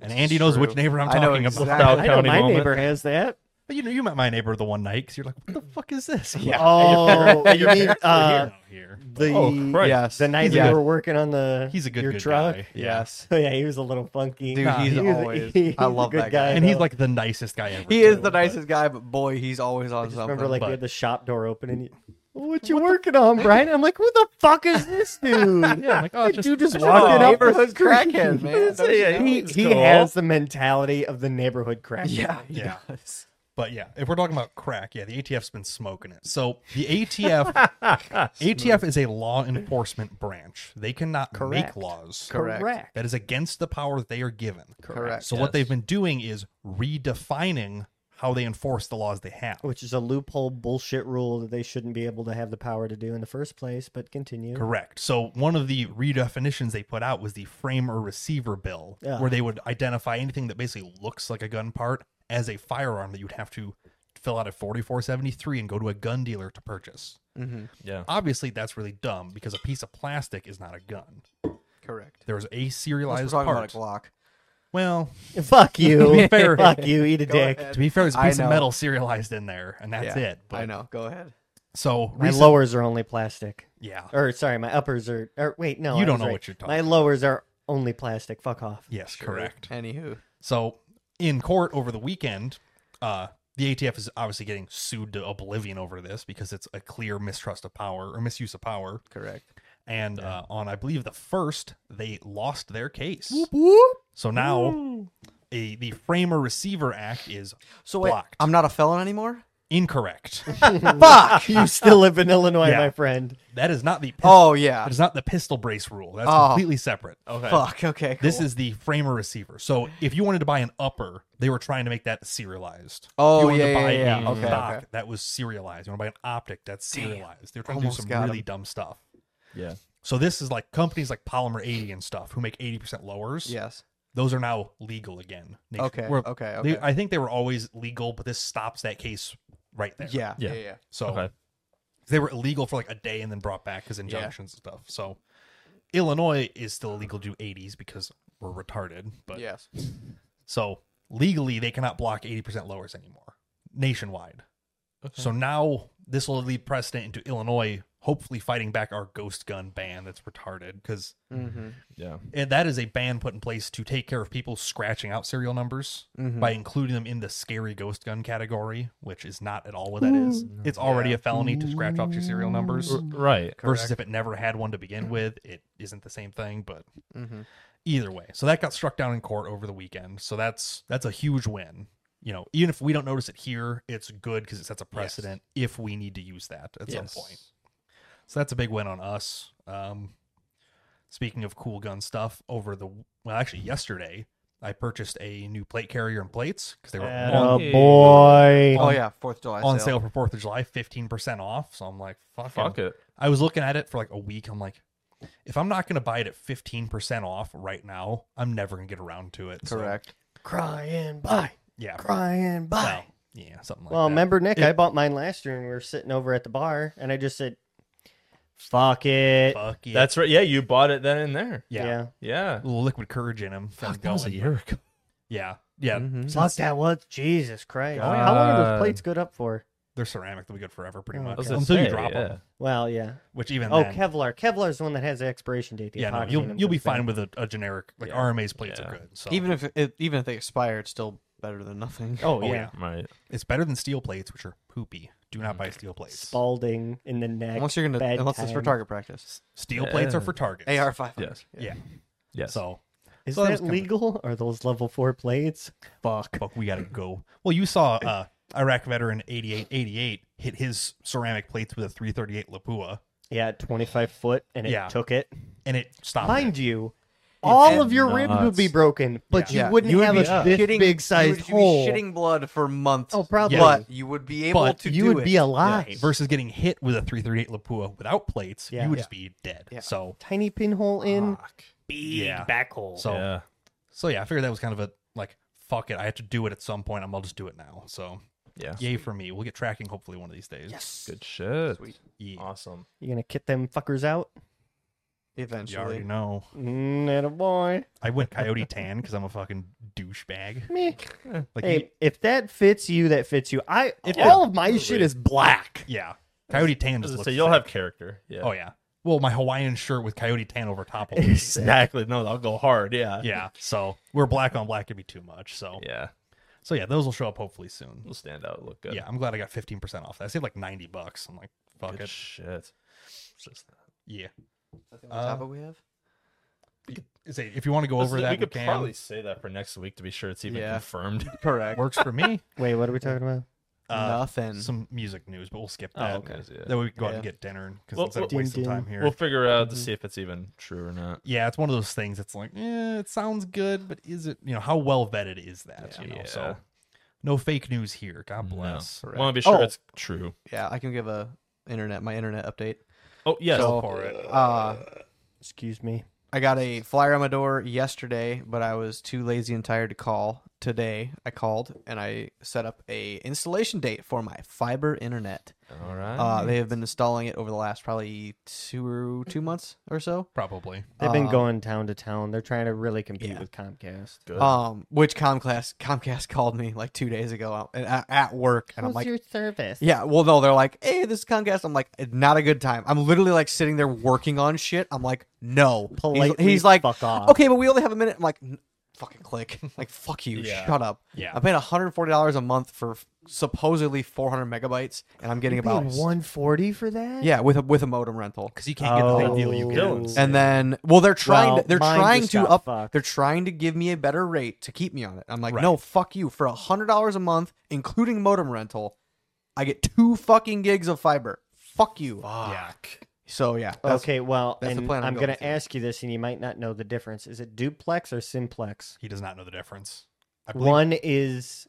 S1: and Andy knows
S4: true.
S1: which neighbor I'm
S4: I know
S1: talking about.
S4: exactly-
S2: Without
S3: I know
S2: counting
S3: my
S2: moment.
S3: neighbor has that.
S1: But you know, you met my neighbor the one night because you're like, what the fuck is this?
S4: Yeah.
S3: Oh, you mean
S1: Well,
S3: uh,
S1: here, here.
S3: the
S2: Oh, Christ.
S4: Yes.
S3: the night
S4: Yeah.
S3: we were working on the
S1: He's a good,
S3: your
S1: good
S3: truck? Oh,
S1: guy. Yeah.
S4: Yes.
S3: yeah, he was a little funky.
S4: Dude,
S1: Nah,
S4: he's
S1: he
S3: was-
S4: always.
S3: he's
S4: I
S3: a
S4: love
S3: good
S4: that guy.
S3: guy.
S1: And he's
S3: know.
S1: like the nicest guy ever.
S4: He is
S1: too,
S4: the
S1: but-
S4: nicest guy, but boy, he's always on
S3: I just
S4: something.
S3: remember like we
S1: but-
S3: had the shop door open and you, what you working on, Brian? I'm like, who the fuck is this dude?
S1: Yeah, I'm like, oh,
S3: That
S1: it's just
S3: dude just
S4: just
S3: walking
S4: a
S3: up
S4: neighborhood
S3: the street.
S4: crackhead, man. Don't you know?
S3: he
S2: It's
S3: he
S2: cool.
S3: has the mentality of the neighborhood crackhead.
S4: yeah, he
S1: Yeah.
S4: does.
S1: But yeah, if we're talking about crack, yeah, the ATF's been smoking it. So the ATF ATF is a law enforcement branch. They cannot make
S3: Correct.
S1: laws.
S4: Correct.
S3: correct.
S1: That is against the power that they are given.
S4: Correct.
S1: So what
S2: Yes.
S1: they've been doing is redefining how they enforce the laws they have.
S3: which is a loophole bullshit rule that they shouldn't be able to have the power to do in the first place. But continue.
S1: Correct. So one of the redefinitions they put out was the frame or receiver bill,
S3: Yeah.
S1: where they would identify anything that basically looks like a gun part as a firearm that you'd have to fill out a 4473 and go to a gun dealer to purchase.
S4: Mm-hmm.
S2: Yeah.
S1: Obviously, that's really dumb because a piece of plastic is not a gun.
S4: Correct.
S1: There's a
S4: Unless we're
S1: serialized
S4: talking
S1: part.
S4: about a Glock.
S1: Well,
S3: Fuck you.
S1: Fair.
S3: Fuck you. Eat a
S4: Go
S3: dick.
S4: ahead.
S1: to be fair, there's a
S4: I
S1: piece of
S4: know.
S1: metal serialized in there, and that's
S4: Yeah,
S1: it. But
S4: I know. Go ahead.
S1: So
S3: My
S1: recent-
S3: lowers are only plastic.
S1: yeah,
S3: Or sorry, my uppers are. Or wait, no.
S1: You
S3: I
S1: don't
S3: was
S1: know
S3: right.
S1: what you're talking
S3: My lowers are only plastic. Fuck off.
S1: yes,
S4: Sure.
S1: correct.
S4: Anywho,
S1: So in court over the weekend, uh, the ATF is obviously getting sued to oblivion over this because it's a clear mistrust of power or misuse of power.
S4: correct.
S1: And uh, on, I believe, the first, they lost their case. So now a, the Framer Receiver Act is
S4: So wait, uh, Oh,
S1: blocked.
S4: I'm not a felon anymore.
S1: Incorrect.
S4: Fuck.
S3: You still live in Illinois,
S1: Yeah.
S3: my friend.
S1: that is not the pis-
S4: oh yeah.
S1: that is not the pistol brace rule. That's
S4: Oh.
S1: completely separate.
S2: Okay.
S4: Fuck. Okay. Cool.
S1: This is the framer receiver. So if you wanted to buy an upper, they were trying to make that serialized.
S4: Oh,
S1: if you wanted
S4: yeah,
S1: to buy
S4: yeah, yeah.
S1: a
S4: Okay,
S1: stock
S4: okay.
S1: that was serialized. You want to buy an optic that's serialized. They're trying
S4: Almost
S1: to do some
S4: got
S1: really
S4: 'em.
S1: dumb stuff.
S2: Yeah.
S1: So this is like companies like Polymer 80 and stuff who make 80% lowers.
S4: yes.
S1: Those are now legal again. Nation-
S4: Okay.
S1: where
S4: okay.
S1: they-
S4: Okay.
S1: I think they were always legal, but this stops that case right there.
S4: yeah, yeah.
S2: Yeah.
S4: Yeah.
S1: So
S2: Okay.
S1: they were illegal for like a day and then brought back as injunctions and stuff. So Illinois is still illegal to do 80s because we're retarded. But
S4: Yes.
S1: so legally, they cannot block 80% lowers anymore nationwide. So now this will lead precedent into Illinois, hopefully fighting back our ghost gun ban that's retarded because
S4: Mm-hmm.
S2: Yeah.
S1: that is a ban put in place to take care of people scratching out serial numbers
S4: Mhm.
S1: by including them in the scary ghost gun category, which is not at all what that is. It's already a felony to scratch off your serial numbers.
S2: Right.
S1: Versus if it never had one to begin with, it isn't the same thing, but
S4: Mm-hmm.
S1: either way so that got struck down in court over the weekend so that's that's a huge win you know even if we don't notice it here it's good because it sets a precedent if we need to use that at some point so that's a big win on us um speaking of cool gun stuff over the well actually yesterday i purchased a new plate carrier and plates because they were on,
S3: Oh boy.
S4: Oh yeah. Fourth of July
S1: on sale for fourth of july 15% off so i'm like fuck, it.
S2: Fuck it.
S1: I was looking at it for like a week. I'm like, if I'm not going to buy it at 15% off right now, I'm never going to get around to it. So,
S4: Correct.
S3: Crying by.
S1: yeah.
S3: Crying by.
S1: Well, yeah, something like
S3: well,
S1: that.
S3: remember Nick? I bought mine last year, and we were sitting over at the bar, and I just said, "Fuck it."
S1: Fuck yeah.
S2: That's right. Yeah, you bought it then and there.
S1: yeah.
S2: Yeah.
S1: A little liquid courage in him. Fuck,
S2: ago.
S1: Yeah. Yeah.
S4: Mhm.
S3: Fuck that was Jesus Christ. How long are those
S2: God.
S3: plates good up for?
S1: They're ceramic. They'll be good forever, pretty
S3: Oh,
S1: much.
S3: okay.
S1: Until you drop them,
S3: Well, yeah.
S1: which even
S3: Oh,
S1: then.
S3: Kevlar. Kevlar is the one that has the expiration date. the
S1: yeah, no,
S3: epoxy in
S1: you'll,
S3: them
S1: you'll be
S3: goes bad.
S1: fine with a, a generic, like
S2: Yeah.
S1: RMA's plates are
S2: Yeah.
S1: good. So
S4: Even if it, even if they expire, it's still better than nothing.
S3: Oh,
S1: Oh,
S3: yeah.
S1: yeah.
S2: Right.
S1: it's better than steel plates, which are poopy. Do not buy steel plates.
S3: Spalding in the neck.
S4: unless you're gonna
S3: bad
S4: unless it's for
S3: time.
S4: target practice.
S1: steel plates are for targets.
S4: AR five.
S2: Yes.
S1: Yeah.
S2: Yes.
S1: So
S3: Is
S1: So that was
S3: that
S1: kinda-
S3: legal? Are those level four plates? Fuck.
S1: fuck, we gotta go. Well, you saw uh, Iraq veteran 8888 hit his ceramic plates with a 338 Lapua,
S3: Yeah, 25 foot, and it
S1: Yeah.
S3: took it.
S1: and it stopped.
S3: Mind you, all
S4: and
S3: of your ribs would be
S2: nuts.
S3: broken, but
S4: Yeah.
S3: you wouldn't
S1: You would
S3: have
S1: be
S3: a this
S4: Shitting-
S3: big sized
S4: you would
S3: hole.
S4: Be shitting blood for months.
S3: Oh, probably.
S4: But you would be able
S1: But
S4: to
S3: you
S4: do
S3: would
S4: it.
S3: be
S1: Yeah,
S3: alive.
S1: versus getting hit with a 338 Lapua without plates,
S3: Yeah.
S1: you would just be dead.
S4: Yeah.
S1: So,
S3: Tiny
S2: Ah.
S3: pinhole in. Big
S1: Yeah.
S3: back hole.
S1: so,
S2: yeah.
S1: so yeah, I figured that was kind of a like, fuck it, I have to do it at some point. I'm, I'll just do it now. So,
S2: Yeah.
S1: yay for me. We'll get tracking hopefully one of these days.
S4: yes.
S2: Good shit.
S4: Sweet.
S1: Yeah.
S2: Awesome.
S3: You're going to kit them fuckers out?
S1: You already
S4: Eventually.
S1: know.
S3: Mm, a boy.
S1: I went coyote tan because I'm a fucking douchebag.
S3: Meh.
S1: Like,
S3: Hey,
S1: you-
S3: if that fits you, that fits you. I
S2: If
S3: all
S2: it-
S3: of my shit is black.
S1: yeah, coyote tan just looks.
S2: So you'll
S1: sick.
S2: have character. Yeah.
S1: Oh yeah. Well, my Hawaiian shirt with coyote tan over top of it.
S2: Exactly. No, I'll go hard. Yeah.
S1: yeah. So we're black on black could be too much. So
S2: Yeah.
S1: so yeah, those will show up hopefully soon.
S2: We'll stand out. Look good.
S1: Yeah, I'm glad I got 15% off. I saved like 90 bucks. I'm like, fuck
S2: Good
S1: it.
S2: shit. Just-
S1: Yeah.
S4: Nothing on top
S1: Uh,
S4: of we have.
S1: Is it, if you want to go over
S2: Listen,
S1: that,
S2: we could
S1: can.
S2: probably say that for next week to be sure it's even
S4: Yeah.
S2: confirmed.
S4: Correct.
S1: Works for me.
S3: Wait, what are we talking about?
S1: Uh,
S4: Nothing.
S1: Some music news, but we'll skip that.
S2: Oh, okay. Yeah.
S1: Then we can go out
S4: Yeah.
S1: and get dinner because
S2: Well,
S1: instead of
S3: well-
S1: wasting
S3: Ding,
S1: time
S3: ding.
S1: here.
S2: We'll figure out to see if it's even true or not.
S1: yeah, it's one of those things. It's like, eh, it sounds good, but is it? You know, how well vetted is that? You know,
S2: Yeah.
S1: so No fake news here. God bless.
S4: Correct.
S2: Want to be sure
S4: Oh.
S2: it's true.
S4: Yeah, I can give a internet my internet update.
S2: Oh yes.
S4: So-
S1: For it.
S4: Uh,
S3: Excuse me.
S4: I got a flyer on my door yesterday, but I was too lazy and tired to call. Today, I called and I set up a installation date for my fiber internet.
S2: All right.
S4: Uh, they have been installing it over the last probably two or two months or so.
S1: Probably.
S3: They've been
S4: Uh,
S3: going town to town. They're trying to really compete
S4: yeah.
S3: with Comcast.
S2: Good.
S4: Um, which Comcast Comcast called me like two days ago uh, and at, at work, and I'm like,
S3: service?
S4: yeah, well, no, they're like, hey, this is Comcast. I'm like, not a good time. I'm literally like sitting there working on shit. I'm like, no. He's-
S3: Politely
S4: he's, like,
S3: fuck off.
S4: okay, but we only have a minute. I'm like, "N- fucking click. Like, fuck you.
S2: Yeah.
S4: Shut up.
S1: Yeah.
S4: I'm paying 140 dollars a month for f- supposedly 400 megabytes, and I'm getting about
S3: 140 for that?
S4: yeah with a with a modem rental.
S1: Because you can't get the
S3: Oh.
S1: big deal you get.
S2: Dylan's.
S4: And then, well, they're trying.
S3: Well,
S4: to, they're
S3: mine
S4: trying
S3: just
S4: to
S3: got
S4: up.
S3: fucked.
S4: They're trying to give me a better rate to keep me on it. I'm like,
S1: Right.
S4: no, fuck you. For hundred dollars a month, including modem rental, I get two fucking gigs of fiber. Fuck you.
S1: Yuck.
S4: So yeah, that's-
S3: Okay, well,
S4: that's the
S3: and
S4: plan I'm
S3: I'm
S4: going
S3: going to
S4: through.
S3: ask you this, and you might not know the difference. Is it duplex or simplex?
S1: He does not know the difference. I believe
S3: One is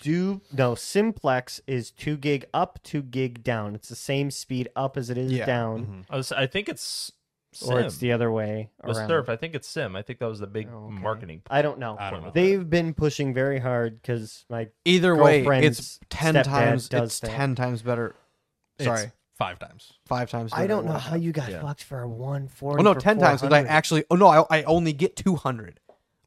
S3: du no simplex is two gig up, two gig down. It's the same speed up as it is
S4: Yeah.
S3: down,
S2: I, was- I think it's Sim.
S3: or it's the other way
S2: It was
S3: around.
S2: Surf. I think it's Sim. I think that was the big
S3: Oh, okay.
S2: marketing.
S3: I don't know.
S1: I don't know.
S3: They've been pushing very hard because my
S4: either way,
S3: girlfriend's
S4: it's ten
S3: stepdad
S4: times.
S3: does
S4: It's
S3: that.
S4: ten times better.
S1: it's
S4: Sorry,
S1: Five times.
S4: five times.
S3: I
S4: better
S3: don't know
S4: than
S3: how you got
S2: Yeah.
S3: fucked for a one forty.
S4: Oh no, ten times because I actually. Oh no, I, I only get two hundred.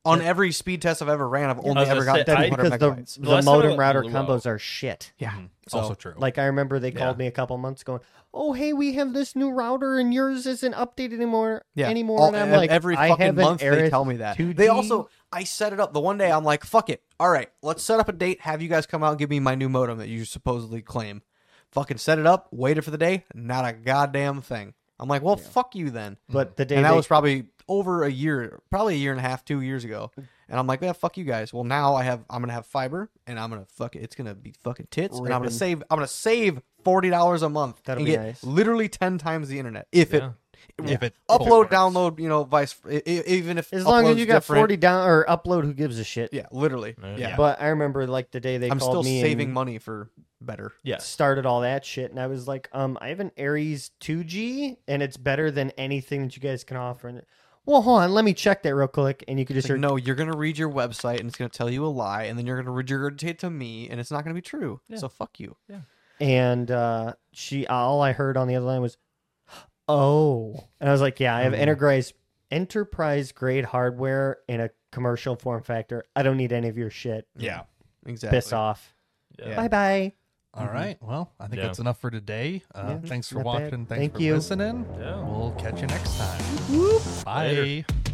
S4: On every speed test I've ever ran, I've only
S2: was
S4: ever
S2: gonna
S4: gotten
S2: say, I-
S4: two
S3: because
S4: hundred
S3: the,
S4: megabytes.
S2: last
S3: the
S2: time I
S3: modem
S2: went
S3: router
S2: Luau-
S3: combos are shit.
S4: Yeah,
S1: It's also true.
S3: Like I remember they called
S2: Yeah.
S3: me a couple months ago. Oh hey, we have this new router and yours isn't updated anymore.
S4: yeah.
S3: anymore.
S4: All-
S3: and I'm
S4: ev-
S3: like,
S4: every
S3: I
S4: fucking
S3: have an
S4: month they
S3: Aerith
S4: tell me that.
S3: 2G.
S4: They also, I set it up. The one day I'm like, fuck it. All right, let's set up a date. Have you guys come out and give me my new modem that you supposedly claim. Fucking set it up. Waited for the day. Not a goddamn thing. I'm like, well, fuck you then.
S3: but the day
S4: and that
S3: they-
S4: was probably over a year, probably a year and a half, two years ago. And I'm like, yeah, fuck you guys. Well, now I have, I'm gonna have fiber, and I'm gonna fuck it. It's gonna be fucking tits, and I'm gonna
S3: Ripping.
S4: save, I'm gonna save forty dollars a month
S3: That'll
S4: and
S3: be
S4: get
S3: nice.
S4: literally ten times the internet if
S2: Yeah.
S4: it,
S1: If it
S4: upload,
S1: works.
S4: download, you know, vice, e- e- even if
S3: as long as
S4: upload's
S3: you got
S4: different.
S3: forty down or upload, who gives a shit?
S4: yeah, literally, yeah.
S2: Yeah.
S3: But I remember like the day they
S4: I'm still
S3: called me
S4: saving
S3: and
S4: money for better.
S2: Yes.
S3: started all that shit, and I was like, um, I have an Aries two G, and it's better than anything that you guys can offer. And well, hold on, let me check that real quick, and you could just
S4: It's like, no, you're gonna read your website and it's gonna tell you a lie, and then you're gonna regurgitate to me, and it's not gonna be true. So fuck you.
S3: and uh, she all I heard on the other line was, "Oh," and I was like, "Yeah, I have
S4: Hmm.
S3: enterprise enterprise grade hardware in a commercial form factor. I don't need any of your shit.
S4: Yeah, exactly.
S3: Piss off.
S2: Yeah.
S3: Bye bye.
S1: All right. Well, I think
S2: Yeah.
S1: that's enough for today. Uh,
S3: Mm-hmm. Yeah,
S1: thanks for
S3: not bad.
S1: watching. Thanks
S3: Thank
S1: for
S3: you.
S1: listening.
S2: Yeah.
S1: We'll catch you next time. Bye.
S2: Later.